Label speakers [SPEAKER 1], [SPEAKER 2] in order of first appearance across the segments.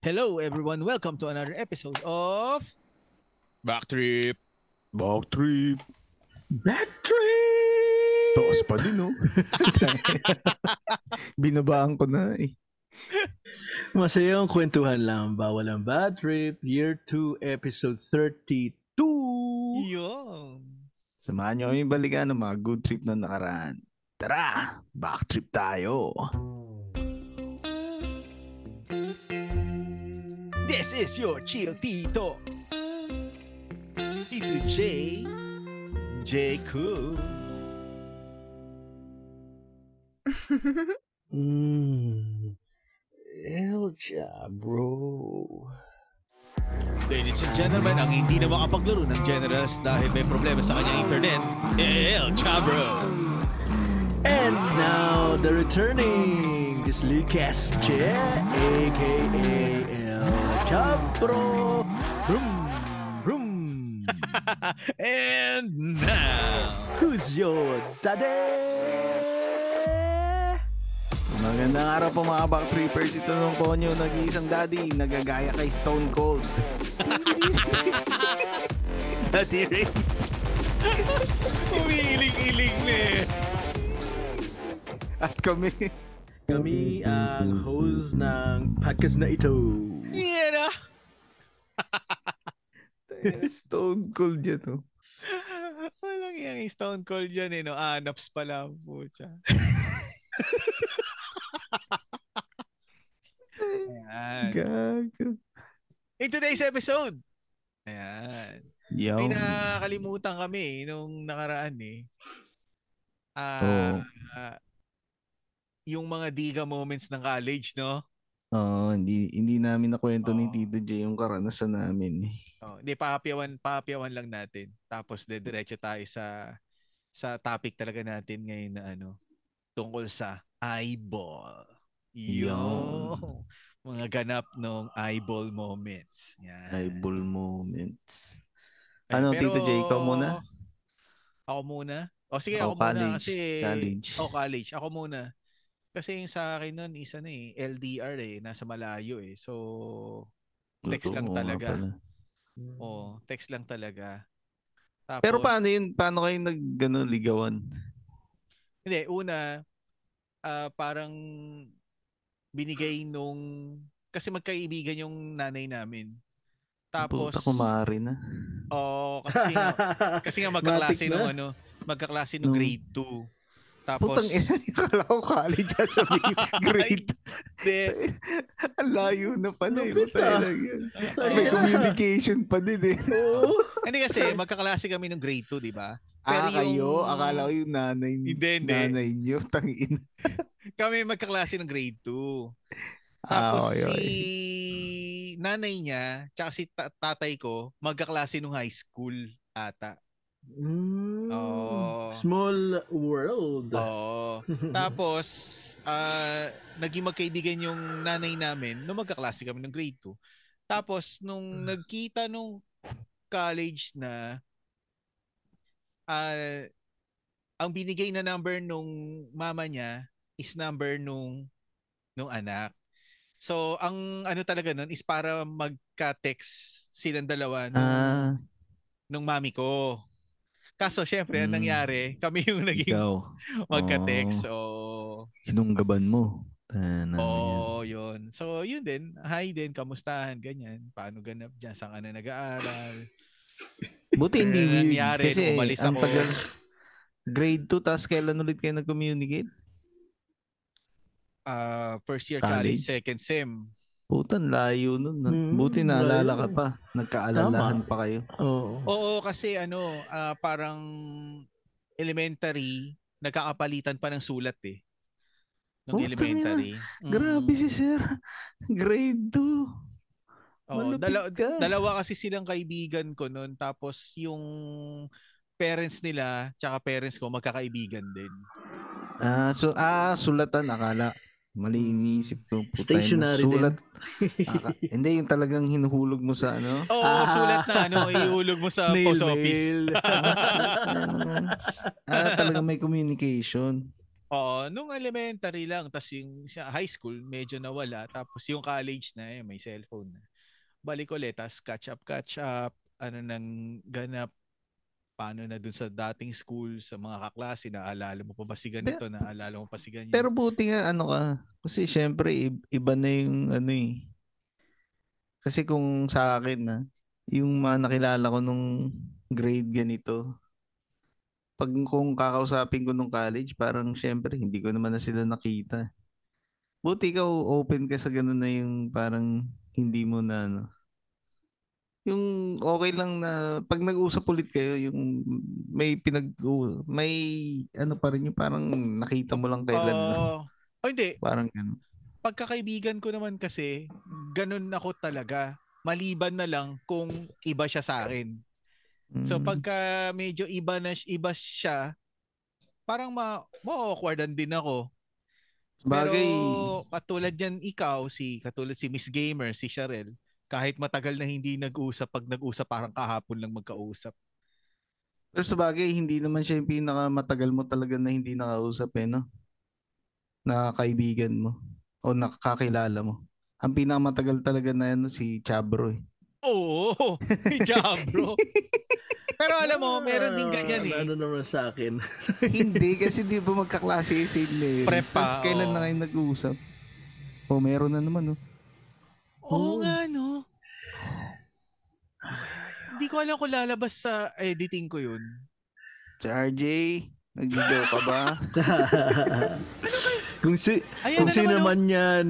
[SPEAKER 1] Hello everyone, welcome to another episode of
[SPEAKER 2] Backtrip.
[SPEAKER 3] Back trip.
[SPEAKER 1] Battery.
[SPEAKER 3] Taas pa din, oh. no? Binabaan ko na eh.
[SPEAKER 4] Masayang kwentuhan lang. Bawal ang bad trip. Year 2, episode 32.
[SPEAKER 1] Yun.
[SPEAKER 3] Samahan nyo kami balikan ng mga good trip na nakaraan. Tara, back trip tayo.
[SPEAKER 1] This is your chill tito. Tito J. J. Cool.
[SPEAKER 4] Mm. Elja, bro.
[SPEAKER 1] Ladies and gentlemen, ang hindi na makapaglaro ng Generals dahil may problema sa kanyang internet, El Chabro.
[SPEAKER 4] And now, the returning is Lucas Che, a.k.a. El Chabro. Brum, brum.
[SPEAKER 1] And now,
[SPEAKER 4] Who's your daddy?
[SPEAKER 3] Magandang araw po mga back trippers. Ito naman po nyo nag-iisang daddy. Nagagaya kay Stone Cold. daddy Ray.
[SPEAKER 1] umiiling-iling na eh.
[SPEAKER 3] At kami.
[SPEAKER 4] Kami ang host ng podcast na ito.
[SPEAKER 1] Yeah na.
[SPEAKER 3] Stone Cold yan, oh. no?
[SPEAKER 1] Walang yung stone cold dyan eh, no? Anaps pala, pucha. Ayan.
[SPEAKER 3] Gago.
[SPEAKER 1] In today's episode, ayan,
[SPEAKER 3] Yo.
[SPEAKER 1] may nakalimutan kami eh, nung nakaraan eh. Ah, ah, yung mga diga moments ng college, no?
[SPEAKER 3] Oo, hindi, hindi namin nakwento ni
[SPEAKER 1] Oo.
[SPEAKER 3] Tito J yung karanasan namin. eh.
[SPEAKER 1] Oh, hindi, papyawan, papyawan lang natin. Tapos
[SPEAKER 3] Hmm.
[SPEAKER 1] dediretso tayo sa sa topic talaga natin ngayon na ano, tungkol sa eyeball. Yo!
[SPEAKER 3] Yun.
[SPEAKER 1] Mga ganap nung eyeball moments. Yan.
[SPEAKER 3] Eyeball moments.
[SPEAKER 1] Ay,
[SPEAKER 3] Ano, Tito J, ikaw muna?
[SPEAKER 1] Ako muna? O sige, ako,
[SPEAKER 3] Ako
[SPEAKER 1] muna
[SPEAKER 3] college,
[SPEAKER 1] kasi...
[SPEAKER 3] college.
[SPEAKER 1] O college. Ako muna. Kasi yung sa akin nun, isa na eh, LDR eh, nasa malayo eh. So, text lang
[SPEAKER 3] Totoo nga
[SPEAKER 1] talaga.
[SPEAKER 3] pala.
[SPEAKER 1] oh, text lang talaga. Tapos,
[SPEAKER 3] Pero paano yun? Paano kayo nag gano, ligawan?
[SPEAKER 1] Hindi, una, ah, parang binigay nung... Kasi magkaibigan yung nanay namin. Tapos,
[SPEAKER 3] Puta, kumari na.
[SPEAKER 1] oo, kasi, nga- kasi nga magkaklase
[SPEAKER 4] Matik na.
[SPEAKER 1] nung ano, magkaklase nung
[SPEAKER 3] Nung-
[SPEAKER 1] grade 2. Tapos,
[SPEAKER 3] Putang ina, akala ko college at sabihin, grade.
[SPEAKER 1] de,
[SPEAKER 3] Ang layo na pala eh.
[SPEAKER 4] Lupit,
[SPEAKER 3] Putang ina,
[SPEAKER 4] ah.
[SPEAKER 3] yun.
[SPEAKER 1] Oo.
[SPEAKER 3] May communication pa din eh.
[SPEAKER 4] Oo.
[SPEAKER 1] Hindi kasi, magkaklase kami ng grade 2, di ba? Pero
[SPEAKER 3] Ah, kayo?
[SPEAKER 1] yung-
[SPEAKER 3] Akala ko yung nanay,
[SPEAKER 1] Hindi, hindi.
[SPEAKER 3] nanay nyo. Tangin.
[SPEAKER 1] Kami magkaklase ng grade 2.
[SPEAKER 3] Ah,
[SPEAKER 1] Tapos si nanay niya, tsaka si ta- tatay ko, magkaklase nung high school ata.
[SPEAKER 4] Mm.
[SPEAKER 1] Oo.
[SPEAKER 4] Small world.
[SPEAKER 1] Oh. Oo. Tapos, ah, naging magkaibigan yung nanay namin nung magkaklase kami ng grade 2. Tapos, nung nagkita nung college na, ah, ang binigay na number nung mama niya is number nung nung anak. So, ang ano talaga nun is para magka-text silang dalawa nung,
[SPEAKER 3] Ah,
[SPEAKER 1] nung mami ko. Kaso, syempre, ang
[SPEAKER 3] Mm.
[SPEAKER 1] nangyari, kami yung naging
[SPEAKER 3] ikaw.
[SPEAKER 1] Magka-text.
[SPEAKER 3] Oh.
[SPEAKER 1] Oo.
[SPEAKER 3] Sinunggaban mo. Ah, Tanan
[SPEAKER 1] Oo,
[SPEAKER 3] yan.
[SPEAKER 1] yun. So, yun din. Hi din, kamustahan, ganyan. Paano ganap dyan? Saan ka na nag-aaral?
[SPEAKER 3] Buti hindi
[SPEAKER 1] Pero
[SPEAKER 3] weird.
[SPEAKER 1] nangyari,
[SPEAKER 3] Kasi
[SPEAKER 1] umalis
[SPEAKER 3] ang
[SPEAKER 1] ako.
[SPEAKER 3] tagal. Grade 2, tapos kailan ulit kayo nag-communicate?
[SPEAKER 1] Ah, first year college,
[SPEAKER 3] College?
[SPEAKER 1] second sem.
[SPEAKER 3] Putan, layo nun. ah.
[SPEAKER 4] Mm,
[SPEAKER 3] Buti naalala
[SPEAKER 4] layo.
[SPEAKER 3] ka pa. Nagkaalalahan
[SPEAKER 4] Tama.
[SPEAKER 3] pa kayo.
[SPEAKER 4] Oo.
[SPEAKER 1] Oo, kasi ano, ah, parang elementary, nagkakapalitan pa ng sulat eh. Nung
[SPEAKER 3] Putang ina.
[SPEAKER 1] elementary.
[SPEAKER 4] Hmm.
[SPEAKER 1] Mm.
[SPEAKER 3] Oh, Grabe si sir. Grade 2.
[SPEAKER 1] Oo,
[SPEAKER 3] Malupit
[SPEAKER 1] dala-
[SPEAKER 3] ka.
[SPEAKER 1] dalawa kasi silang kaibigan ko noon tapos yung parents nila tsaka parents ko magkakaibigan din.
[SPEAKER 3] Ah, so, ah, sulatan. Akala. Mali iniisip ko. Putay na,
[SPEAKER 4] Stationary
[SPEAKER 3] Sulat. Aka- hindi, yung talagang hinuhulog mo sa ano.
[SPEAKER 1] Oo,
[SPEAKER 4] Ah.
[SPEAKER 1] sulat na ano, ihulog mo sa
[SPEAKER 4] Snail
[SPEAKER 1] post office.
[SPEAKER 4] mail.
[SPEAKER 3] ah, talaga may ah, communication.
[SPEAKER 1] Oo, nung elementary lang, tapos yung siya, high school, medyo nawala. Tapos yung college na, eh, may cellphone na. Balik ulit, tapos catch up, catch up, ano nang ganap, paano na dun sa dating school, sa mga kaklase, naalala mo pa ba si ganito, naalala mo pa si ganyan.
[SPEAKER 3] Pero buti nga ano ka. Kasi syempre i- iba na yung ano eh. Kasi kung sa akin na yung mga nakilala ko nung grade ganito. Pag kung kakausapin ko nung college, parang syempre hindi ko naman na sila nakita. Buti ka open ka sa ganun na yung parang hindi mo na ano. Yung okay lang na pag nag-usap ulit kayo, yung may pinag may ano pa rin yung parang nakita mo lang kailan na.
[SPEAKER 1] Oo. Oh, hindi,
[SPEAKER 3] Parang ganun.
[SPEAKER 1] pagkakaibigan ko naman kasi, ganun ako talaga. Maliban na lang kung iba siya sa akin. So
[SPEAKER 3] Mm.
[SPEAKER 1] pagka medyo iba na iba siya, parang ma, ma-awkwardan din ako.
[SPEAKER 3] Bagay,
[SPEAKER 1] Pero katulad yan ikaw, si katulad si Miss Gamer, si Sharel, kahit matagal na hindi nag-usap, pag nag-usap parang kahapon lang magkausap.
[SPEAKER 3] pero sa bagay, hindi naman siya yung pinakamatagal mo talaga na hindi nakausap eh, no? Na kaibigan mo o nakakilala mo. Ang pinakamatagal talaga na ano, si Chabro eh.
[SPEAKER 1] Oo, job bro. Pero alam mo, meron din ganyan eh.
[SPEAKER 4] Ano naman sa akin.
[SPEAKER 3] hindi, kasi di ba magkaklase yung St. Mary's?
[SPEAKER 1] Prep
[SPEAKER 3] Tapos
[SPEAKER 1] pa,
[SPEAKER 3] kailan
[SPEAKER 1] oo.
[SPEAKER 3] na kayo nag-uusap? O meron na naman, no?
[SPEAKER 1] Oo
[SPEAKER 4] Oo.
[SPEAKER 1] nga no. Hindi ko alam kung lalabas sa editing ko yun.
[SPEAKER 3] RJ, nagdido ka ba?
[SPEAKER 4] kung si
[SPEAKER 1] Ayan
[SPEAKER 4] kung
[SPEAKER 1] na
[SPEAKER 4] sino
[SPEAKER 1] naman, oh.
[SPEAKER 4] man yan,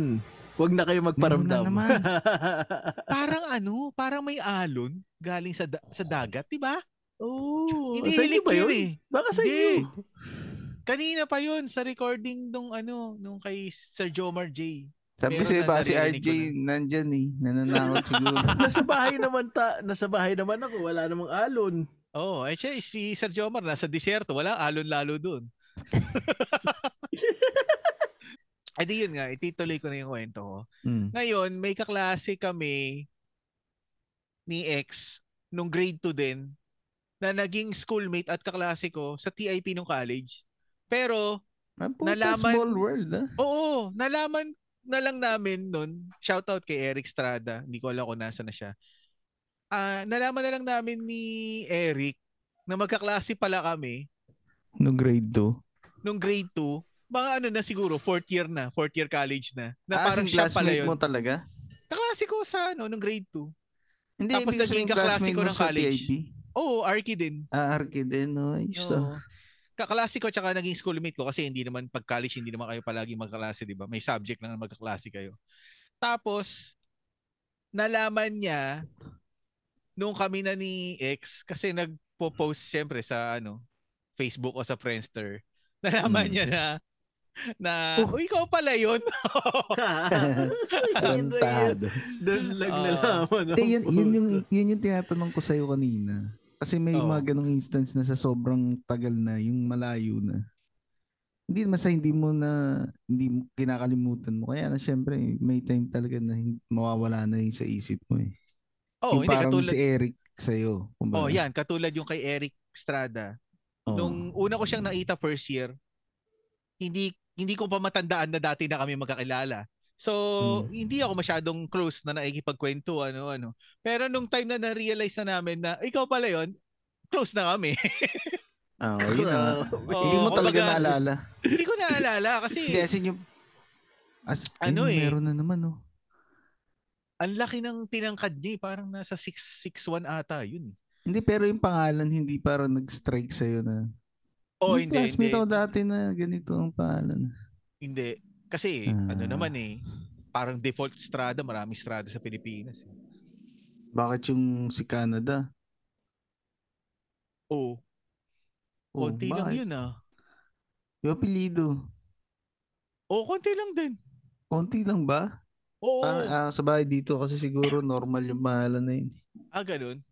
[SPEAKER 4] huwag na kayo magparamdam.
[SPEAKER 3] Meron na
[SPEAKER 1] parang ano, parang may alon galing sa da- sa dagat, 'di ba?
[SPEAKER 4] Oo.
[SPEAKER 1] Oh, Hindi
[SPEAKER 4] sa inyo
[SPEAKER 1] hilik
[SPEAKER 4] ba
[SPEAKER 1] yun
[SPEAKER 4] yun?
[SPEAKER 1] eh.
[SPEAKER 4] Baka sa
[SPEAKER 1] Hindi.
[SPEAKER 4] inyo.
[SPEAKER 1] Kanina pa yun sa recording nung ano, nung kay Sir Jomar J.
[SPEAKER 3] Sabi
[SPEAKER 1] Meron
[SPEAKER 3] siya,
[SPEAKER 1] na,
[SPEAKER 3] baka si
[SPEAKER 1] naririnig ko
[SPEAKER 3] RJ nandyan eh. Nananakot siguro.
[SPEAKER 4] Nasa bahay naman ta, nasa bahay naman ako, wala namang alon.
[SPEAKER 1] Oh, eh siya, si Sir Jomar nasa disyerto, wala alon-lalo doon. Ay di yun nga, itituloy ko na yung kwento ko.
[SPEAKER 3] Mm.
[SPEAKER 1] Ngayon, may kaklase kami ni ex nung grade 2 din na naging schoolmate at kaklase ko sa TIP nung college. Pero
[SPEAKER 3] Ah, puta,
[SPEAKER 1] Nalaman-
[SPEAKER 3] small world ah.
[SPEAKER 1] Oo, nalaman na lang namin nun, shoutout kay Eric Strada, hindi ko alam kung nasa na siya. Ah, nalaman na lang namin ni Eric na magkaklase pala kami
[SPEAKER 3] No grade 2.
[SPEAKER 1] nung grade 2, mga ano na siguro, fourth year na, fourth year college na. Na
[SPEAKER 3] ah,
[SPEAKER 1] parang
[SPEAKER 3] as in
[SPEAKER 1] siya pala
[SPEAKER 3] classmate
[SPEAKER 1] yun.
[SPEAKER 3] mo talaga?
[SPEAKER 1] Kaklase ko sa ano, nung grade 2.
[SPEAKER 3] Hindi,
[SPEAKER 1] Tapos
[SPEAKER 3] ibig sabihin
[SPEAKER 1] naging kaklase
[SPEAKER 3] classmate
[SPEAKER 1] ko
[SPEAKER 3] mo
[SPEAKER 1] ng
[SPEAKER 3] sa
[SPEAKER 1] college.
[SPEAKER 3] TIB.
[SPEAKER 1] Oo, Arky din.
[SPEAKER 3] Ah, arke din. No? Ayos
[SPEAKER 1] Oo.
[SPEAKER 3] ah.
[SPEAKER 1] Kaklase ko tsaka naging schoolmate ko kasi hindi naman pag college hindi naman kayo palagi magkaklase, 'di ba? May subject lang na magkaklase kayo. Tapos nalaman niya nung kami na ni ex kasi nagpo-post siyempre sa ano Facebook o sa Friendster. Nalaman
[SPEAKER 3] Mm.
[SPEAKER 1] niya na na
[SPEAKER 3] Oh.
[SPEAKER 1] uy ikaw pala 'yon.
[SPEAKER 3] Tarantado.
[SPEAKER 4] Doon lang
[SPEAKER 1] Ah.
[SPEAKER 4] nalaman.
[SPEAKER 3] Hindi, yun, yun, yung, yun yung tinatanong ko sa'yo kanina. Kasi may
[SPEAKER 1] Oo.
[SPEAKER 3] mga ganong instance na sa sobrang tagal na, yung malayo na. Hindi naman sa hindi mo na, hindi mo kinakalimutan mo. Kaya na syempre, may time talaga na hin- mawawala na yun sa isip mo eh.
[SPEAKER 1] Oh,
[SPEAKER 3] yung
[SPEAKER 1] hindi
[SPEAKER 3] parang
[SPEAKER 1] katulad.
[SPEAKER 3] si Eric sa'yo. kumbaga.
[SPEAKER 1] Oh, yan, katulad yung kay Eric Strada.
[SPEAKER 3] Oo.
[SPEAKER 1] Nung una ko siyang nakita first year, hindi hindi ko pa matandaan na dati na kami magkakilala. So,
[SPEAKER 3] Hmm.
[SPEAKER 1] hindi ako masyadong close na nakikipagkwento ano ano. Pero nung time na na-realize na namin na ikaw pala 'yon, close na kami.
[SPEAKER 3] Ah, yun na nga.
[SPEAKER 1] Oo,
[SPEAKER 3] hindi mo talaga
[SPEAKER 1] kumbaga- eh.
[SPEAKER 3] naalala.
[SPEAKER 1] hindi ko naalala
[SPEAKER 3] Hindi,
[SPEAKER 1] kasi
[SPEAKER 3] as in yung... As,
[SPEAKER 1] Ano
[SPEAKER 3] ano
[SPEAKER 1] eh.
[SPEAKER 3] Meron na naman, no?
[SPEAKER 1] ang laki ng tinangkad niya, eh, parang nasa 661 ata, yun. eh.
[SPEAKER 3] Hindi, pero yung pangalan, hindi parang nag-strike sa'yo na.
[SPEAKER 1] Oh,
[SPEAKER 3] Yung
[SPEAKER 1] hindi, hindi.
[SPEAKER 3] Classmate ako dati na ganito ang pangalan.
[SPEAKER 1] Hindi. Kasi
[SPEAKER 3] Ah.
[SPEAKER 1] ano naman eh, parang default strada, marami strada sa Pilipinas. eh.
[SPEAKER 3] Bakit yung si Canada?
[SPEAKER 1] Oh,
[SPEAKER 3] Oh,
[SPEAKER 1] konti lang
[SPEAKER 3] bakit?
[SPEAKER 1] yun ah.
[SPEAKER 3] Yung apelido.
[SPEAKER 1] Oh, konti lang din.
[SPEAKER 3] Konti lang ba?
[SPEAKER 1] Oo.
[SPEAKER 3] Parang ah, sa bahay dito kasi siguro normal yung pangalan na yun.
[SPEAKER 1] Ah, ganun.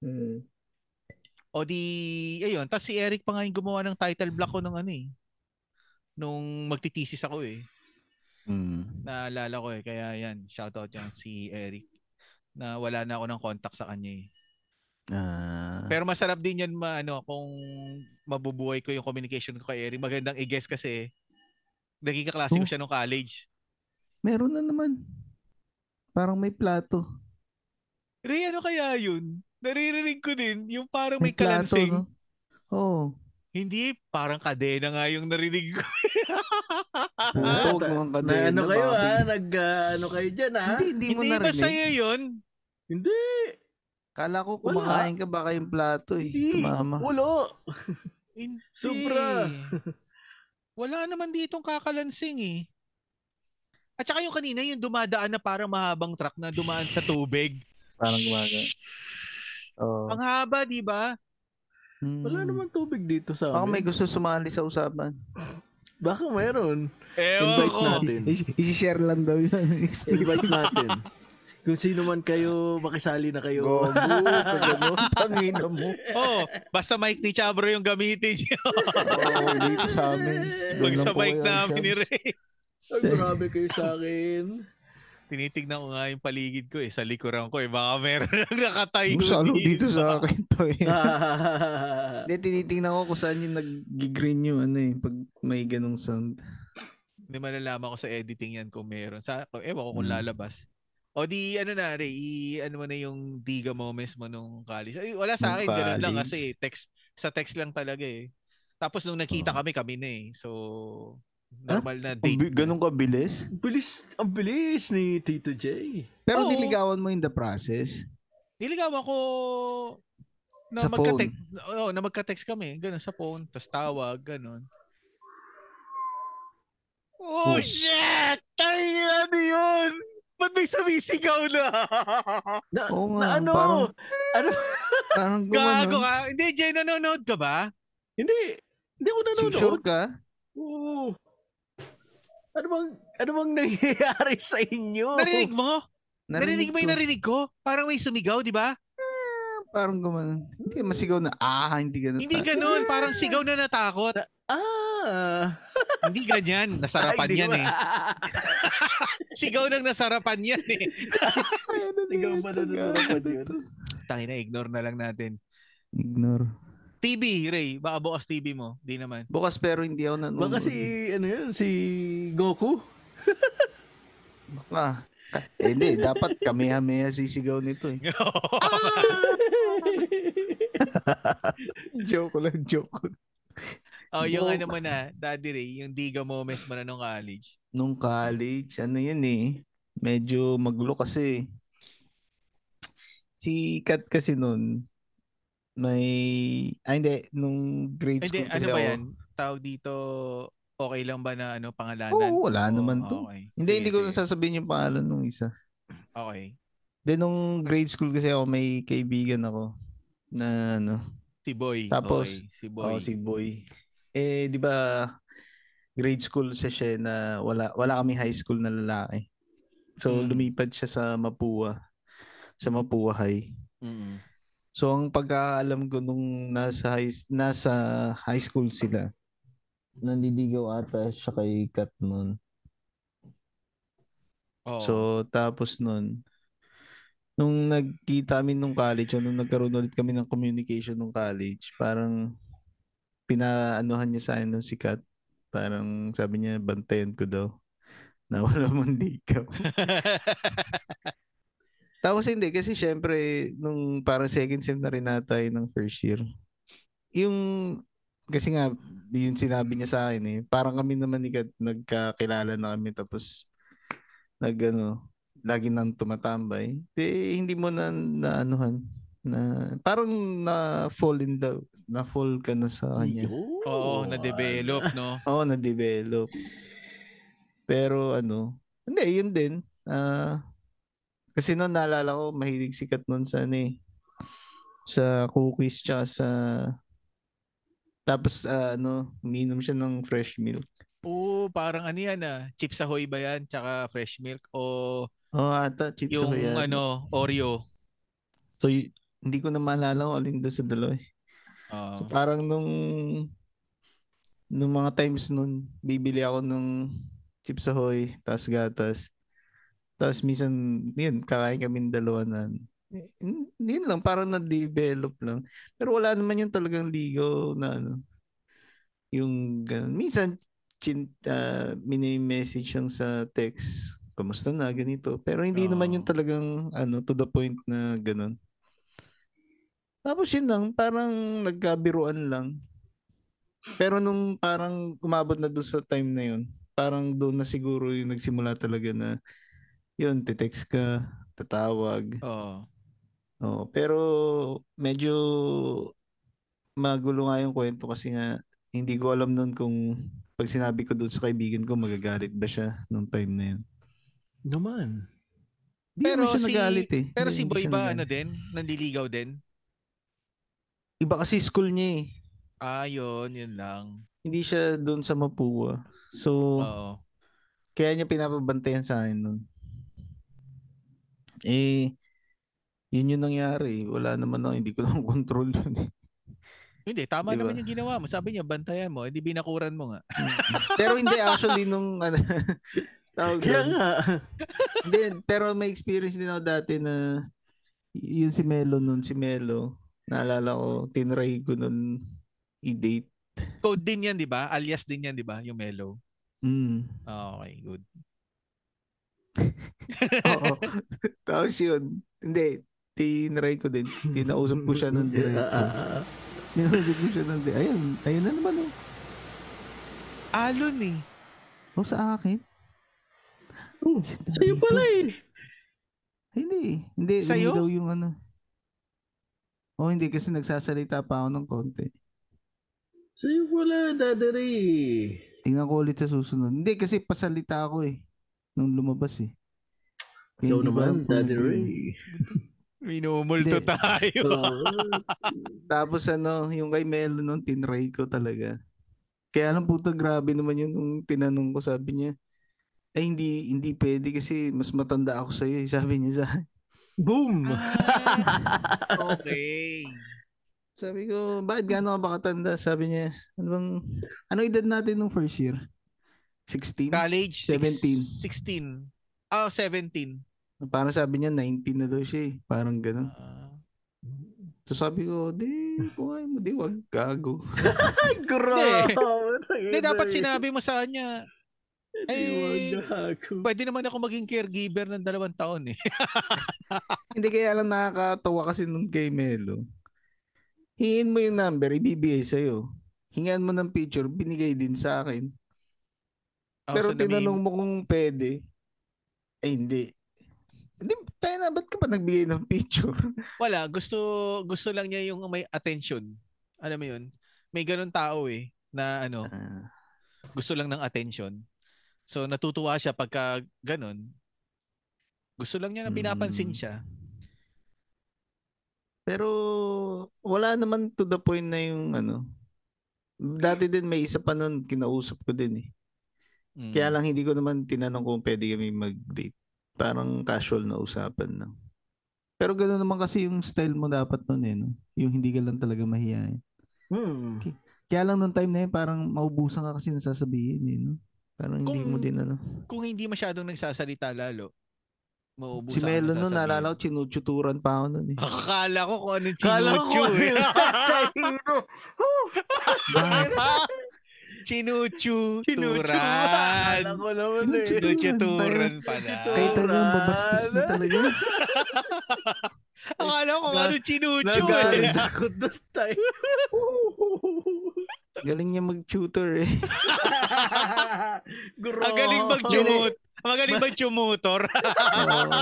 [SPEAKER 3] Hmm.
[SPEAKER 1] O di, ayun. Tapos si Eric pa nga yung gumawa ng title block ko ng ano eh. Nung magtitesis ako eh.
[SPEAKER 3] Mm.
[SPEAKER 1] Naalala ko eh. Kaya yan, shoutout yan si Eric. Na wala na ako ng contact sa kanya eh.
[SPEAKER 3] Ah.
[SPEAKER 1] Pero masarap din yan ma, ano, kung mabubuhay ko yung communication ko kay Eric. Magandang i-guess kasi Naging kaklase ko
[SPEAKER 3] Oh.
[SPEAKER 1] siya nung college.
[SPEAKER 3] Meron na naman. Parang may plato.
[SPEAKER 1] Ray, ano kaya yun? Naririnig ko din, yung parang may,
[SPEAKER 3] plato,
[SPEAKER 1] kalansing.
[SPEAKER 3] no? Oo.
[SPEAKER 1] Hindi, parang kadena nga yung narinig ko.
[SPEAKER 3] Puto,
[SPEAKER 4] Ah,
[SPEAKER 3] huwag mo ang
[SPEAKER 4] na,
[SPEAKER 3] kadena.
[SPEAKER 4] ano kayo
[SPEAKER 3] Bobby.
[SPEAKER 4] ah? Nag, ah, ano kayo dyan ah?
[SPEAKER 3] Hindi, hindi mo
[SPEAKER 1] Hindi ba
[SPEAKER 3] narinig.
[SPEAKER 1] sa'yo yun?
[SPEAKER 4] Hindi.
[SPEAKER 3] Kala ko
[SPEAKER 4] Wala.
[SPEAKER 3] kumakain ka baka yung plato eh.
[SPEAKER 4] Hindi.
[SPEAKER 3] Tumama.
[SPEAKER 4] Ulo.
[SPEAKER 1] Hindi.
[SPEAKER 4] Sobra.
[SPEAKER 1] Wala naman ditong kakalansing eh. At saka yung kanina, yung dumadaan na parang mahabang truck na dumaan sa tubig.
[SPEAKER 3] Parang gumaga. Oo.
[SPEAKER 1] Ang haba, di ba?
[SPEAKER 3] Hmm.
[SPEAKER 4] Wala naman tubig dito sa
[SPEAKER 3] Baka may
[SPEAKER 4] amin.
[SPEAKER 3] gusto sumali sa usapan.
[SPEAKER 4] Baka meron.
[SPEAKER 1] Ewan
[SPEAKER 4] Invite
[SPEAKER 1] ko.
[SPEAKER 4] natin.
[SPEAKER 3] I-share lang daw yun.
[SPEAKER 4] Invite natin. Kung sino man kayo, makisali na kayo.
[SPEAKER 3] Gogo, taga mo, tangina mo.
[SPEAKER 1] Oh, basta mic ni Chabro yung gamitin niyo.
[SPEAKER 3] Oo, dito sa amin.
[SPEAKER 1] Pag
[SPEAKER 3] Doon
[SPEAKER 1] sa
[SPEAKER 3] lang po
[SPEAKER 1] mic
[SPEAKER 3] kayo,
[SPEAKER 1] namin
[SPEAKER 3] Shams.
[SPEAKER 1] ni Ray.
[SPEAKER 4] Ay, grabe kayo sa akin.
[SPEAKER 1] Tinitignan ko nga yung paligid ko eh. Sa likuran ko eh. Baka meron lang nakatayo
[SPEAKER 3] Salo dito sa akin to eh.
[SPEAKER 4] Ah.
[SPEAKER 3] Hindi, tinitingnan ko kung saan yung nag-green yung ano eh, pag may ganong sound.
[SPEAKER 1] Hindi malalaman ko sa editing yan kung meron. Sa, ko- ewan ko kung
[SPEAKER 3] Hmm.
[SPEAKER 1] lalabas. O di, ano na, Ray, i, ano mo na yung diga moments mo nung college. Ay, wala sa
[SPEAKER 3] Nung
[SPEAKER 1] akin, ganun lang
[SPEAKER 3] college.
[SPEAKER 1] kasi text, sa text lang talaga eh. Tapos nung nakita
[SPEAKER 3] Hmm.
[SPEAKER 1] kami, kami na eh. So,
[SPEAKER 3] Ah?
[SPEAKER 1] normal na date. na.
[SPEAKER 3] Ganong kabilis?
[SPEAKER 4] bilis, ang bilis ni Tito J.
[SPEAKER 1] Oo.
[SPEAKER 3] Pero niligawan mo in the process.
[SPEAKER 1] Niligawan ko na
[SPEAKER 3] Sa
[SPEAKER 1] magka-text, oh, na magka-text kami, ganun sa phone, tapos tawag, ganun. Oh,
[SPEAKER 3] Oh.
[SPEAKER 1] shit! Ay, ano yun? Ba't may sumisigaw na?
[SPEAKER 4] Na,
[SPEAKER 3] Oo
[SPEAKER 4] na
[SPEAKER 3] nga,
[SPEAKER 4] ano?
[SPEAKER 3] parang-
[SPEAKER 4] Ano?
[SPEAKER 3] Parang
[SPEAKER 1] Gago
[SPEAKER 3] gumanon.
[SPEAKER 1] ka. Hindi, Jay, nanonood ka ba?
[SPEAKER 4] hindi. Hindi ako
[SPEAKER 1] Ano,
[SPEAKER 4] nanonood.
[SPEAKER 3] Sure ka?
[SPEAKER 4] Oo. Ano bang, ano bang nangyayari sa inyo?
[SPEAKER 1] Narinig mo? Narinig, mo yung
[SPEAKER 3] ko.
[SPEAKER 1] narinig ko? Parang may sumigaw, di ba?
[SPEAKER 3] Parang gumanon. Hindi, masigaw na, ah, hindi ganun.
[SPEAKER 1] Hindi ganun. Parang sigaw na natakot.
[SPEAKER 4] Ah.
[SPEAKER 1] Hindi ganyan. Nasarapan
[SPEAKER 4] Ay, di
[SPEAKER 1] yan
[SPEAKER 4] ba?
[SPEAKER 1] eh. Sigaw ng nasarapan yan eh.
[SPEAKER 3] ano
[SPEAKER 4] Sigaw ba na nanonood yun?
[SPEAKER 1] Tangina, ignore na lang natin.
[SPEAKER 3] Ignore.
[SPEAKER 1] TV, Ray. Baka bukas TV mo. Di naman.
[SPEAKER 3] Bukas pero hindi ako nanonood.
[SPEAKER 4] Baka si, ano yun, si Goku?
[SPEAKER 3] Baka. Ka- Eh, hindi, dapat kamehameha sisigaw nito eh.
[SPEAKER 1] Oh,
[SPEAKER 3] joke ko lang, joke ko.
[SPEAKER 1] oh, yung
[SPEAKER 3] Bo-
[SPEAKER 1] ano mo na, Daddy Ray, yung diga moments mo na nung college.
[SPEAKER 3] Nung college, ano yan eh, medyo magulo kasi. Si Kat kasi noon, may, ah hindi, nung grade
[SPEAKER 1] Hindi,
[SPEAKER 3] school
[SPEAKER 1] ano
[SPEAKER 3] kasi
[SPEAKER 1] ba
[SPEAKER 3] ako-
[SPEAKER 1] yan? Tawag dito, okay lang ba na ano, pangalanan?
[SPEAKER 3] Oo, wala
[SPEAKER 1] Oo,
[SPEAKER 3] naman to.
[SPEAKER 1] okay.
[SPEAKER 3] Hindi,
[SPEAKER 1] Sige,
[SPEAKER 3] hindi ko
[SPEAKER 1] sige.
[SPEAKER 3] sasabihin yung pangalan nung isa.
[SPEAKER 1] Okay.
[SPEAKER 3] Then nung grade school kasi ako may kaibigan ako na ano,
[SPEAKER 1] Si Boy.
[SPEAKER 3] Tapos,
[SPEAKER 1] okay. si Boy.
[SPEAKER 3] oh, si Boy. Eh di ba grade school siya siya na wala wala kami high school na lalaki. So
[SPEAKER 1] Mm.
[SPEAKER 3] lumipat siya sa Mapua. Sa Mapua High.
[SPEAKER 1] Mm-mm.
[SPEAKER 3] So ang pagkakaalam ko nung nasa high, nasa high school sila, nanliligaw ata siya kay Kat noon.
[SPEAKER 1] Oo.
[SPEAKER 3] So, tapos nun, nung nagkita kami nung college, o nung nagkaroon ulit kami ng communication nung college, parang pinaanuhan niya sa akin nung si Kat. Parang sabi niya, bantayan ko daw na wala mong ligaw. Tapos hindi, kasi syempre, nung parang second sem na rin nata yun ng first year. Yung, kasi nga, yun sinabi niya sa akin eh, parang kami naman ni Kat, nagkakilala na kami tapos nag ano, lagi nang tumatambay. Di, hindi mo na naanuhan na parang na fall in love, na fall ka na sa kanya.
[SPEAKER 4] Yun.
[SPEAKER 1] Oo,
[SPEAKER 3] oh,
[SPEAKER 1] na-develop, no?
[SPEAKER 3] Oo, na-develop. Pero ano, hindi, yun din. Ah, kasi noon naalala ko, mahilig sikat noon sa ano eh, sa cookies tsaka sa tapos ah, ano, minom siya ng fresh milk.
[SPEAKER 1] Oo, parang ano yan ah. Chips Ahoy ba yan? Tsaka fresh milk? O
[SPEAKER 3] Oo, oh, ata chips
[SPEAKER 1] yung
[SPEAKER 3] ako yan.
[SPEAKER 1] ano, Oreo?
[SPEAKER 3] So y- hindi ko na maalala kung alin doon sa dalawa. eh.
[SPEAKER 1] Oo.
[SPEAKER 3] So parang nung nung mga times noon, bibili ako ng chips ahoy, tas gatas. Tapos minsan, yun, kakain kami ng dalawa na. Eh, Yun lang, parang na-develop lang. Pero wala naman yung talagang ligaw na ano. Yung ganun. Minsan, chin, ah, mini-message lang sa text. Kamusta na, ganito. Pero hindi
[SPEAKER 1] Oo.
[SPEAKER 3] naman yung talagang ano, to the point na ganun. Tapos yun lang, parang nagkabiruan lang. Pero nung parang umabot na doon sa time na yun, parang doon na siguro yung nagsimula talaga na yun, titext ka, tatawag.
[SPEAKER 1] Oo.
[SPEAKER 3] Oo, pero medyo magulo nga yung kwento kasi nga hindi ko alam nun kung pag sinabi ko doon sa kaibigan ko magagalit ba siya nung time na yun.
[SPEAKER 4] Naman.
[SPEAKER 3] Hindi
[SPEAKER 1] Pero
[SPEAKER 3] naman siya
[SPEAKER 1] si-
[SPEAKER 3] nagalit eh.
[SPEAKER 1] Pero
[SPEAKER 3] Hindi-
[SPEAKER 1] si
[SPEAKER 3] hindi
[SPEAKER 1] Boy
[SPEAKER 3] siya
[SPEAKER 1] ba ano
[SPEAKER 3] nagalit.
[SPEAKER 1] din? Nanliligaw din?
[SPEAKER 3] Iba kasi school niya eh.
[SPEAKER 1] Ah, yun. Yun lang.
[SPEAKER 3] Hindi siya doon sa Mapua. So,
[SPEAKER 1] Oo.
[SPEAKER 3] Kaya niya pinapabantayan sa akin nun. Eh, yun yung nangyari. Wala naman ako, hindi ko lang control yun. eh.
[SPEAKER 1] Hindi, tama
[SPEAKER 3] Diba?
[SPEAKER 1] naman yung ginawa mo. Sabi niya, bantayan mo. Hindi binakuran mo nga.
[SPEAKER 3] pero hindi actually nung ano, tawag
[SPEAKER 4] Kaya
[SPEAKER 3] doon.
[SPEAKER 4] nga.
[SPEAKER 3] Hindi, pero may experience din ako dati na y- yun si Melo nun, si Melo. Naalala ko, tinry ko nun i-date.
[SPEAKER 1] Code din yan, di ba? Alias din yan, di ba? Yung Melo.
[SPEAKER 3] Mm.
[SPEAKER 1] Okay, good.
[SPEAKER 3] Oo. Tapos yun. Hindi, tinry ko din. Tinausap ko siya nun
[SPEAKER 4] Ah, ah,
[SPEAKER 3] direct.
[SPEAKER 4] ah.
[SPEAKER 3] Tinausap ko siya nun direct. Ayun, ayun na naman oh.
[SPEAKER 1] Alon eh.
[SPEAKER 3] Oh, sa akin?
[SPEAKER 4] Oh,
[SPEAKER 3] Dito.
[SPEAKER 4] Sa'yo pala eh.
[SPEAKER 3] Hindi. Hindi.
[SPEAKER 1] Sa'yo?
[SPEAKER 3] Sa'yo? daw yung ano. Oh, hindi. Kasi nagsasalita pa ako ng konti.
[SPEAKER 4] Sa'yo pala, dadari.
[SPEAKER 3] Tingnan ko ulit sa susunod. Hindi, kasi pasalita ako eh. Nung lumabas eh. Kaya
[SPEAKER 4] Ikaw
[SPEAKER 3] hindi ko alam
[SPEAKER 4] naman,
[SPEAKER 3] kung
[SPEAKER 4] Daddy
[SPEAKER 3] ano
[SPEAKER 4] Ray.
[SPEAKER 3] yun.
[SPEAKER 1] Minumulto
[SPEAKER 3] Hindi.
[SPEAKER 1] tayo.
[SPEAKER 4] Ah.
[SPEAKER 3] Tapos ano, yung kay Melo noon, tinry ko talaga. Kaya alam puta, grabe naman yun nung tinanong ko, sabi niya. Ay, hindi, hindi pwede kasi mas matanda ako sa'yo. eh," Sabi niya sa akin.
[SPEAKER 4] Boom!
[SPEAKER 1] Ah, okay.
[SPEAKER 3] Sabi ko, bakit gano'n ka ba katanda? Sabi niya, ano bang, ano edad natin nung first year? 16?
[SPEAKER 1] College, 17.
[SPEAKER 3] 17.
[SPEAKER 1] 16. Ah, 17.
[SPEAKER 3] Parang sabi niya, 19 na daw siya eh. Parang gano'n.
[SPEAKER 1] Ah.
[SPEAKER 3] So sabi ko, di, kung ayaw mo, di, wag gago.
[SPEAKER 4] Ay, grabe!
[SPEAKER 1] Hindi, dapat sinabi mo sa kanya, eh, pwede naman ako maging caregiver ng dalawang taon eh.
[SPEAKER 3] Hindi kaya lang nakakatawa kasi nung kay Melo. Hingin mo yung number, ibibigay sa'yo. Hingan mo ng picture, binigay din sa akin.
[SPEAKER 1] Oh,
[SPEAKER 3] Pero
[SPEAKER 1] so nami-
[SPEAKER 3] tinanong mo kung pwede. Eh, hindi. Hindi, tayo na, ba't ka pa nagbigay ng picture?
[SPEAKER 1] Wala, gusto gusto lang niya yung may attention. Alam mo 'yun? May ganun tao eh na ano,
[SPEAKER 3] Ah,
[SPEAKER 1] gusto lang ng attention. So natutuwa siya pagka ganun. Gusto lang niya na pinapansin
[SPEAKER 3] Mm.
[SPEAKER 1] siya.
[SPEAKER 3] Pero wala naman to the point na yung ano. Dati din may isa pa nun, kinausap ko din eh.
[SPEAKER 1] Mm.
[SPEAKER 3] Kaya lang hindi ko naman tinanong kung pwede kami mag-date. Parang casual na usapan lang. Pero gano'n naman kasi yung style mo dapat nun eh. No? Yung hindi ka lang talaga mahihayin.
[SPEAKER 4] Hmm.
[SPEAKER 3] Kaya lang nung time na yun, parang maubusan ka kasi nasasabihin eh. No? Parang hindi
[SPEAKER 1] Kung-
[SPEAKER 3] mo din ano.
[SPEAKER 1] kung hindi masyadong nagsasalita lalo, mauubusan
[SPEAKER 3] Si
[SPEAKER 1] ka
[SPEAKER 3] Melo
[SPEAKER 1] na
[SPEAKER 3] nun,
[SPEAKER 1] sasabihin.
[SPEAKER 3] naalala ko, chinututuran pa ako nun eh.
[SPEAKER 1] Akala ko kung ano
[SPEAKER 4] Kala ko
[SPEAKER 1] chinuchu
[SPEAKER 4] ano
[SPEAKER 1] eh.
[SPEAKER 4] yung tatahino. Oh,
[SPEAKER 3] Ah,
[SPEAKER 1] Chinuchu
[SPEAKER 4] Kala
[SPEAKER 1] turan.
[SPEAKER 4] ko naman eh.
[SPEAKER 1] Chinuchu turan pala.
[SPEAKER 3] Kaya talagang babastos ano, mo
[SPEAKER 4] Turan.
[SPEAKER 3] talaga.
[SPEAKER 1] Akala ko kung
[SPEAKER 4] Na-
[SPEAKER 1] ano chinuchu eh.
[SPEAKER 4] Nagalit ako doon tayo.
[SPEAKER 3] Galing niya mag-tutor eh.
[SPEAKER 4] Gross.
[SPEAKER 1] Ang galing mag-chumut. Magaling mag-chumutor.
[SPEAKER 3] Oo.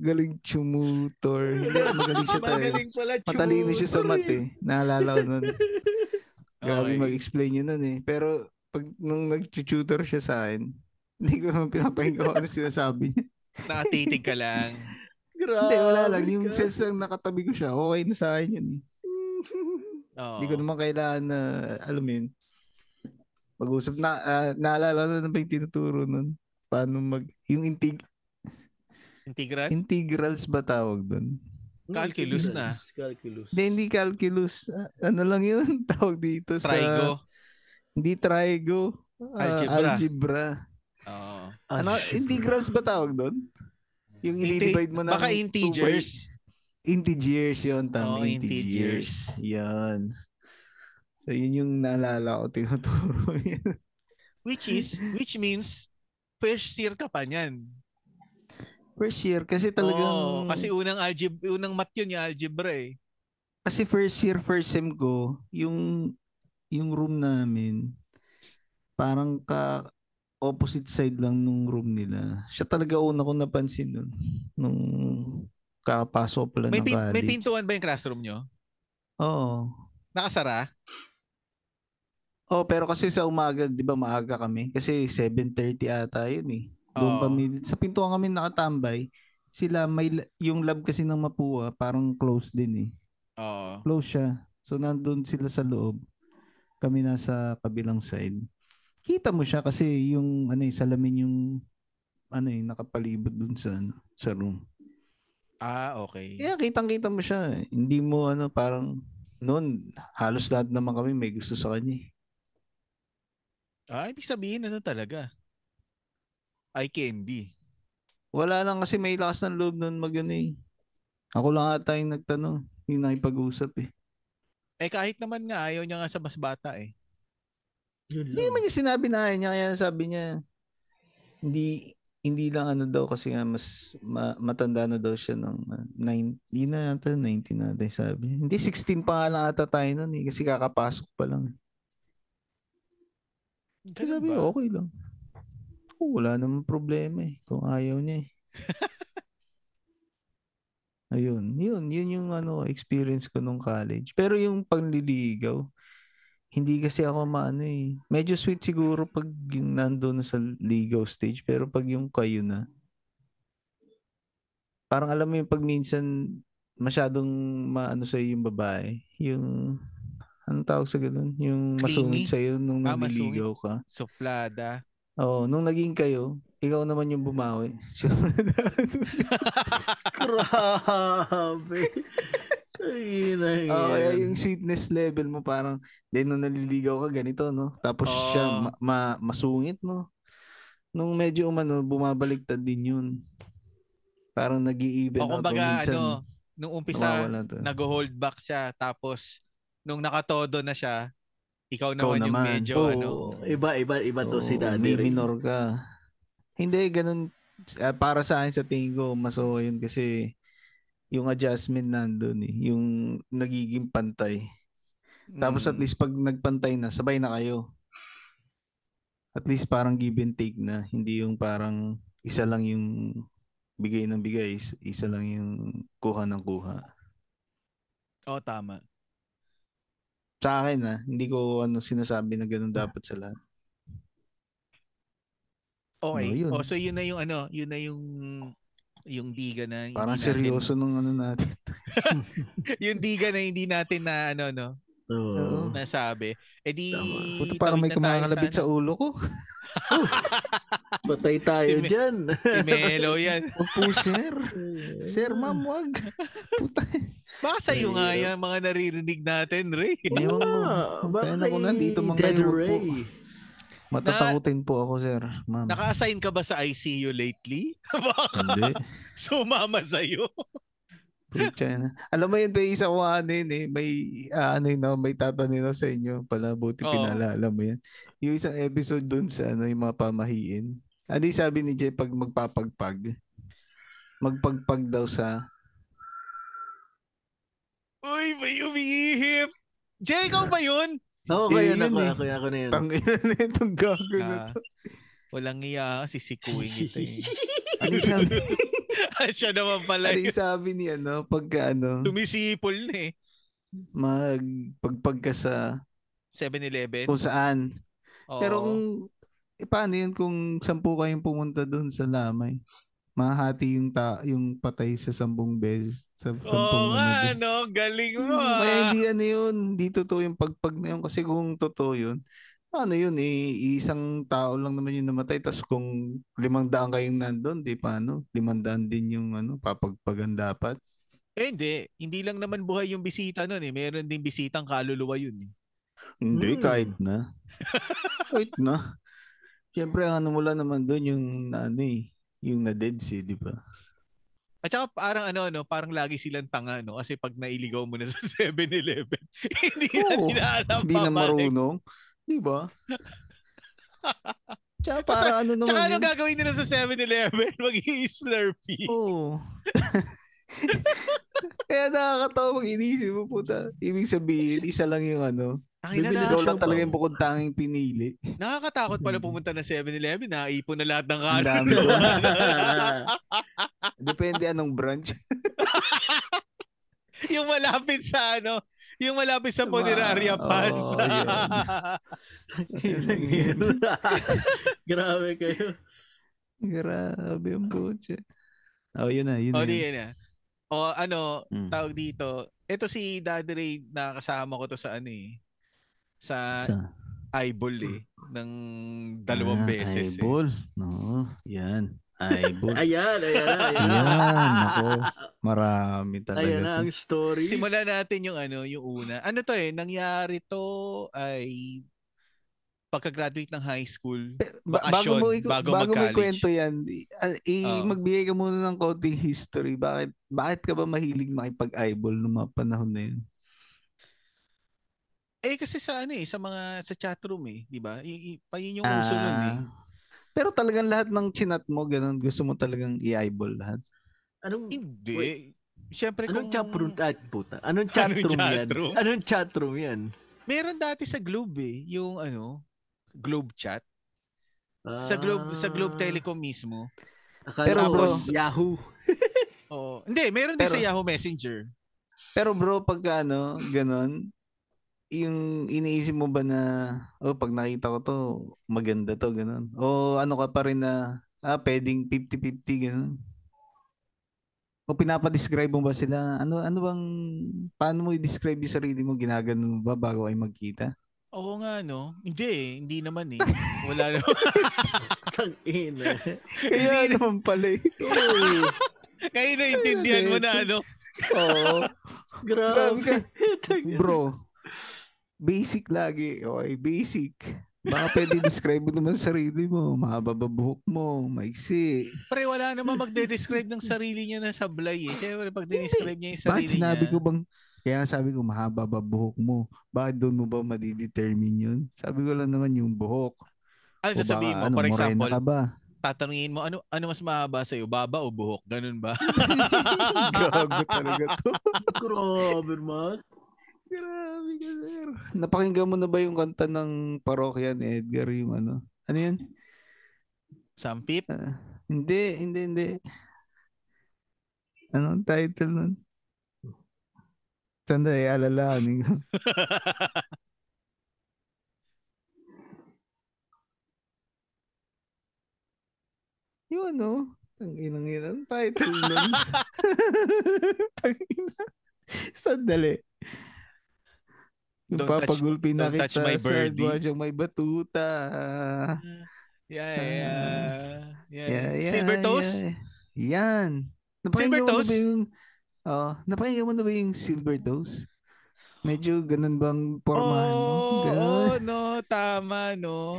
[SPEAKER 3] galing chumutor. Hindi, magaling siya tayo.
[SPEAKER 4] Magaling pala
[SPEAKER 3] Matalino siya sa eh.
[SPEAKER 4] tutor eh.
[SPEAKER 3] mate. Naalala ko nun.
[SPEAKER 1] Okay.
[SPEAKER 3] Grabe mag-explain yun nun eh. Pero pag nung nag-tutor siya sa akin, hindi ko naman pinapahinga kung ano sinasabi niya.
[SPEAKER 1] Nakatitig ka lang.
[SPEAKER 4] Grabe
[SPEAKER 3] Hindi, wala
[SPEAKER 1] Oh
[SPEAKER 3] lang. Yung
[SPEAKER 4] ka.
[SPEAKER 3] sense lang nakatabi ko siya, okay na sa akin yun eh.
[SPEAKER 1] Oo.
[SPEAKER 3] Hindi ko naman kailangan na, alam mo yun, mag-usap na, ah, naalala ko na ano ba yung tinuturo nun? Paano mag, yung intig-
[SPEAKER 1] Integral?
[SPEAKER 3] integrals ba tawag dun?
[SPEAKER 1] Calculus na.
[SPEAKER 4] Calculus.
[SPEAKER 3] Hindi, hindi calculus. Ah, ano lang yun? Tawag dito sa...
[SPEAKER 1] Trigo?
[SPEAKER 3] Hindi trigo. Ah,
[SPEAKER 1] Algebra.
[SPEAKER 3] algebra.
[SPEAKER 1] Oo.
[SPEAKER 4] Ah,
[SPEAKER 3] Ano? Integrals ba tawag doon? Yung
[SPEAKER 1] Inti-
[SPEAKER 3] i-divide mo na.
[SPEAKER 1] Baka integers.
[SPEAKER 3] Integers yun. Tama.
[SPEAKER 1] Oo,
[SPEAKER 3] integers. Yan. So, yun yung naalala ko. Tinuturo yun.
[SPEAKER 1] Which is, which means, first year ka pa niyan.
[SPEAKER 3] First year,
[SPEAKER 1] Oo,
[SPEAKER 3] kasi talagang,
[SPEAKER 1] kasi unang algebra, unang math yun yung algebra eh.
[SPEAKER 3] kasi first year, first sem ko, yung, yung room namin, parang ka, opposite side lang nung room nila. Siya talaga una ko napansin nun, nung kakapasok pala
[SPEAKER 1] May,
[SPEAKER 3] ng
[SPEAKER 1] pin-
[SPEAKER 3] college.
[SPEAKER 1] may pintuan ba yung classroom nyo?
[SPEAKER 3] Oo.
[SPEAKER 1] Nakasara?
[SPEAKER 3] Oh, pero kasi sa umaga, 'di ba, maaga kami kasi 7:30 ata 'yun eh. Doon
[SPEAKER 1] Oo.
[SPEAKER 3] kami sa pintuan kami nakatambay. Sila may la- yung lab kasi ng Mapua, parang close din eh.
[SPEAKER 1] Oo.
[SPEAKER 3] Close siya. So nandun sila sa loob. Kami nasa kabilang side. Kita mo siya kasi yung ano eh, salamin yung ano eh, nakapalibot dun sa ano, sa room.
[SPEAKER 1] Ah, okay.
[SPEAKER 3] Kaya kitang-kita mo siya. eh. Hindi mo ano parang noon halos lahat naman kami may gusto sa kanya. eh.
[SPEAKER 1] Ah, ibig sabihin ano talaga? Eye candy.
[SPEAKER 3] Wala lang kasi may lakas ng loob nun mag ano eh. Ako lang ata yung nagtanong. Yung nakipag-usap eh.
[SPEAKER 1] Eh kahit naman nga, ayaw niya nga sa mas bata eh.
[SPEAKER 4] Yun
[SPEAKER 3] Hindi naman niya sinabi na ayaw niya. Kaya sabi niya, hindi hindi lang ano daw kasi nga mas ma- matanda na daw siya ng uh, nine- hindi na yata 19 na ata yung sabi. niya. Hindi 16 pa nga lang ata tayo noon eh kasi kakapasok pa lang. eh. Kasi
[SPEAKER 1] Ganun
[SPEAKER 3] sabi
[SPEAKER 1] ba?
[SPEAKER 3] niya, okay lang. Oh, wala namang problema eh kung ayaw niya eh. Ayun, yun, yun yung ano experience ko nung college. Pero yung panliligaw, hindi kasi ako maano eh. Medyo sweet siguro pag yung nandoon na sa ligaw stage, pero pag yung kayo na, parang alam mo yung pag minsan masyadong maano sa yung babae, yung anong tawag sa ganun? Yung masungit
[SPEAKER 1] Clingy?
[SPEAKER 3] sa nung
[SPEAKER 1] Ah, masungit.
[SPEAKER 3] nanliligaw ka.
[SPEAKER 1] Suplada.
[SPEAKER 3] Oo, nung naging kayo, ikaw naman yung bumawi.
[SPEAKER 4] Grabe. Ay, na
[SPEAKER 3] Oo, Ah, kaya yung sweetness level mo parang, then nung naliligaw ka, ganito, no? Tapos
[SPEAKER 1] Oo.
[SPEAKER 3] siya, ma- ma- masungit, no? Nung medyo umano, bumabaliktad din yun. Parang nag-i-even
[SPEAKER 1] O kumbaga
[SPEAKER 3] minsan,
[SPEAKER 1] ano, nung umpisa,
[SPEAKER 3] nawawala to.
[SPEAKER 1] nag-hold back siya. Tapos, nung nakatodo na siya, ikaw
[SPEAKER 3] Ikaw
[SPEAKER 1] naman, yung
[SPEAKER 3] naman.
[SPEAKER 1] medyo
[SPEAKER 4] Oo,
[SPEAKER 1] ano.
[SPEAKER 4] Iba, iba, iba to
[SPEAKER 3] Oo,
[SPEAKER 4] si Daddy
[SPEAKER 3] may
[SPEAKER 4] Ray.
[SPEAKER 3] minor ka. Hindi, ganun. ah, para sa akin, sa tingin ko, mas okay yun kasi yung adjustment nandun eh. Yung nagiging pantay. Tapos at
[SPEAKER 1] Mm.
[SPEAKER 3] least pag nagpantay na, sabay na kayo. At least parang give and take na. Hindi yung parang isa lang yung bigay ng bigay, is- isa lang yung kuha ng kuha.
[SPEAKER 1] Oo, Oh, tama.
[SPEAKER 3] Sa akin na, hindi ko ano sinasabi na ganun dapat sa lahat.
[SPEAKER 1] Okay.
[SPEAKER 3] No, yun.
[SPEAKER 1] O, so yun na yung ano, yun na yung yung diga na hindi
[SPEAKER 3] Parang
[SPEAKER 1] natin-
[SPEAKER 3] seryoso nung ano natin.
[SPEAKER 1] yung diga na hindi natin na ano no
[SPEAKER 4] Oo.
[SPEAKER 1] nasabi eh di
[SPEAKER 4] Tama.
[SPEAKER 3] Puto parang may
[SPEAKER 1] tawid na tayo
[SPEAKER 3] kumakalabit sa
[SPEAKER 1] ano,
[SPEAKER 3] ulo ko.
[SPEAKER 4] Patay tayo
[SPEAKER 1] Si Me-
[SPEAKER 4] dyan.
[SPEAKER 1] si Melo yan
[SPEAKER 3] Huwag po sir. sir ma'am wag. Puta.
[SPEAKER 1] baka sa'yo
[SPEAKER 4] Ay,
[SPEAKER 1] nga
[SPEAKER 4] hirap.
[SPEAKER 1] yan mga naririnig natin Ray
[SPEAKER 3] Ewan ko.
[SPEAKER 4] Ah,
[SPEAKER 3] Kaya na ko nandito man
[SPEAKER 4] Dead
[SPEAKER 3] kayo po.
[SPEAKER 4] Ray.
[SPEAKER 3] Matatakutin po ako sir. Ma'am.
[SPEAKER 1] naka-assign ka ba sa ICU lately baka
[SPEAKER 3] Hindi.
[SPEAKER 1] sumama sa'yo
[SPEAKER 3] Pucha na. Alam mo yun, may isa ko ano yun eh. May, ah, ano yun, no, may tatanong ako sa inyo. Pala, buti
[SPEAKER 1] Oo.
[SPEAKER 3] pinalala mo yan. Yung isang episode dun sa ano, yung mga pamahiin. Ano yung sabi ni Jay pag magpapagpag? Magpagpag daw sa...
[SPEAKER 1] uy may umiihip Jay, ikaw ba yun?
[SPEAKER 3] Eh,
[SPEAKER 4] Oo, kaya na
[SPEAKER 3] yun
[SPEAKER 4] ako.
[SPEAKER 3] eh.
[SPEAKER 4] Kaya ako na yun.
[SPEAKER 3] Tanginan na itong gago na
[SPEAKER 1] Ah,
[SPEAKER 3] to.
[SPEAKER 1] walang iya, sisikuin kita eh.
[SPEAKER 3] Ano yung sabi,
[SPEAKER 1] Ah, Siya naman pala
[SPEAKER 3] ano
[SPEAKER 1] yung
[SPEAKER 3] yung sabi ni ano, pagka ano,
[SPEAKER 1] tumisipol na eh.
[SPEAKER 3] magpagpag ka sa
[SPEAKER 1] 7-Eleven.
[SPEAKER 3] kung saan.
[SPEAKER 1] Oo.
[SPEAKER 3] Oh, Pero kung, eh, paano yun kung sampu kayong pumunta dun sa lamay? Mahati yung, ta- yung patay sa sampung beses. Sa sampung
[SPEAKER 1] Oo
[SPEAKER 3] ano
[SPEAKER 1] nga,
[SPEAKER 3] dun.
[SPEAKER 1] no? Galing mo.
[SPEAKER 3] Hmm, Kaya
[SPEAKER 1] ah.
[SPEAKER 3] hindi ano yun, hindi totoo yung pagpag na yun. Kasi kung totoo yun, ano yun, eh, isang tao lang naman yung namatay. Tapos kung limang daan kayong nandun, di paano? Limang daan din yung ano, papagpagan dapat.
[SPEAKER 1] Eh, hindi. Hindi lang naman buhay yung bisita nun eh. Meron din bisitang kaluluwa yun eh.
[SPEAKER 3] Hindi,
[SPEAKER 4] Hmm.
[SPEAKER 3] kahit na. kahit na. Siyempre, ang ano mula naman dun yung, ano eh, yung na-dead si, di ba?
[SPEAKER 1] At saka parang ano, no? parang lagi silang tanga, no? Kasi pag nailigaw mo na sa 7-Eleven, hindi na
[SPEAKER 3] Oo.
[SPEAKER 1] nila alam
[SPEAKER 3] Hindi na
[SPEAKER 1] babalik.
[SPEAKER 3] marunong. Di ba? Tsaka para ano naman
[SPEAKER 1] Tsaka ano
[SPEAKER 3] yun?
[SPEAKER 1] gagawin nila sa 7-Eleven? Mag-i-slurpee.
[SPEAKER 3] Oo. Kaya nakakatawa pag inisip mo puta. Ibig sabihin, isa lang yung ano.
[SPEAKER 1] Tangina
[SPEAKER 3] Bibili
[SPEAKER 1] na,
[SPEAKER 3] ikaw lang
[SPEAKER 4] siya,
[SPEAKER 3] talaga
[SPEAKER 4] bro.
[SPEAKER 3] yung bukod tanging pinili.
[SPEAKER 1] nakakatakot pala pumunta ng 7-Eleven. Nakaipon na lahat ng
[SPEAKER 3] Ang
[SPEAKER 1] kanan.
[SPEAKER 3] dami doon. Depende anong branch.
[SPEAKER 1] yung malapit sa ano, yung malapit sa
[SPEAKER 3] Sa mga-
[SPEAKER 1] Funeraria
[SPEAKER 3] Diba? oo,
[SPEAKER 1] Plaza.
[SPEAKER 3] yun.
[SPEAKER 4] Grabe kayo.
[SPEAKER 3] Grabe ang butya. Oh, yun na, yun
[SPEAKER 1] o
[SPEAKER 3] na.
[SPEAKER 1] di
[SPEAKER 3] yun.
[SPEAKER 1] yan ah. O ano,
[SPEAKER 3] Mm.
[SPEAKER 1] tawag dito. Ito si Daddy Ray, nakakasama ko to sa ano eh. Sa
[SPEAKER 3] Sa-
[SPEAKER 1] eyeball eh. Ng dalawang
[SPEAKER 3] Ah,
[SPEAKER 1] beses eh.
[SPEAKER 3] Eyeball. No, yan. Eyeball.
[SPEAKER 4] Ayan, ayan, ayan.
[SPEAKER 3] yan, ako. Marami talaga.
[SPEAKER 4] Ayan na
[SPEAKER 3] to.
[SPEAKER 4] ang story.
[SPEAKER 1] Simulan natin yung ano, yung una. Ano to eh, nangyari to ay pagka-graduate ng high school.
[SPEAKER 3] Ba- bago
[SPEAKER 1] Bakasyon,
[SPEAKER 3] mo, iku-
[SPEAKER 1] bago
[SPEAKER 3] bago mo
[SPEAKER 1] mag-college.
[SPEAKER 3] ikwento yan, i- ah, i-
[SPEAKER 1] Oo.
[SPEAKER 3] magbigay ka muna ng konting history. Bakit bakit ka ba mahilig makipag-eyeball noong mga panahon na yun?
[SPEAKER 1] Eh kasi sa ano eh, sa mga sa chatroom eh, di ba? Y- y- pa yun yung uso nun eh.
[SPEAKER 3] Ah, Pero talagang lahat ng chinat mo, ganun, gusto mo talagang i-eyeball lahat.
[SPEAKER 4] Anong,
[SPEAKER 1] Hindi.
[SPEAKER 4] Wait.
[SPEAKER 1] Siyempre kung
[SPEAKER 4] anong chatroom? Ay, puta. Anong chatroom yan?
[SPEAKER 1] chatroom?
[SPEAKER 4] Anong chatroom yan?
[SPEAKER 1] meron dati sa Globe eh, yung ano, Globe Chat. Sa Globe sa Globe
[SPEAKER 4] Ah,
[SPEAKER 1] Telecom mismo.
[SPEAKER 4] akala
[SPEAKER 3] Pero
[SPEAKER 4] ko
[SPEAKER 3] bro,
[SPEAKER 4] Yahoo.
[SPEAKER 1] Oo. Hindi, meron din
[SPEAKER 3] Pero-
[SPEAKER 1] sa Yahoo Messenger.
[SPEAKER 3] Pero bro, pag ano, ganun, yung iniisip mo ba na, oh, pag nakita ko to, maganda to, ganun. O ano ka pa rin na, ah, pwedeng 50-50, ganun. O pinapadescribe mo ba sila? Ano ano bang, paano mo i-describe yung sarili mo? Ginaganon mo ba bago kayo magkita?
[SPEAKER 1] Oo nga no. Hindi eh, hindi naman eh. Wala naman.
[SPEAKER 4] Tangin.
[SPEAKER 3] Kaya
[SPEAKER 1] Hindi
[SPEAKER 3] naman pala eh. Oo.
[SPEAKER 1] Kaya naintindihan mo na ano.
[SPEAKER 3] Oo. Grabe
[SPEAKER 4] Grabe.
[SPEAKER 3] ka.
[SPEAKER 4] Tangina.
[SPEAKER 3] Bro, basic lagi. Okay, basic. Baka pwede describe mo naman sarili mo. Mahaba ba buhok mo? Maiksi.
[SPEAKER 1] Pre, wala naman magde-describe ng sarili niya na sablay eh. Siyempre, pag describe niya yung
[SPEAKER 3] Bakit
[SPEAKER 1] sarili
[SPEAKER 3] sinabi
[SPEAKER 1] niya.
[SPEAKER 3] ko bang, kaya sabi ko mahaba ba buhok mo? Bakit doon mo ba madidetermine yun? Sabi ko lang naman yung buhok.
[SPEAKER 1] ano
[SPEAKER 3] O
[SPEAKER 1] sasabihin mo?
[SPEAKER 3] baka,
[SPEAKER 1] For
[SPEAKER 3] morena
[SPEAKER 1] example,
[SPEAKER 3] ka ba?
[SPEAKER 1] tatanungin mo, ano ano mas mahaba sa'yo? Baba o buhok? Ganun ba?
[SPEAKER 3] Grabe talaga to.
[SPEAKER 4] Grabe, man.
[SPEAKER 3] Grabe ka, sir. Napakinggan mo na ba yung kanta ng parokya ni Edgar? Yung ano? Ano yun?
[SPEAKER 1] Sampip?
[SPEAKER 3] Ah, hindi, hindi, hindi. Anong title nun? Sandali, alalahanin ko. Yung ano? Ang inang inang title nun. Tangina. Sandali.
[SPEAKER 1] Don't touch-
[SPEAKER 3] Papagulpin na
[SPEAKER 1] don't touch
[SPEAKER 3] kita
[SPEAKER 1] my
[SPEAKER 3] sa
[SPEAKER 1] birdie.
[SPEAKER 3] gwadyang may batuta.
[SPEAKER 1] Yeah, yeah, yeah.
[SPEAKER 3] Yeah, yeah,
[SPEAKER 1] Silver toes?
[SPEAKER 3] yeah. Yan.
[SPEAKER 1] Silver
[SPEAKER 3] Napakinggan mo na
[SPEAKER 1] toes?
[SPEAKER 3] ba yung... Oh, napakinggan mo na ba yung silver toes? Medyo ganun bang pormahan mo?
[SPEAKER 1] Oo,
[SPEAKER 3] Ganun.
[SPEAKER 1] oo, Oh, no, tama, no.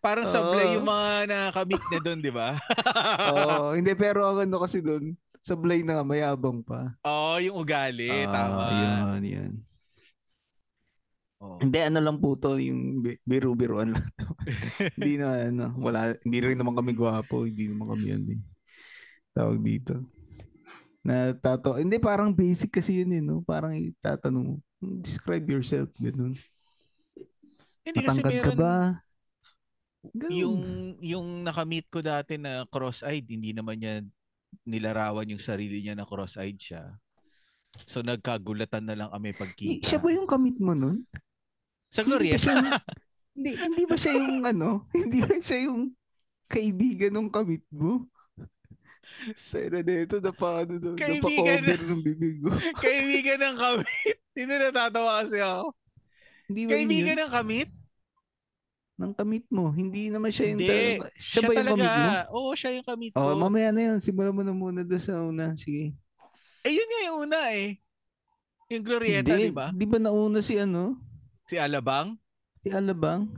[SPEAKER 1] Parang sablay
[SPEAKER 3] Oo.
[SPEAKER 1] yung mga nakakamit na doon, di ba?
[SPEAKER 3] Oo, hindi pero ang ano kasi doon, sablay na nga mayabang pa.
[SPEAKER 1] Oo, Oh, yung ugali, Eh,
[SPEAKER 3] Ah,
[SPEAKER 1] tama. Oh.
[SPEAKER 3] Yan, yan.
[SPEAKER 1] Oo.
[SPEAKER 3] Hindi ano lang po to, yung bi- biru-biruan lang. hindi na ano, wala, hindi rin naman kami gwapo, hindi naman kami
[SPEAKER 1] Mm.
[SPEAKER 3] yan eh. Tawag dito. Na tato, hindi parang basic kasi yun eh, no? Parang itatanong mo, describe yourself, ganun.
[SPEAKER 1] Hindi kasi
[SPEAKER 3] Matangkad ka
[SPEAKER 1] meron
[SPEAKER 3] ba? Ganun.
[SPEAKER 1] yung yung nakamit ko dati na cross-eyed, hindi naman niya nilarawan yung sarili niya na cross-eyed siya. So nagkagulatan na lang kami
[SPEAKER 3] I-
[SPEAKER 1] pagkita.
[SPEAKER 3] siya ba yung kamit mo nun?
[SPEAKER 1] Sa
[SPEAKER 3] Hindi ba
[SPEAKER 1] Glorieta?
[SPEAKER 3] siya, hindi, hindi ba siya yung ano? Hindi ba siya yung kaibigan ng kamit mo? Sera dito, napano doon.
[SPEAKER 1] Kaibigan
[SPEAKER 3] ano, Napaka-over ng bibig ko.
[SPEAKER 1] Kaibigan ng kamit. Hindi na natatawa kasi ako.
[SPEAKER 3] Hindi ba yun
[SPEAKER 1] Kaibigan ng kamit?
[SPEAKER 3] yun? ng kamit mo? Hindi naman siya yung
[SPEAKER 1] Hindi.
[SPEAKER 3] talaga. Siya,
[SPEAKER 1] Siya,
[SPEAKER 3] ba yung
[SPEAKER 1] talaga.
[SPEAKER 3] kamit mo?
[SPEAKER 1] Oo, siya yung kamit ko.
[SPEAKER 3] Oh, mamaya na yun. Simulan mo na muna doon sa una. Sige.
[SPEAKER 1] Eh, yun nga yung una eh. Yung Glorieta, di ba?
[SPEAKER 3] Di ba nauna si ano?
[SPEAKER 1] Si Alabang?
[SPEAKER 3] Si Alabang?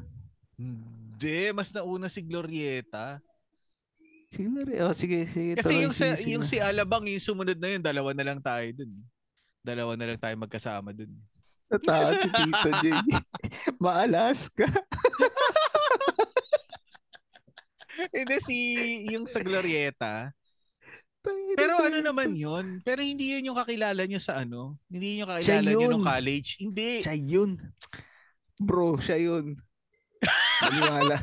[SPEAKER 3] Hmm.
[SPEAKER 1] Hindi, mas nauna si Glorieta.
[SPEAKER 3] Sige na rin. Oh, sige, sige.
[SPEAKER 1] Kasi
[SPEAKER 3] tuloy,
[SPEAKER 1] yung, sa,
[SPEAKER 3] sige,
[SPEAKER 1] yung si
[SPEAKER 3] sige.
[SPEAKER 1] Alabang, yung sumunod na yun, dalawa na lang tayo dun. eh. Dalawa na lang tayo magkasama dun. eh.
[SPEAKER 3] Natakot si Tito J. Maalas ka.
[SPEAKER 1] Hindi si yung sa Glorieta. Pero ano naman yun? Pero hindi yun yung kakilala nyo sa ano? Hindi yun yung
[SPEAKER 3] Siya
[SPEAKER 1] kakilala nyo
[SPEAKER 3] yun.
[SPEAKER 1] nung college? Hindi.
[SPEAKER 3] Siya yun. Bro, siya yun. Maniwala.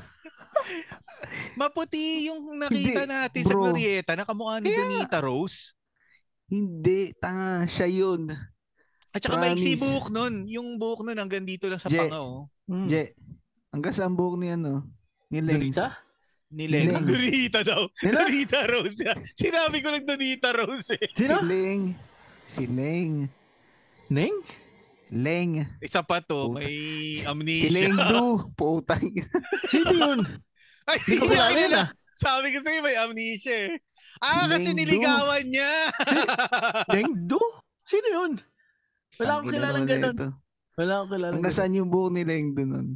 [SPEAKER 1] Maputi yung nakita
[SPEAKER 3] Hindi,
[SPEAKER 1] natin sa
[SPEAKER 3] bro.
[SPEAKER 1] Glorieta. Nakamukha ni
[SPEAKER 3] Kaya-
[SPEAKER 1] Donita Rose.
[SPEAKER 3] Hindi, tanga, siya yun.
[SPEAKER 1] At saka maiksi
[SPEAKER 3] Promise.
[SPEAKER 1] buhok nun. Yung buhok nun hanggang dito lang sa
[SPEAKER 3] Je.
[SPEAKER 1] panga oh.
[SPEAKER 4] Mm.
[SPEAKER 3] Je, hanggang sa ang buhok ni ano? Ni Lenz.
[SPEAKER 4] Dorita?
[SPEAKER 1] Ni Len.
[SPEAKER 3] Leng.
[SPEAKER 1] Donita daw.
[SPEAKER 4] Nila?
[SPEAKER 1] Donita Rose. yan. Sinabi ko lang Donita Rose eh.
[SPEAKER 3] Si
[SPEAKER 4] Sino?
[SPEAKER 3] Leng. Si Leng.
[SPEAKER 4] Ning?
[SPEAKER 3] Leng.
[SPEAKER 1] Isa pa to.
[SPEAKER 3] Puta.
[SPEAKER 1] May
[SPEAKER 3] Si
[SPEAKER 1] amnesia.
[SPEAKER 3] Leng Du. Putang.
[SPEAKER 4] Sino yun?
[SPEAKER 1] Ay,
[SPEAKER 4] Hindi ko kilala yun ah.
[SPEAKER 1] Sabi ko sa'yo may amnesia eh. Ah, kasi
[SPEAKER 3] Lengdo.
[SPEAKER 1] niligawan niya.
[SPEAKER 3] ah.
[SPEAKER 4] Ning Do? Sino yun? Wala akong
[SPEAKER 3] Tangina
[SPEAKER 4] kilalang
[SPEAKER 3] naman eh. na
[SPEAKER 4] ganun.
[SPEAKER 3] ito.
[SPEAKER 4] Wala akong kilalang
[SPEAKER 3] Hanggang
[SPEAKER 4] ganun.
[SPEAKER 3] saan yung buhok ni Leng Du nun?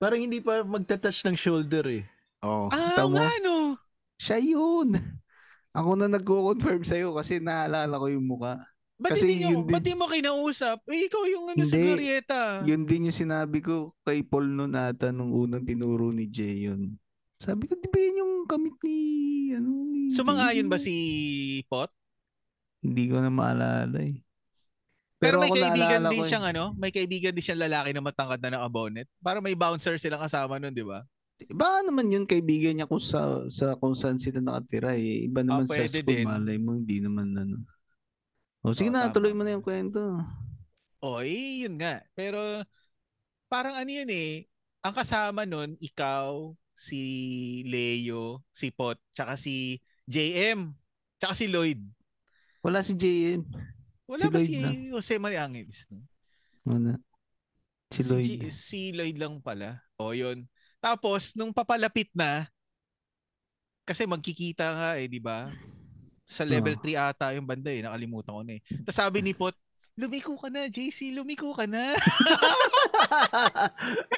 [SPEAKER 4] Parang hindi pa magta-touch ng shoulder eh.
[SPEAKER 3] Oo.
[SPEAKER 1] ah,
[SPEAKER 3] mo?
[SPEAKER 1] nga no.
[SPEAKER 3] Siya yun. Ako na nagko-confirm sa'yo kasi naalala ko yung muka.
[SPEAKER 1] Ba't
[SPEAKER 3] Kasi
[SPEAKER 1] hindi, nyo,
[SPEAKER 3] yun din-
[SPEAKER 1] ba't di mo kinausap? Eh, ikaw yung ano sa
[SPEAKER 3] Hindi.
[SPEAKER 1] Glorieta.
[SPEAKER 3] Yun din yung sinabi ko kay Paul noon ata nung unang tinuro ni Jay yun. Sabi ko, di ba yun yung kamit ni... Ano, ni
[SPEAKER 1] Sumangayon
[SPEAKER 3] Jay?"
[SPEAKER 1] ba si Pot?
[SPEAKER 3] Hindi ko na maalala eh.
[SPEAKER 1] Pero, may
[SPEAKER 3] ako
[SPEAKER 1] kaibigan
[SPEAKER 3] naalala
[SPEAKER 1] din
[SPEAKER 3] ko eh.
[SPEAKER 1] siyang ano, may kaibigan din siyang lalaki na matangkad na naka-bonnet. Parang may bouncer silang kasama nun, di ba?
[SPEAKER 3] Baka naman yun kaibigan niya kung sa, sa kung saan sila nakatira eh. Iba naman sa
[SPEAKER 1] Ah, pwede
[SPEAKER 3] school,
[SPEAKER 1] din.
[SPEAKER 3] malay mo, hindi naman ano. O sige
[SPEAKER 1] Oo,
[SPEAKER 3] na,
[SPEAKER 1] tama.
[SPEAKER 3] tuloy mo na yung kwento.
[SPEAKER 1] O, eh, yun nga. Pero parang ano yun eh, ang kasama nun, ikaw, si Leo, si Pot, tsaka si JM, tsaka si Lloyd.
[SPEAKER 3] Wala si JM.
[SPEAKER 1] Wala
[SPEAKER 3] Si
[SPEAKER 1] ba
[SPEAKER 3] Lloyd
[SPEAKER 1] si
[SPEAKER 3] na.
[SPEAKER 1] Jose Maria Angeles? No?
[SPEAKER 3] Wala. Si Lloyd.
[SPEAKER 1] Si, G- si Lloyd lang pala. O, yun. Tapos, nung papalapit na, kasi magkikita nga eh, di ba?
[SPEAKER 3] Ah.
[SPEAKER 1] Sa level 3 ata yung banda eh. Nakalimutan ko na eh. Tapos sabi ni Pot, lumiko ka na, JC, lumiko ka na.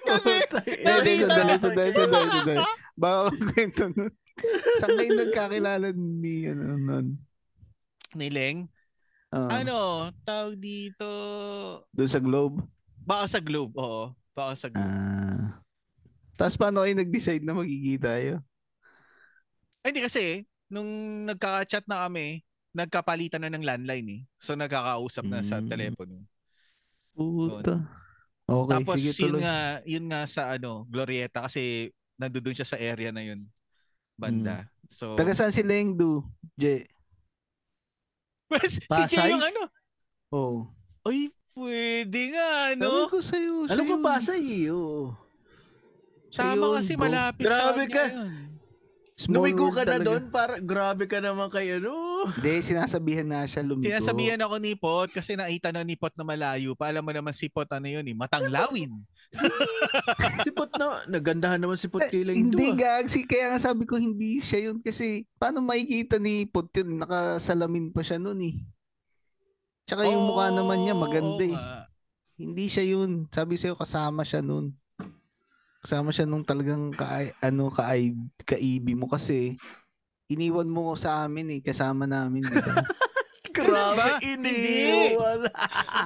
[SPEAKER 1] Kasi,
[SPEAKER 3] Sandali,
[SPEAKER 1] Nakita-
[SPEAKER 3] sandali, sandali, sandali, sandali. Baka ang kwento nun. Saan kayo nagkakilala ni ano nun?
[SPEAKER 1] Nileng,
[SPEAKER 3] Ah,
[SPEAKER 1] ano, tawag dito,
[SPEAKER 3] Doon sa Globe?
[SPEAKER 1] baka sa globe, oo. Baka sa globe.
[SPEAKER 3] Ah. Tapos paano kayo nag-decide na magkikita kayo? Ah.
[SPEAKER 1] Ay, hindi kasi, nung nagka-chat na kami, nagkapalitan na ng landline eh. So, nagkakausap na sa
[SPEAKER 3] Mm.
[SPEAKER 1] telepono.
[SPEAKER 3] Puta. Okay,
[SPEAKER 1] Tapos
[SPEAKER 3] sige
[SPEAKER 1] yun
[SPEAKER 3] tuloy.
[SPEAKER 1] nga, yun nga sa ano, Glorieta kasi nandoon siya sa area na yun.
[SPEAKER 3] Mm.
[SPEAKER 1] Banda. So
[SPEAKER 3] Taga saan si Leng Du? J.
[SPEAKER 1] Mas, si
[SPEAKER 4] Pasay?
[SPEAKER 1] Jay yung ano.
[SPEAKER 3] Oh.
[SPEAKER 1] Ay, pwede nga
[SPEAKER 3] Sabi
[SPEAKER 1] ano.
[SPEAKER 3] ko sa'yo. siya
[SPEAKER 4] Alam ko
[SPEAKER 3] yun.
[SPEAKER 4] Pasay eh. oo.
[SPEAKER 3] Siya
[SPEAKER 1] Tama
[SPEAKER 3] yun,
[SPEAKER 1] kasi
[SPEAKER 3] bro.
[SPEAKER 1] malapit
[SPEAKER 4] Grabe
[SPEAKER 1] sa
[SPEAKER 4] ka.
[SPEAKER 1] kanya yun.
[SPEAKER 3] Small
[SPEAKER 4] Lumigo
[SPEAKER 3] world
[SPEAKER 4] ka na
[SPEAKER 3] talaga.
[SPEAKER 4] doon, para grabe ka naman kay ano.
[SPEAKER 3] Hindi, sinasabihan na siya lumigo.
[SPEAKER 1] Sinasabihan ako ni Pot kasi nakita na ni Pot na malayo pa. Alam mo naman si Pot ano yun eh, matanglawin.
[SPEAKER 4] Sipot na, nagandahan naman sipot
[SPEAKER 3] Eh,
[SPEAKER 4] kay Lengdo.
[SPEAKER 3] hindi
[SPEAKER 4] ah.
[SPEAKER 3] gag, si kaya nga sabi ko hindi siya yun kasi paano makikita ni Pot yun nakasalamin pa siya noon eh. Tsaka yung mukha naman niya
[SPEAKER 1] Oo,
[SPEAKER 3] maganda
[SPEAKER 1] oo
[SPEAKER 3] eh.
[SPEAKER 1] nga.
[SPEAKER 3] Hindi siya yun. Sabi sa'yo kasama siya noon. Kasama siya nung talagang ka ano kaib kaibi mo kasi iniwan mo sa amin eh kasama namin di ba?
[SPEAKER 1] Ganun
[SPEAKER 4] Grabe,
[SPEAKER 1] ba?
[SPEAKER 4] iniiwala.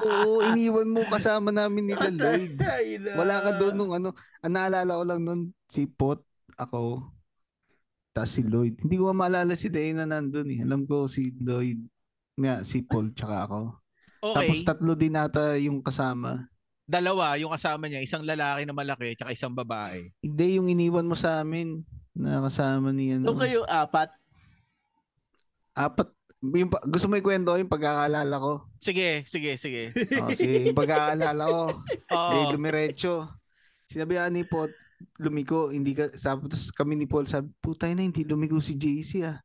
[SPEAKER 3] Oo, iniwan mo kasama namin nila Lloyd.
[SPEAKER 4] Patay na.
[SPEAKER 3] Wala ka doon nung ano. Ang naalala ko lang nun, si Pot, ako, tapos si Lloyd. Hindi ko nga maalala si Dana nandun eh. Alam ko si Lloyd, nga, si Paul, tsaka ako.
[SPEAKER 1] Okay,
[SPEAKER 3] Tapos tatlo din nata yung kasama.
[SPEAKER 1] dalawa yung kasama niya, isang lalaki na malaki tsaka isang babae.
[SPEAKER 3] Hindi, yung iniwan mo sa amin na kasama ni ano.
[SPEAKER 4] So kayo apat.
[SPEAKER 3] Apat. Yung, pa- gusto mo ikwento yung pagkakaalala ko?
[SPEAKER 1] Sige, sige, sige.
[SPEAKER 3] Oh, sige, yung pagkakaalala ko. Eh,
[SPEAKER 4] Oh,
[SPEAKER 1] Oo.
[SPEAKER 3] dumiretso. Sinabi ni Pot, lumiko, hindi ka, sabi, tapos kami ni Paul, sabi, putay na, hindi lumigo si JC ah.